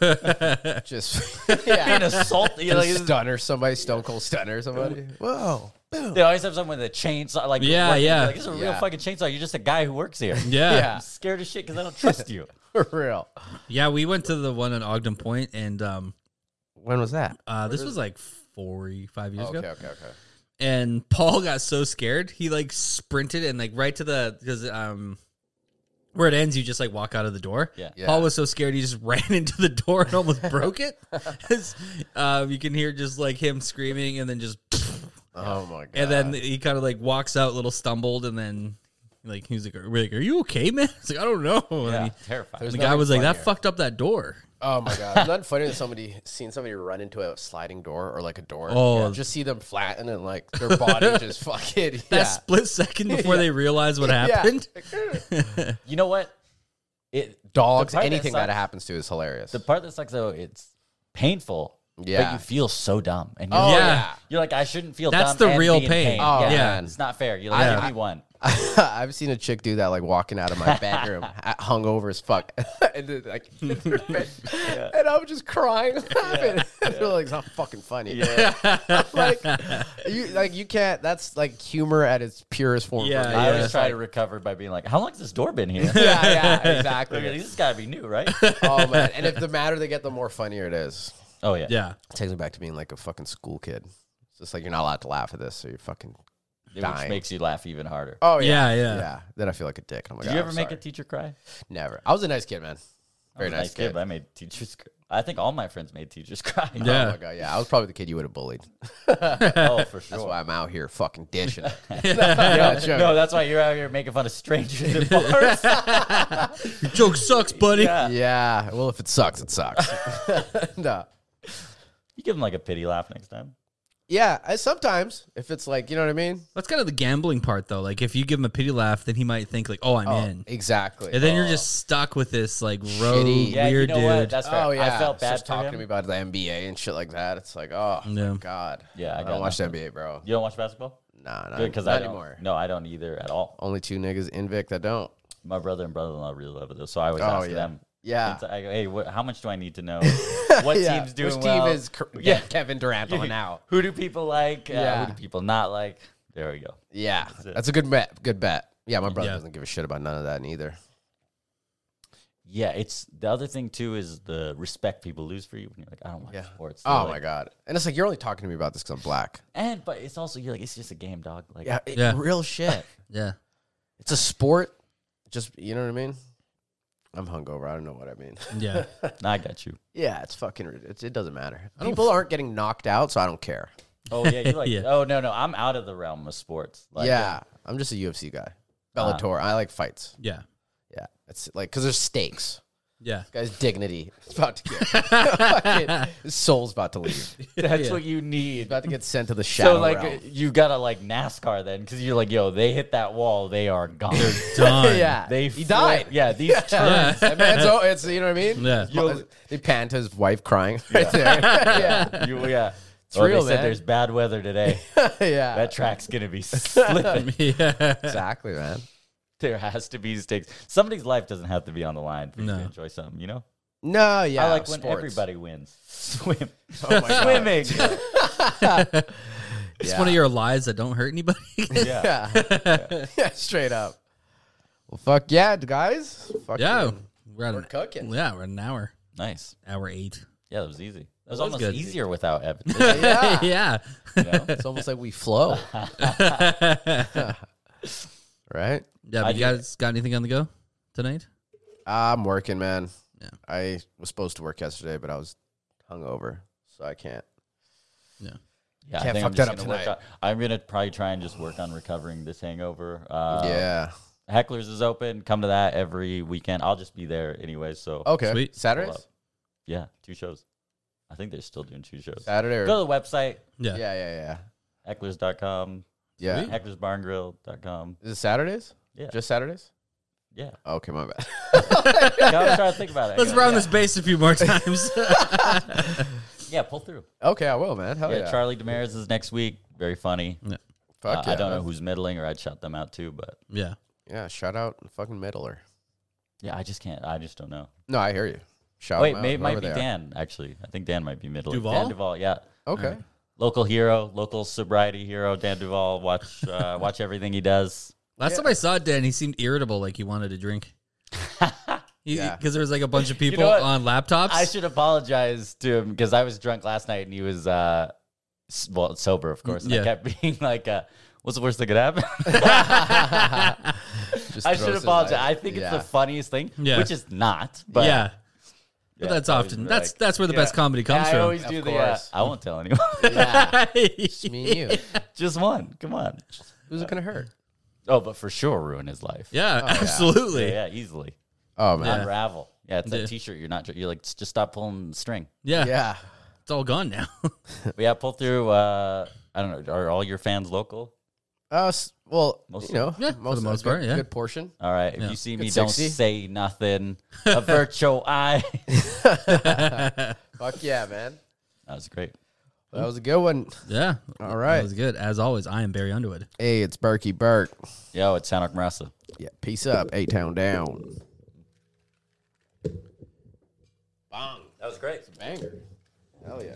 [SPEAKER 1] yeah.
[SPEAKER 2] Just yeah.
[SPEAKER 3] An assault. You're like,
[SPEAKER 2] Just stunner somebody, stone cold stunner somebody. Whoa.
[SPEAKER 3] they always have someone with a chainsaw. Like,
[SPEAKER 1] Yeah,
[SPEAKER 3] working.
[SPEAKER 1] yeah.
[SPEAKER 3] Like, this is a real
[SPEAKER 2] Yeah.
[SPEAKER 3] fucking chainsaw. You're just a guy who works here.
[SPEAKER 1] Yeah.
[SPEAKER 2] Yeah.
[SPEAKER 3] I'm scared as shit because I don't trust you.
[SPEAKER 2] For real.
[SPEAKER 1] Yeah. We went to the one in Ogden Point, and um,
[SPEAKER 2] When was that?
[SPEAKER 1] uh, this was like four, five years
[SPEAKER 2] Okay,
[SPEAKER 1] ago.
[SPEAKER 2] Oh, okay, okay.
[SPEAKER 1] and Paul got so scared he like sprinted and like right to the because um where it ends you just like walk out of the door.
[SPEAKER 3] Yeah.
[SPEAKER 2] Yeah.
[SPEAKER 1] Paul was so scared he just ran into the door and almost broke it. um, you can hear just like him screaming and then just
[SPEAKER 2] Oh my god.
[SPEAKER 1] and then he kind of like walks out a little stumbled and then like he's like we're like are you okay man? It's like I don't know. And
[SPEAKER 3] Yeah,
[SPEAKER 1] he-
[SPEAKER 3] terrifying.
[SPEAKER 2] There's
[SPEAKER 1] the
[SPEAKER 2] nothing
[SPEAKER 1] guy was like that
[SPEAKER 2] funnier.
[SPEAKER 1] fucked up that door.
[SPEAKER 2] Oh my god! It's not funny that somebody seen somebody run into a sliding door or like a door.
[SPEAKER 1] Oh.
[SPEAKER 2] just see them flatten and like their body just fucking
[SPEAKER 1] That
[SPEAKER 2] yeah.
[SPEAKER 1] split second before they realize what
[SPEAKER 2] Yeah.
[SPEAKER 1] happened.
[SPEAKER 3] You know what? It
[SPEAKER 2] Dogs,
[SPEAKER 3] the part that
[SPEAKER 2] anything that,
[SPEAKER 3] sucks-
[SPEAKER 2] happens to is hilarious.
[SPEAKER 3] The part that sucks though, it's painful.
[SPEAKER 2] Yeah.
[SPEAKER 3] But you feel so dumb. And you're,
[SPEAKER 2] oh
[SPEAKER 3] like,
[SPEAKER 1] Yeah.
[SPEAKER 2] yeah.
[SPEAKER 3] you're like, I shouldn't feel
[SPEAKER 1] That's
[SPEAKER 3] dumb.
[SPEAKER 1] the
[SPEAKER 3] and
[SPEAKER 1] real
[SPEAKER 3] be in
[SPEAKER 1] pain.
[SPEAKER 2] Oh,
[SPEAKER 3] yeah.
[SPEAKER 2] man.
[SPEAKER 3] It's not fair. You're like,
[SPEAKER 2] Yeah.
[SPEAKER 3] give me one.
[SPEAKER 2] I've seen a chick do that, like walking out of my bedroom, ha- hungover as fuck, and then, like, and I'm just crying, laughing. They're like, it's not fucking funny. like, you like you can't. That's like humor at its purest form.
[SPEAKER 1] Yeah,
[SPEAKER 2] for me.
[SPEAKER 3] I
[SPEAKER 1] yeah.
[SPEAKER 3] always try to recover by being like, how long has this door been here?
[SPEAKER 2] yeah, yeah,
[SPEAKER 3] Like,
[SPEAKER 2] exactly.
[SPEAKER 3] this has got to be new, right?
[SPEAKER 2] oh man! And if the madder they get, the more funnier it is.
[SPEAKER 3] Oh, yeah.
[SPEAKER 1] Yeah.
[SPEAKER 2] It takes me back to being like a fucking school kid. It's just like you're not allowed to laugh at this, so you're fucking.
[SPEAKER 3] Which
[SPEAKER 2] dying.
[SPEAKER 3] makes you laugh even harder.
[SPEAKER 2] Oh yeah,
[SPEAKER 1] Yeah, yeah.
[SPEAKER 2] Then I feel like a dick. I'm like,
[SPEAKER 3] Did you ever make a
[SPEAKER 2] it?
[SPEAKER 3] teacher cry?
[SPEAKER 2] Never. I was a nice kid, man.
[SPEAKER 3] I
[SPEAKER 2] Very
[SPEAKER 3] was a
[SPEAKER 2] nice, kid.
[SPEAKER 3] but I made teachers cry. I think all my friends made teachers cry.
[SPEAKER 1] Yeah.
[SPEAKER 2] Oh my god, yeah. I was probably the kid you would have bullied.
[SPEAKER 3] oh, for
[SPEAKER 2] That's
[SPEAKER 3] sure.
[SPEAKER 2] why I'm out here fucking dishing.
[SPEAKER 3] no,
[SPEAKER 2] sure.
[SPEAKER 3] no, that's why you're out here making fun of strangers in bars.
[SPEAKER 1] Your joke sucks, buddy.
[SPEAKER 3] yeah.
[SPEAKER 2] yeah. Well, if it sucks, it sucks. no.
[SPEAKER 3] You give them like a pity laugh next time.
[SPEAKER 2] Yeah. I, sometimes, if it's like, you know what I mean.
[SPEAKER 1] That's kind of the gambling part, though. Like, if you give him a pity laugh, then he might think, like, oh, I'm in.
[SPEAKER 2] Exactly.
[SPEAKER 1] And then you're just stuck with this, like, road
[SPEAKER 2] Shitty.
[SPEAKER 3] Yeah,
[SPEAKER 1] weird
[SPEAKER 3] you know what?
[SPEAKER 1] dude.
[SPEAKER 3] That's fair.
[SPEAKER 2] oh yeah.
[SPEAKER 3] I felt bad
[SPEAKER 2] Just
[SPEAKER 3] for
[SPEAKER 2] talking
[SPEAKER 3] him.
[SPEAKER 2] to me about the NBA and shit like that. It's like, oh
[SPEAKER 1] Yeah.
[SPEAKER 2] my god.
[SPEAKER 3] Yeah, I
[SPEAKER 2] I,
[SPEAKER 3] got
[SPEAKER 2] don't watch the NBA, bro.
[SPEAKER 3] You don't watch basketball?
[SPEAKER 2] Nah, not,
[SPEAKER 3] Good, because
[SPEAKER 2] not
[SPEAKER 3] I don't.
[SPEAKER 2] anymore.
[SPEAKER 3] No, I don't either at all.
[SPEAKER 2] Only two niggas in Vic that don't.
[SPEAKER 3] My brother and brother-in-law really love it though, so I always
[SPEAKER 2] Oh,
[SPEAKER 3] ask
[SPEAKER 2] yeah.
[SPEAKER 3] them.
[SPEAKER 2] Yeah.
[SPEAKER 3] It's- I go, hey, what, how much do I need to know? What
[SPEAKER 2] Yeah.
[SPEAKER 3] team's doing
[SPEAKER 2] Which
[SPEAKER 3] well?
[SPEAKER 2] team is cur-
[SPEAKER 3] Yeah.
[SPEAKER 2] Kevin Durant on out?
[SPEAKER 3] Who do people like? Uh,
[SPEAKER 2] Yeah.
[SPEAKER 3] who do people not like? There we go.
[SPEAKER 2] Yeah,
[SPEAKER 3] it.
[SPEAKER 2] that's a good bet. Good bet. Yeah, my brother
[SPEAKER 1] Yeah.
[SPEAKER 2] doesn't give a shit about none of that neither.
[SPEAKER 3] Yeah, it's the other thing too is the respect people lose for you when you're like, I don't watch
[SPEAKER 2] Yeah.
[SPEAKER 3] sports. They're
[SPEAKER 2] Oh
[SPEAKER 3] like-
[SPEAKER 2] my god. And it's like you're only talking to me about this because I'm black.
[SPEAKER 3] And but it's also you're like, it's just a game, dog. Like,
[SPEAKER 2] Yeah, it-
[SPEAKER 1] Yeah.
[SPEAKER 2] real shit.
[SPEAKER 1] yeah.
[SPEAKER 2] it's a sport. Just you know what I mean. I'm hungover. I don't know what I mean.
[SPEAKER 1] Yeah.
[SPEAKER 3] nah, I got you.
[SPEAKER 2] Yeah, it's fucking. rid- It's, it doesn't matter. People aren't getting knocked out, so I don't care.
[SPEAKER 3] Oh yeah, you like?
[SPEAKER 1] Yeah.
[SPEAKER 3] Oh no, no, I'm out of the realm of sports. Like,
[SPEAKER 2] yeah, I'm just a UFC guy. Bellator. I like fights.
[SPEAKER 1] Yeah.
[SPEAKER 2] Yeah, it's like because there's stakes.
[SPEAKER 1] Yeah.
[SPEAKER 2] Guy's dignity is about to get fucking, his soul's about to leave. He's
[SPEAKER 3] that's what you need.
[SPEAKER 2] about to get sent to the shadow
[SPEAKER 3] So like
[SPEAKER 2] realm.
[SPEAKER 3] you gotta like NASCAR then because you're like yo they hit that wall they are gone
[SPEAKER 1] Done.
[SPEAKER 2] yeah,
[SPEAKER 3] they
[SPEAKER 2] he
[SPEAKER 3] flip-
[SPEAKER 2] died.
[SPEAKER 3] yeah these turns
[SPEAKER 2] That man's oh, it's you know what I mean.
[SPEAKER 1] Yeah.
[SPEAKER 2] His mo- they panned to his wife crying right there. yeah,
[SPEAKER 3] you, yeah it's
[SPEAKER 2] real,
[SPEAKER 3] they said
[SPEAKER 2] man.
[SPEAKER 3] there's bad weather today
[SPEAKER 2] yeah,
[SPEAKER 3] that track's gonna be slipping
[SPEAKER 1] yeah.
[SPEAKER 2] exactly, man.
[SPEAKER 3] there has to be stakes somebody's life doesn't have to be on the line for you
[SPEAKER 1] No.
[SPEAKER 3] to enjoy something you know
[SPEAKER 2] No, yeah,
[SPEAKER 3] I like when
[SPEAKER 2] sports.
[SPEAKER 3] everybody wins swim
[SPEAKER 2] Oh my God.
[SPEAKER 3] swimming
[SPEAKER 1] It's
[SPEAKER 2] Yeah.
[SPEAKER 1] one of your lies that don't hurt anybody.
[SPEAKER 3] yeah
[SPEAKER 2] Yeah. yeah, straight up. Well, fuck yeah, guys. Fuck
[SPEAKER 1] yeah. We're, at
[SPEAKER 2] We're
[SPEAKER 1] an-
[SPEAKER 2] cooking.
[SPEAKER 1] Yeah, we're at an hour.
[SPEAKER 3] nice
[SPEAKER 1] Hour eight.
[SPEAKER 3] yeah that was easy that was,
[SPEAKER 1] That was
[SPEAKER 3] almost
[SPEAKER 1] good.
[SPEAKER 3] easier without Evan
[SPEAKER 2] Yeah.
[SPEAKER 1] yeah.
[SPEAKER 3] you know?
[SPEAKER 2] It's almost like we flow, right?
[SPEAKER 1] Yeah,
[SPEAKER 3] I
[SPEAKER 1] but you
[SPEAKER 3] do-
[SPEAKER 1] guys got anything on the go tonight?
[SPEAKER 2] I'm working, man.
[SPEAKER 1] Yeah.
[SPEAKER 2] I was supposed to work yesterday, but I was hungover, so I can't.
[SPEAKER 3] yeah
[SPEAKER 2] Can't
[SPEAKER 3] I think
[SPEAKER 2] fuck
[SPEAKER 3] I'm
[SPEAKER 2] that
[SPEAKER 3] just
[SPEAKER 2] up
[SPEAKER 3] gonna work
[SPEAKER 2] tonight.
[SPEAKER 3] on, I'm gonna probably try and just work on recovering this hangover uh,
[SPEAKER 2] yeah.
[SPEAKER 3] Hecklers is open. Come to that every weekend. I'll just be there anyway. So
[SPEAKER 2] Okay.
[SPEAKER 1] Sweet.
[SPEAKER 2] Saturdays.
[SPEAKER 3] Well, yeah, two shows. I think they're still doing two shows.
[SPEAKER 2] Saturday. Or,
[SPEAKER 3] Go to the website,
[SPEAKER 1] Yeah.
[SPEAKER 2] yeah, yeah, yeah,
[SPEAKER 3] hecklers.com,
[SPEAKER 2] yeah.
[SPEAKER 1] Sweet.
[SPEAKER 3] hecklersbarngrill.com.
[SPEAKER 2] Is it Saturdays?
[SPEAKER 3] Yeah.
[SPEAKER 2] Just Saturdays?
[SPEAKER 3] Yeah.
[SPEAKER 2] Okay, my bad.
[SPEAKER 3] Yeah, I was trying to think about it.
[SPEAKER 1] Let's
[SPEAKER 3] Yeah.
[SPEAKER 1] round this base a few more times.
[SPEAKER 3] Yeah, pull through.
[SPEAKER 2] okay, I will, man. Hell
[SPEAKER 3] yeah,
[SPEAKER 2] Oh, yeah.
[SPEAKER 3] Charlie Damaris is next week. Very funny. Uh,
[SPEAKER 2] Fuck yeah.
[SPEAKER 3] I don't know
[SPEAKER 2] man.
[SPEAKER 3] who's middling or I'd shout them out too, but
[SPEAKER 1] yeah.
[SPEAKER 2] Yeah, shout out the fucking middler.
[SPEAKER 3] yeah, I just can't. I just don't know.
[SPEAKER 2] No, I hear you. Shout
[SPEAKER 3] Wait,
[SPEAKER 2] them out,
[SPEAKER 3] may, it might
[SPEAKER 2] Oh, whoever
[SPEAKER 3] be
[SPEAKER 2] they are.
[SPEAKER 3] Dan, actually. I think Dan might be middling.
[SPEAKER 1] Duval?
[SPEAKER 3] Dan Duval, yeah.
[SPEAKER 2] Okay.
[SPEAKER 3] Local hero, local sobriety hero, Dan Duval. Watch, uh, watch everything he does.
[SPEAKER 1] Last time I saw Dan, he seemed irritable, like he wanted to drink. Because
[SPEAKER 2] Yeah.
[SPEAKER 1] there was like a bunch of people
[SPEAKER 3] know what?
[SPEAKER 1] on laptops.
[SPEAKER 3] I should apologize to him because I was drunk last night and he was uh s- well sober, of course. And
[SPEAKER 1] Yeah.
[SPEAKER 3] I kept being like, uh, "What's the worst that could happen?"
[SPEAKER 2] Just
[SPEAKER 3] I
[SPEAKER 2] throws
[SPEAKER 3] should
[SPEAKER 2] his
[SPEAKER 3] apologize.
[SPEAKER 2] life-
[SPEAKER 3] I think
[SPEAKER 2] yeah.
[SPEAKER 3] it's the funniest thing,
[SPEAKER 1] Yeah.
[SPEAKER 3] which is not. But
[SPEAKER 1] yeah.
[SPEAKER 3] yeah,
[SPEAKER 1] But that's
[SPEAKER 3] I always
[SPEAKER 1] often.
[SPEAKER 3] be
[SPEAKER 1] That's
[SPEAKER 3] like-
[SPEAKER 1] that's where the
[SPEAKER 3] Yeah.
[SPEAKER 1] best comedy
[SPEAKER 3] Yeah,
[SPEAKER 1] comes
[SPEAKER 3] I
[SPEAKER 1] from.
[SPEAKER 3] always
[SPEAKER 2] Of
[SPEAKER 3] do the. uh,
[SPEAKER 2] course.
[SPEAKER 3] I won't tell anyone.
[SPEAKER 2] It's me and you.
[SPEAKER 3] Just one. Come on.
[SPEAKER 2] Who's it gonna hurt?
[SPEAKER 3] Oh, but for sure, ruin his life.
[SPEAKER 1] yeah, absolutely.
[SPEAKER 3] yeah, yeah, easily
[SPEAKER 2] Oh man,
[SPEAKER 3] unravel. Yeah, it's that
[SPEAKER 1] Yeah.
[SPEAKER 3] T-shirt. You're not. You're like "S- just stop pulling the string.
[SPEAKER 1] Yeah,
[SPEAKER 2] Yeah.
[SPEAKER 1] it's all gone now.
[SPEAKER 3] But yeah, pull through. Uh, I don't know. Are all your fans local?
[SPEAKER 2] Uh, s- well,
[SPEAKER 3] Most-
[SPEAKER 2] you know,
[SPEAKER 1] Yeah, for the most
[SPEAKER 2] good-
[SPEAKER 1] part, yeah.
[SPEAKER 2] good portion.
[SPEAKER 3] All right. If
[SPEAKER 1] Yeah.
[SPEAKER 3] you see
[SPEAKER 2] Good
[SPEAKER 3] me, don't
[SPEAKER 2] 60.
[SPEAKER 3] say nothing. Avert your eye.
[SPEAKER 2] Fuck yeah, man.
[SPEAKER 3] That was great. Hmm.
[SPEAKER 2] That was a good one.
[SPEAKER 1] yeah,
[SPEAKER 2] All
[SPEAKER 1] that
[SPEAKER 2] right.
[SPEAKER 1] was good as always. I am Barry Underwood.
[SPEAKER 2] Hey, it's Berkey Burke.
[SPEAKER 3] Yo, it's Hanok Marasa.
[SPEAKER 2] Yeah, peace up. Eight town down.
[SPEAKER 3] That was great.
[SPEAKER 2] Banger. Hell yeah.